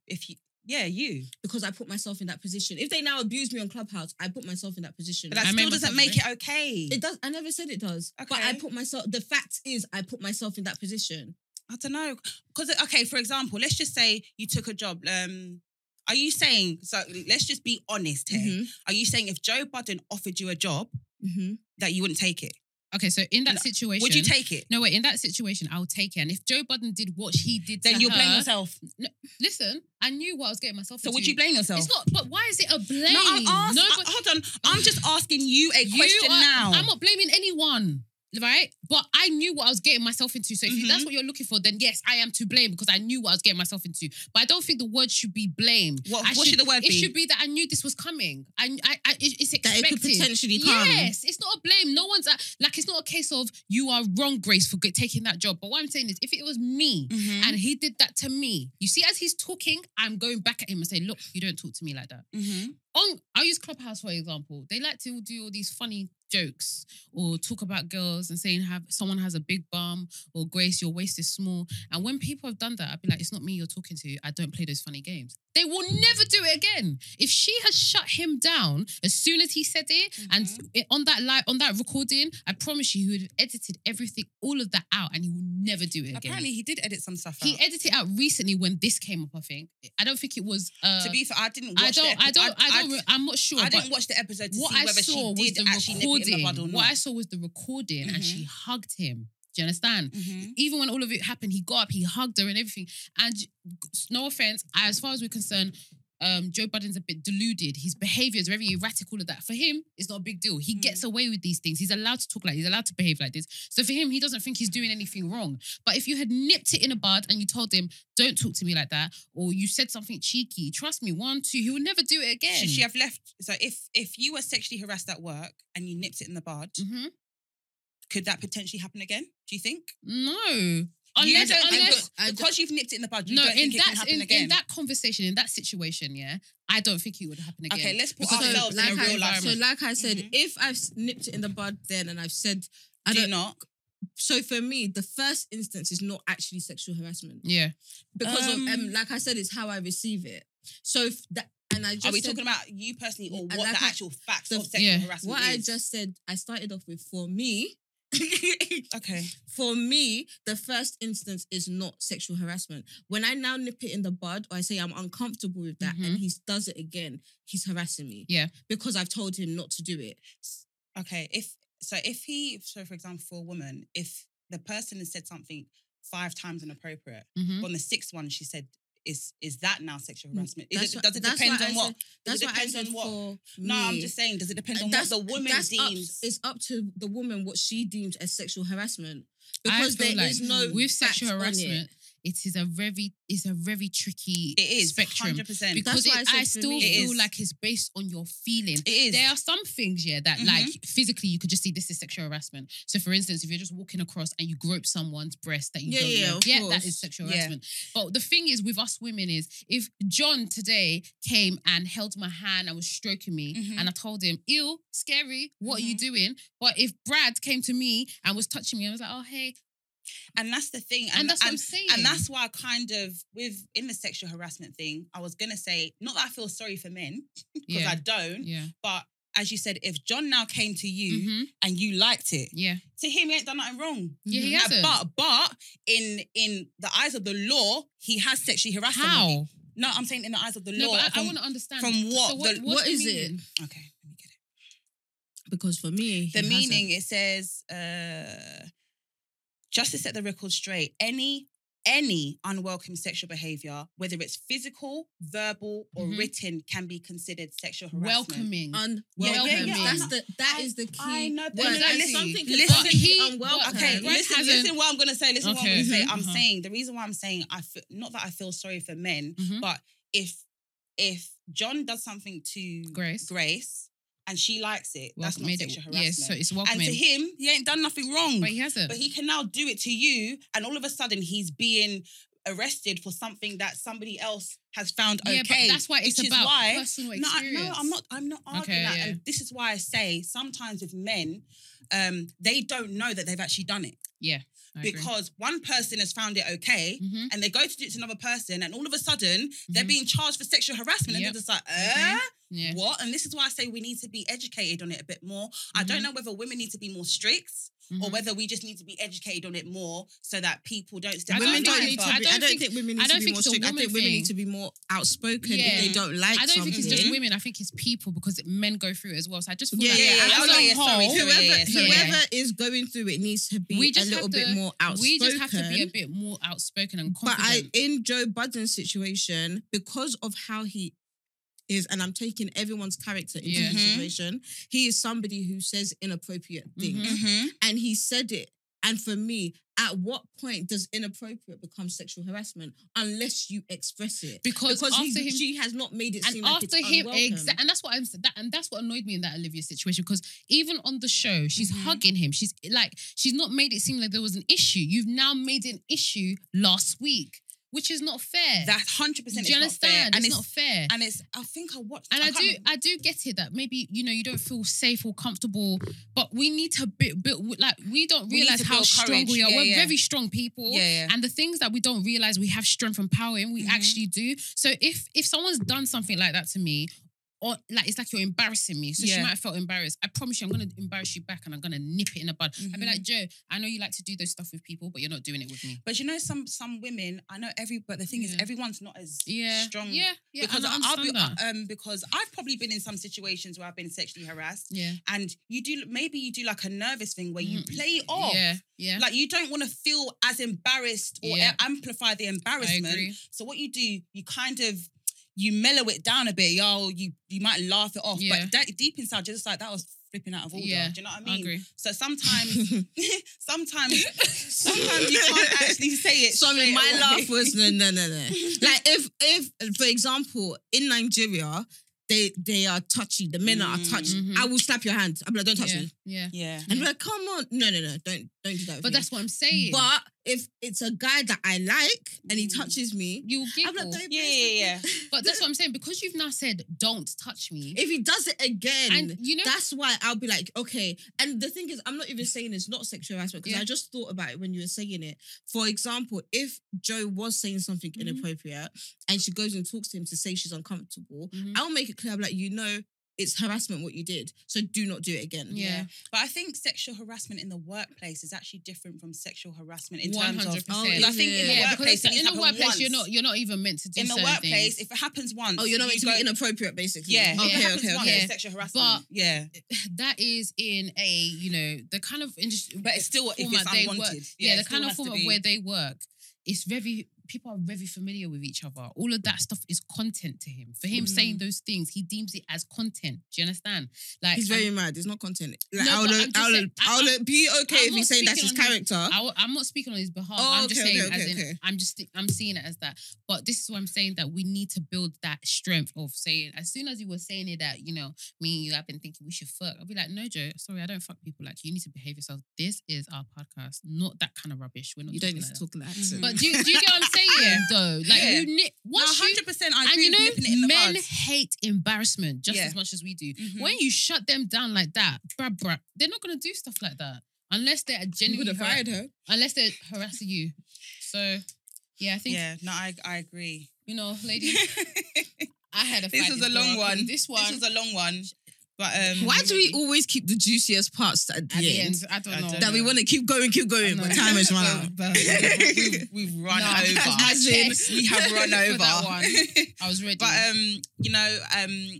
If you, yeah, you.
Because I put myself in that position. If they now abuse me on Clubhouse, I put myself in that position.
But that
I
still
remember
doesn't
something.
make it okay.
it does I never said it does. But I
Okay.
put myself the fact is I put myself in that position.
I don't know. Because, okay, for example, let's just say you took a job. Um, are you saying, so let's just be honest here.
Mm-hmm.
Mm-hmm.
Are you saying if Joe Budden offered you a job,
hmm
that you wouldn't take it?
Okay, so in that
No.
situation,
Would you take it?
No, wait. In that situation, I'll take it. And if Joe Budden did what he did,
Then
to
you'll
her,
blame yourself.
Listen, I knew what I was getting myself
So
into.
would you blame yourself?
It's not. But why is it a blame?
no, I'm asking.
but
hold on. I'm just asking you a
you
question
are-
now.
I'm not blaming anyone. right? But I knew what I was getting myself into. So if you- that's
Mhm.
what you're looking for, then yes, I am to blame because I knew what I was getting myself into. But I don't think the word should be blame.
What-
I
what should the word
it
be?
should be that I knew this was coming. I, I, I it- it's
That
expected.
it could potentially come.
Yes, it's not a blame. No one's at, like it's not a case of you are wrong, Grace, for g- taking that job. But what I'm saying is, if it was me
Mhm.
and he did that to me, you see, as he's talking, I'm going back at him and say, "Look, you don't talk to me like that."
Mhm.
on Oh, I'll use Clubhouse for example. They like to do all these funny jokes or talk about girls and saying have someone has a big bum or Grace, your waist is small. And when people have done that, I'd be like, it's not me you're talking to. I don't play those funny games. They will never do it again. If she has shut him down as soon as he said it, and
Mm-hmm.
it, on that live on that recording, I promise you he would have edited everything, all of that out, and he will never do it again.
Apparently, he did edit some stuff.
He
out.
edited it out recently when this came up, I think. I don't think it was uh,
to be fair, I didn't. Watch
I
the
don't,
epi-
I don't, I don't,
I,
re- I'm not sure.
I
but
didn't watch the episode to
what
see
I
whether
saw
she
was
did actually
the
nip it in the bud or
recording.
not.
What I saw was the recording, and she
Mm-hmm.
hugged him. Do you understand?
Mhm.
Even when all of it happened, he got up, he hugged her, and everything. And j- no offense, as far as we're concerned, um, Joe Budden's a bit deluded. His behavior is very erratic. All of that for him is not a big deal. He
Mhm.
gets away with these things. He's allowed to talk like he's allowed to behave like this. So for him, he doesn't think he's doing anything wrong. But if you had nipped it in a bud and you told him, "Don't talk to me like that," or you said something cheeky, trust me, one, two, he will never do it again.
Should she have left? So if if you were sexually harassed at work and you nipped it in the bud,
Mm.
Mhm.
could that potentially happen again? Do you think?
No.
You
Unless,
don't think-
unless
because,
I
because you've nipped it in the bud, you
no,
don't
in
think it can
that
happen
in,
again.
in that conversation, in that situation, yeah, I don't think it would happen again.
okay, let's put
Because-
ourselves in a
I,
real life.
so like I said,
Mhm.
if I've s- nipped it in the bud then and I've said I
do
don't know.
not.
So for me, the first instance is not actually sexual harassment
Yeah.
because
Um,
of um, like I said, it's how I receive it. So if that and I just
Are we
said-
talking about you personally or
And
what
like
the
I-
actual facts
the-
of sexual
yeah.
harassment
what I
is?
just said. I started off with for me.
okay.
for me, the first instance is not sexual harassment. When I now nip it in the bud or I say I'm uncomfortable with that and
Mm-hmm.
Mhm.
he does it again, he's harassing me.
Yeah.
Because I've told him not to do it.
Okay, if so, if he so for example, for a woman, if the person has said something five times inappropriate,
Mhm.
but on the sixth one she said, "Is is that now sexual
Mm,
harassment? Is
that's
it,
what-
does it
that's
depend
what I
on what?
said. That's
it
what I
depends
said
on what?
for
No, I'm
me.
just saying, does it depend on
That's-
what the woman
that's up-
deems?
it's up to the woman what she deems as sexual harassment
I
because there
feel
is
like
no
with
facts
sexual
on it.
harassment, it is a very it's a very tricky
it is
spectrum.
hundred percent.
Because
That's
it-
why I said
I,
for
still
me-
It
feel
is.
like it's based on your feelings.
It is. Mm-hmm.
There are some things, yeah, that like physically you could just see this is sexual harassment. So, for instance, if you're just walking across and you grope someone's breast that you
Yeah,
don't
yeah,
know,
of
yeah, that
course.
is sexual
Yeah.
harassment. But the thing is, with us women, is if John today came and held my hand and was stroking me,
Mhm.
and I told him, "Ew, scary, what are you
Mm-hmm.
doing?" But if Brad came to me and was touching me, I was like, "Oh, hey,"
and that's the thing.
and, that's what I'm saying.
And that's why I kind of, with in the sexual harassment thing, I was gonna say, not that I feel sorry for men, because
yeah,
I don't,
yeah,
but as you said, if John now came to you
Mhm.
and you liked it,
yeah,
to him he ain't done nothing wrong.
yeah. He
Mhm.
Uh,
hasn't.
But but in in the eyes of the law, he has sexually harassed. somebody.
how?
No, I'm saying in the eyes of the
No,
law.
but I, I
from-
want to understand
from what?
So what,
The-
what's
what
the
is it?
meaning?
okay, let me get it.
because for me
The
he
meaning it says, uh, just to set the record straight, any any unwelcome sexual behavior, whether it's physical, verbal, or
Mhm.
written, can be considered sexual harassment.
Welcoming.
hasn't.
Yeah,
unwelcome.
yeah, yeah, I'm
That's
not-
the that
I-
is the key.
I know, but
word.
no, no,
If
listen,
something
listen.
is unwelcome,
But he-
unwelcome.
Okay,
Brad
listen,
hasn't-
listen. What I'm gonna say, listen. What I'm
Okay.
gonna say. I'm
Uh-huh.
saying the reason why I'm saying I feel, not that I feel sorry for men,
Mhm.
but if if John does something to
Grace.
Grace and she likes it, that's
Welcome.
not
Made it-
sexual
Yes, so
harassment.
it's
and
welcoming.
to him, he ain't done nothing wrong,
but he hasn't.
but he can now do it to you, and all of a sudden he's being arrested for something that somebody else has found
yeah,
okay.
but that's why it's
which is
about
why-
personal
No, I-
experience.
no, I'm not. I'm not arguing
Okay,
that.
yeah.
And this is why I say sometimes with men, um, they don't know that they've actually done it
I agree.
because one person has found it okay,
Mhm.
and they go to do it to another person, and all of a sudden they're
Mhm.
being charged for sexual harassment, and
Yep.
they're just like,
Mhm.
uh,
yeah,
what? And this is why I say we need to be educated on it a bit more. I
Mm-hmm.
don't know whether women need to be more strict or
Mhm.
whether we just need to be educated on it more so that people don't step
I don't
Women
out
don't
in
think-
need to
line,
be.
I
I
don't
don't,
think-
think, women
I
need
don't
to be
think
more
it's a
strict. I
women
think women
thing.
need to be more outspoken
Yeah.
if they don't like
I don't
something.
think it's just
Mhm.
women. I think it's people because men go through it as well. So I just feel
Yeah,
like
yeah, yeah.
as
Oh,
a
yeah,
yeah,
whole,
sorry, sorry,
Whoever,
yeah,
sorry.
whoever is going through it needs to be
We just
a little
have
bit
to-
more outspoken.
we just have to be a bit more outspoken and
but
confident.
I, in Joe Budden's situation, because of how he is, and I'm taking everyone's character into
Yeah. Mm-hmm.
Mhm.
consideration. He is somebody who says inappropriate things,
Mhm.
Mm-hmm.
and he said it. And for me, at what point does inappropriate become sexual harassment unless you express it?
Because,
Because
after
he,
him,
she has not made it
and
seem
after
like it's
him,
unwelcome.
exactly, and that's what I'm that, and that's what annoyed me in that Olivia situation because even on the show, she's
Mhm.
hugging him. She's like, she's not made it seem like there was an issue. You've now made an issue last week, which is not fair.
That hundred
Do
percent.
you
Not fair.
understand?
And
it's, not fair.
And it's. I think I watched.
And I,
can't
do,
remember.
I do get it that maybe you know you don't feel safe or comfortable, but we need to build, build like we don't
We need
realize
to
how
build
strong
courage.
we are.
Yeah,
We're
yeah.
very strong people,
Yeah, yeah.
and the things that we don't realize we have strength and power in, we
Mhm.
actually do. So if if someone's done something like that to me, or like it's like you're embarrassing me, so she
Yeah.
might have felt embarrassed. I promise you, I'm gonna embarrass you back, and I'm gonna nip it in the bud. I'd be
Mhm.
like, Joe, I know you like to do those stuff with people, but you're not doing it with me.
But you know, some some women. I know every. But the thing is,
Yeah.
everyone's not as
Yeah,
strong.
yeah, yeah.
Because
and I
I- I'll be
understand that.
um because I've probably been in some situations where I've been sexually harassed,
yeah,
and you do maybe you do like a nervous thing where you
Mm.
play it off.
yeah, yeah.
Oh, Like you don't want to feel as embarrassed or
Yeah.
amplify the
I
embarrassment.
agree.
So what you do, you kind of you mellow it down a bit, y'all. You you might laugh it off,
Yeah.
but that, deep inside, you're just like that was flipping out of order.
Yeah,
Do you know what I
I
mean?
agree.
So sometimes, sometimes, sometimes you can't actually say it.
So I
straight
mean, my
away.
laugh was no, no, no, no. Like if, if for example, in Nigeria, they they are touchy. The men are
Mm,
touchy.
mhm.
I will slap your hand. I'm like, don't touch
yeah,
me.
yeah.
Yeah.
And they're like, come on, no, no, no, don't don't do that. with
But
me.
that's what I'm saying.
But if it's a guy that I like and he
Mm.
touches me,
you
I'm like,
giggle.
don't
Yeah,
mess
yeah,
with
yeah.
me.
but that's what I'm saying because you've now said don't touch me.
If he does it again,
and you know,
that's why I'll be like, okay. And the thing is, I'm not even saying it's not sexual harassment because
Yeah.
I just thought about it when you were saying it. For example, if Joe was saying something
Mhm.
inappropriate and she goes and talks to him to say she's uncomfortable,
Mhm.
I'll make it clear, I'm like, you know, it's harassment what you did. So do not do it again.
yeah,
But I think sexual harassment in the workplace is actually different from sexual harassment in terms of.
100%.
Oh,
Because I think in the
yeah,
workplace,
because
it
in
needs
the
to happen
workplace,
once.
you're not you're not even meant to do
in the
certain
workplace,
things.
if it happens once,
Oh, you're not
you
meant to
go-
be inappropriate, basically.
Yeah,
Okay,
it happens
okay,
once.
okay.
It's sexual harassment. yeah,
that is in a you know the kind of industry,
but it's still if
format
it's
they
unwanted.
work-
yeah,
yeah, the
it still
kind of
has to
format
be-
where they work. It's very people are very familiar with each other. All of that stuff is content to him. For him
Mm.
saying those things, he deems it as content. Do you understand? Like
He's
I'm-
very mad. It's not content. Like,
No,
I'll,
but
I'll,
I'm just
I'll,
saying- I-
be okay
I'm
if
not
he's saying that's his
speaking on his-
character.
I, am not speaking on his behalf.
Oh,
I'm just
okay,
saying,
okay,
as in,
okay, okay.
I'm just I'm seeing it as that. But this is what I'm saying that we need to build that strength of saying. As soon as you were saying it, that you know, me and you, I've been thinking we should fuck. I'll be like, no, Joe, sorry, I don't fuck people. Like, you need to behave yourself. This is our podcast, not that kind of rubbish. We're not.
you don't
talking
need
like
to talk in that
Mhm.
accent.
That. Mm-hmm. But do, you- do you get what I'm saying? Though, like
Yeah.
you, ni- once
no,
you.
100%. I
And
agree
you
with nipping it in
know,
the
men
bud.
hate embarrassment just
Yeah.
as much as we do.
Mhm.
Mm-hmm.
When you shut them down like that, bruh, bruh, they're not gonna do stuff like that unless they're
you would
genuinely
have
har-
fired her.
unless they're harassing you. So, yeah, I think
yeah, no, I, I agree.
you know, ladies.
this
I had a.
This
fight
was
with
a long
Barack,
one.
and This one
was a long one, but um,
Why do we always keep the juiciest parts at the,
at the
end,
end. I don't
I
know
don't
that we
know.
want to keep going, keep going,
I
but
know.
time has run out?
Well, but we've, we've run
No,
over.
as in,
we have
For
run
that
over.
one. I was ready.
but um, you know, um,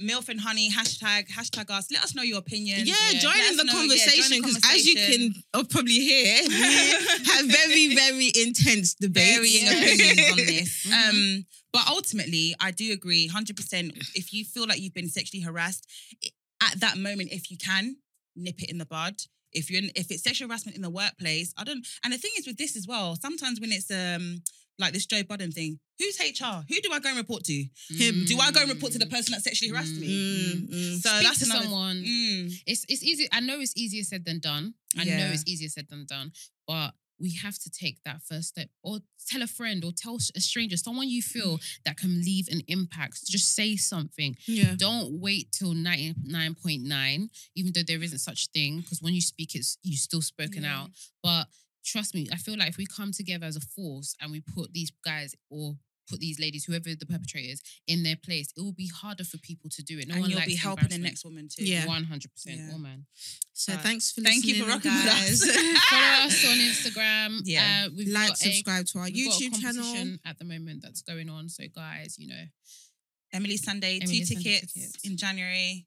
milf and honey hashtag hashtag us. Let us know your opinion.
Yeah,
Yeah.
join
Let
in
us
the
know, yeah, join the
conversation because, as you can
conversation.
uh, probably hear, we have very, very intense debates.
varying
Yeah.
opinions on this.
Mhm.
Um, but ultimately, I do agree 100%. If you feel like you've been sexually harassed, i- at that moment, if you can, nip it in the bud. If you're in, if it's sexual harassment in the workplace, I don't. And the thing is with this as well, sometimes when it's um like this Joe Budden thing, who's HR? Who do I go and report to?
him.
Do I go and report to the person that sexually harassed me?
Mm, mm.
So
Mm. Speak
that's
to
another.
someone.
Mm,
It's it's easy. I know it's easier said than done. I know
Yeah.
it's easier said than done, but we have to take that first step or tell a friend or tell a stranger, someone you feel
Mm.
that can leave an impact. Just say something.
Yeah.
Don't wait till 99.9, even though there isn't such thing, because when you speak, it's you still spoken
Yeah.
out. But trust me, I feel like if we come together as a force and we put these guys or put these ladies, whoever the perpetrator is, in their place, it will be harder for people to do it. No
and
one
you'll
likes
be helping the
embarrassment.
next woman too.
Yeah.
One hundred percent, Oh,
Yeah.
woman.
So
Right.
thank thanks for
Thank you
listening,
for rocking with
guys.
us.
Follow us on Instagram.
Yeah.
uh, we've
like,
got a,
subscribe to our
we've got a
YouTube channel.
competition at the moment that's going on. So guys, you know,
Emily Sunday,
Emily
two
Sunday
tickets,
tickets. Oh,
in January.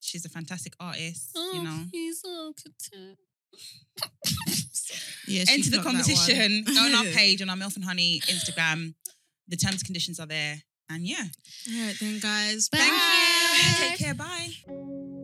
She's a fantastic artist, you know.
he's so content.
Yeah, she
Enter the
dropped that one.
competition. Go on our page on our Milf and Honey Instagram. The terms and conditions are there.
And yeah,
All right, then, guys.
Bye.
thank you. Take care. Bye.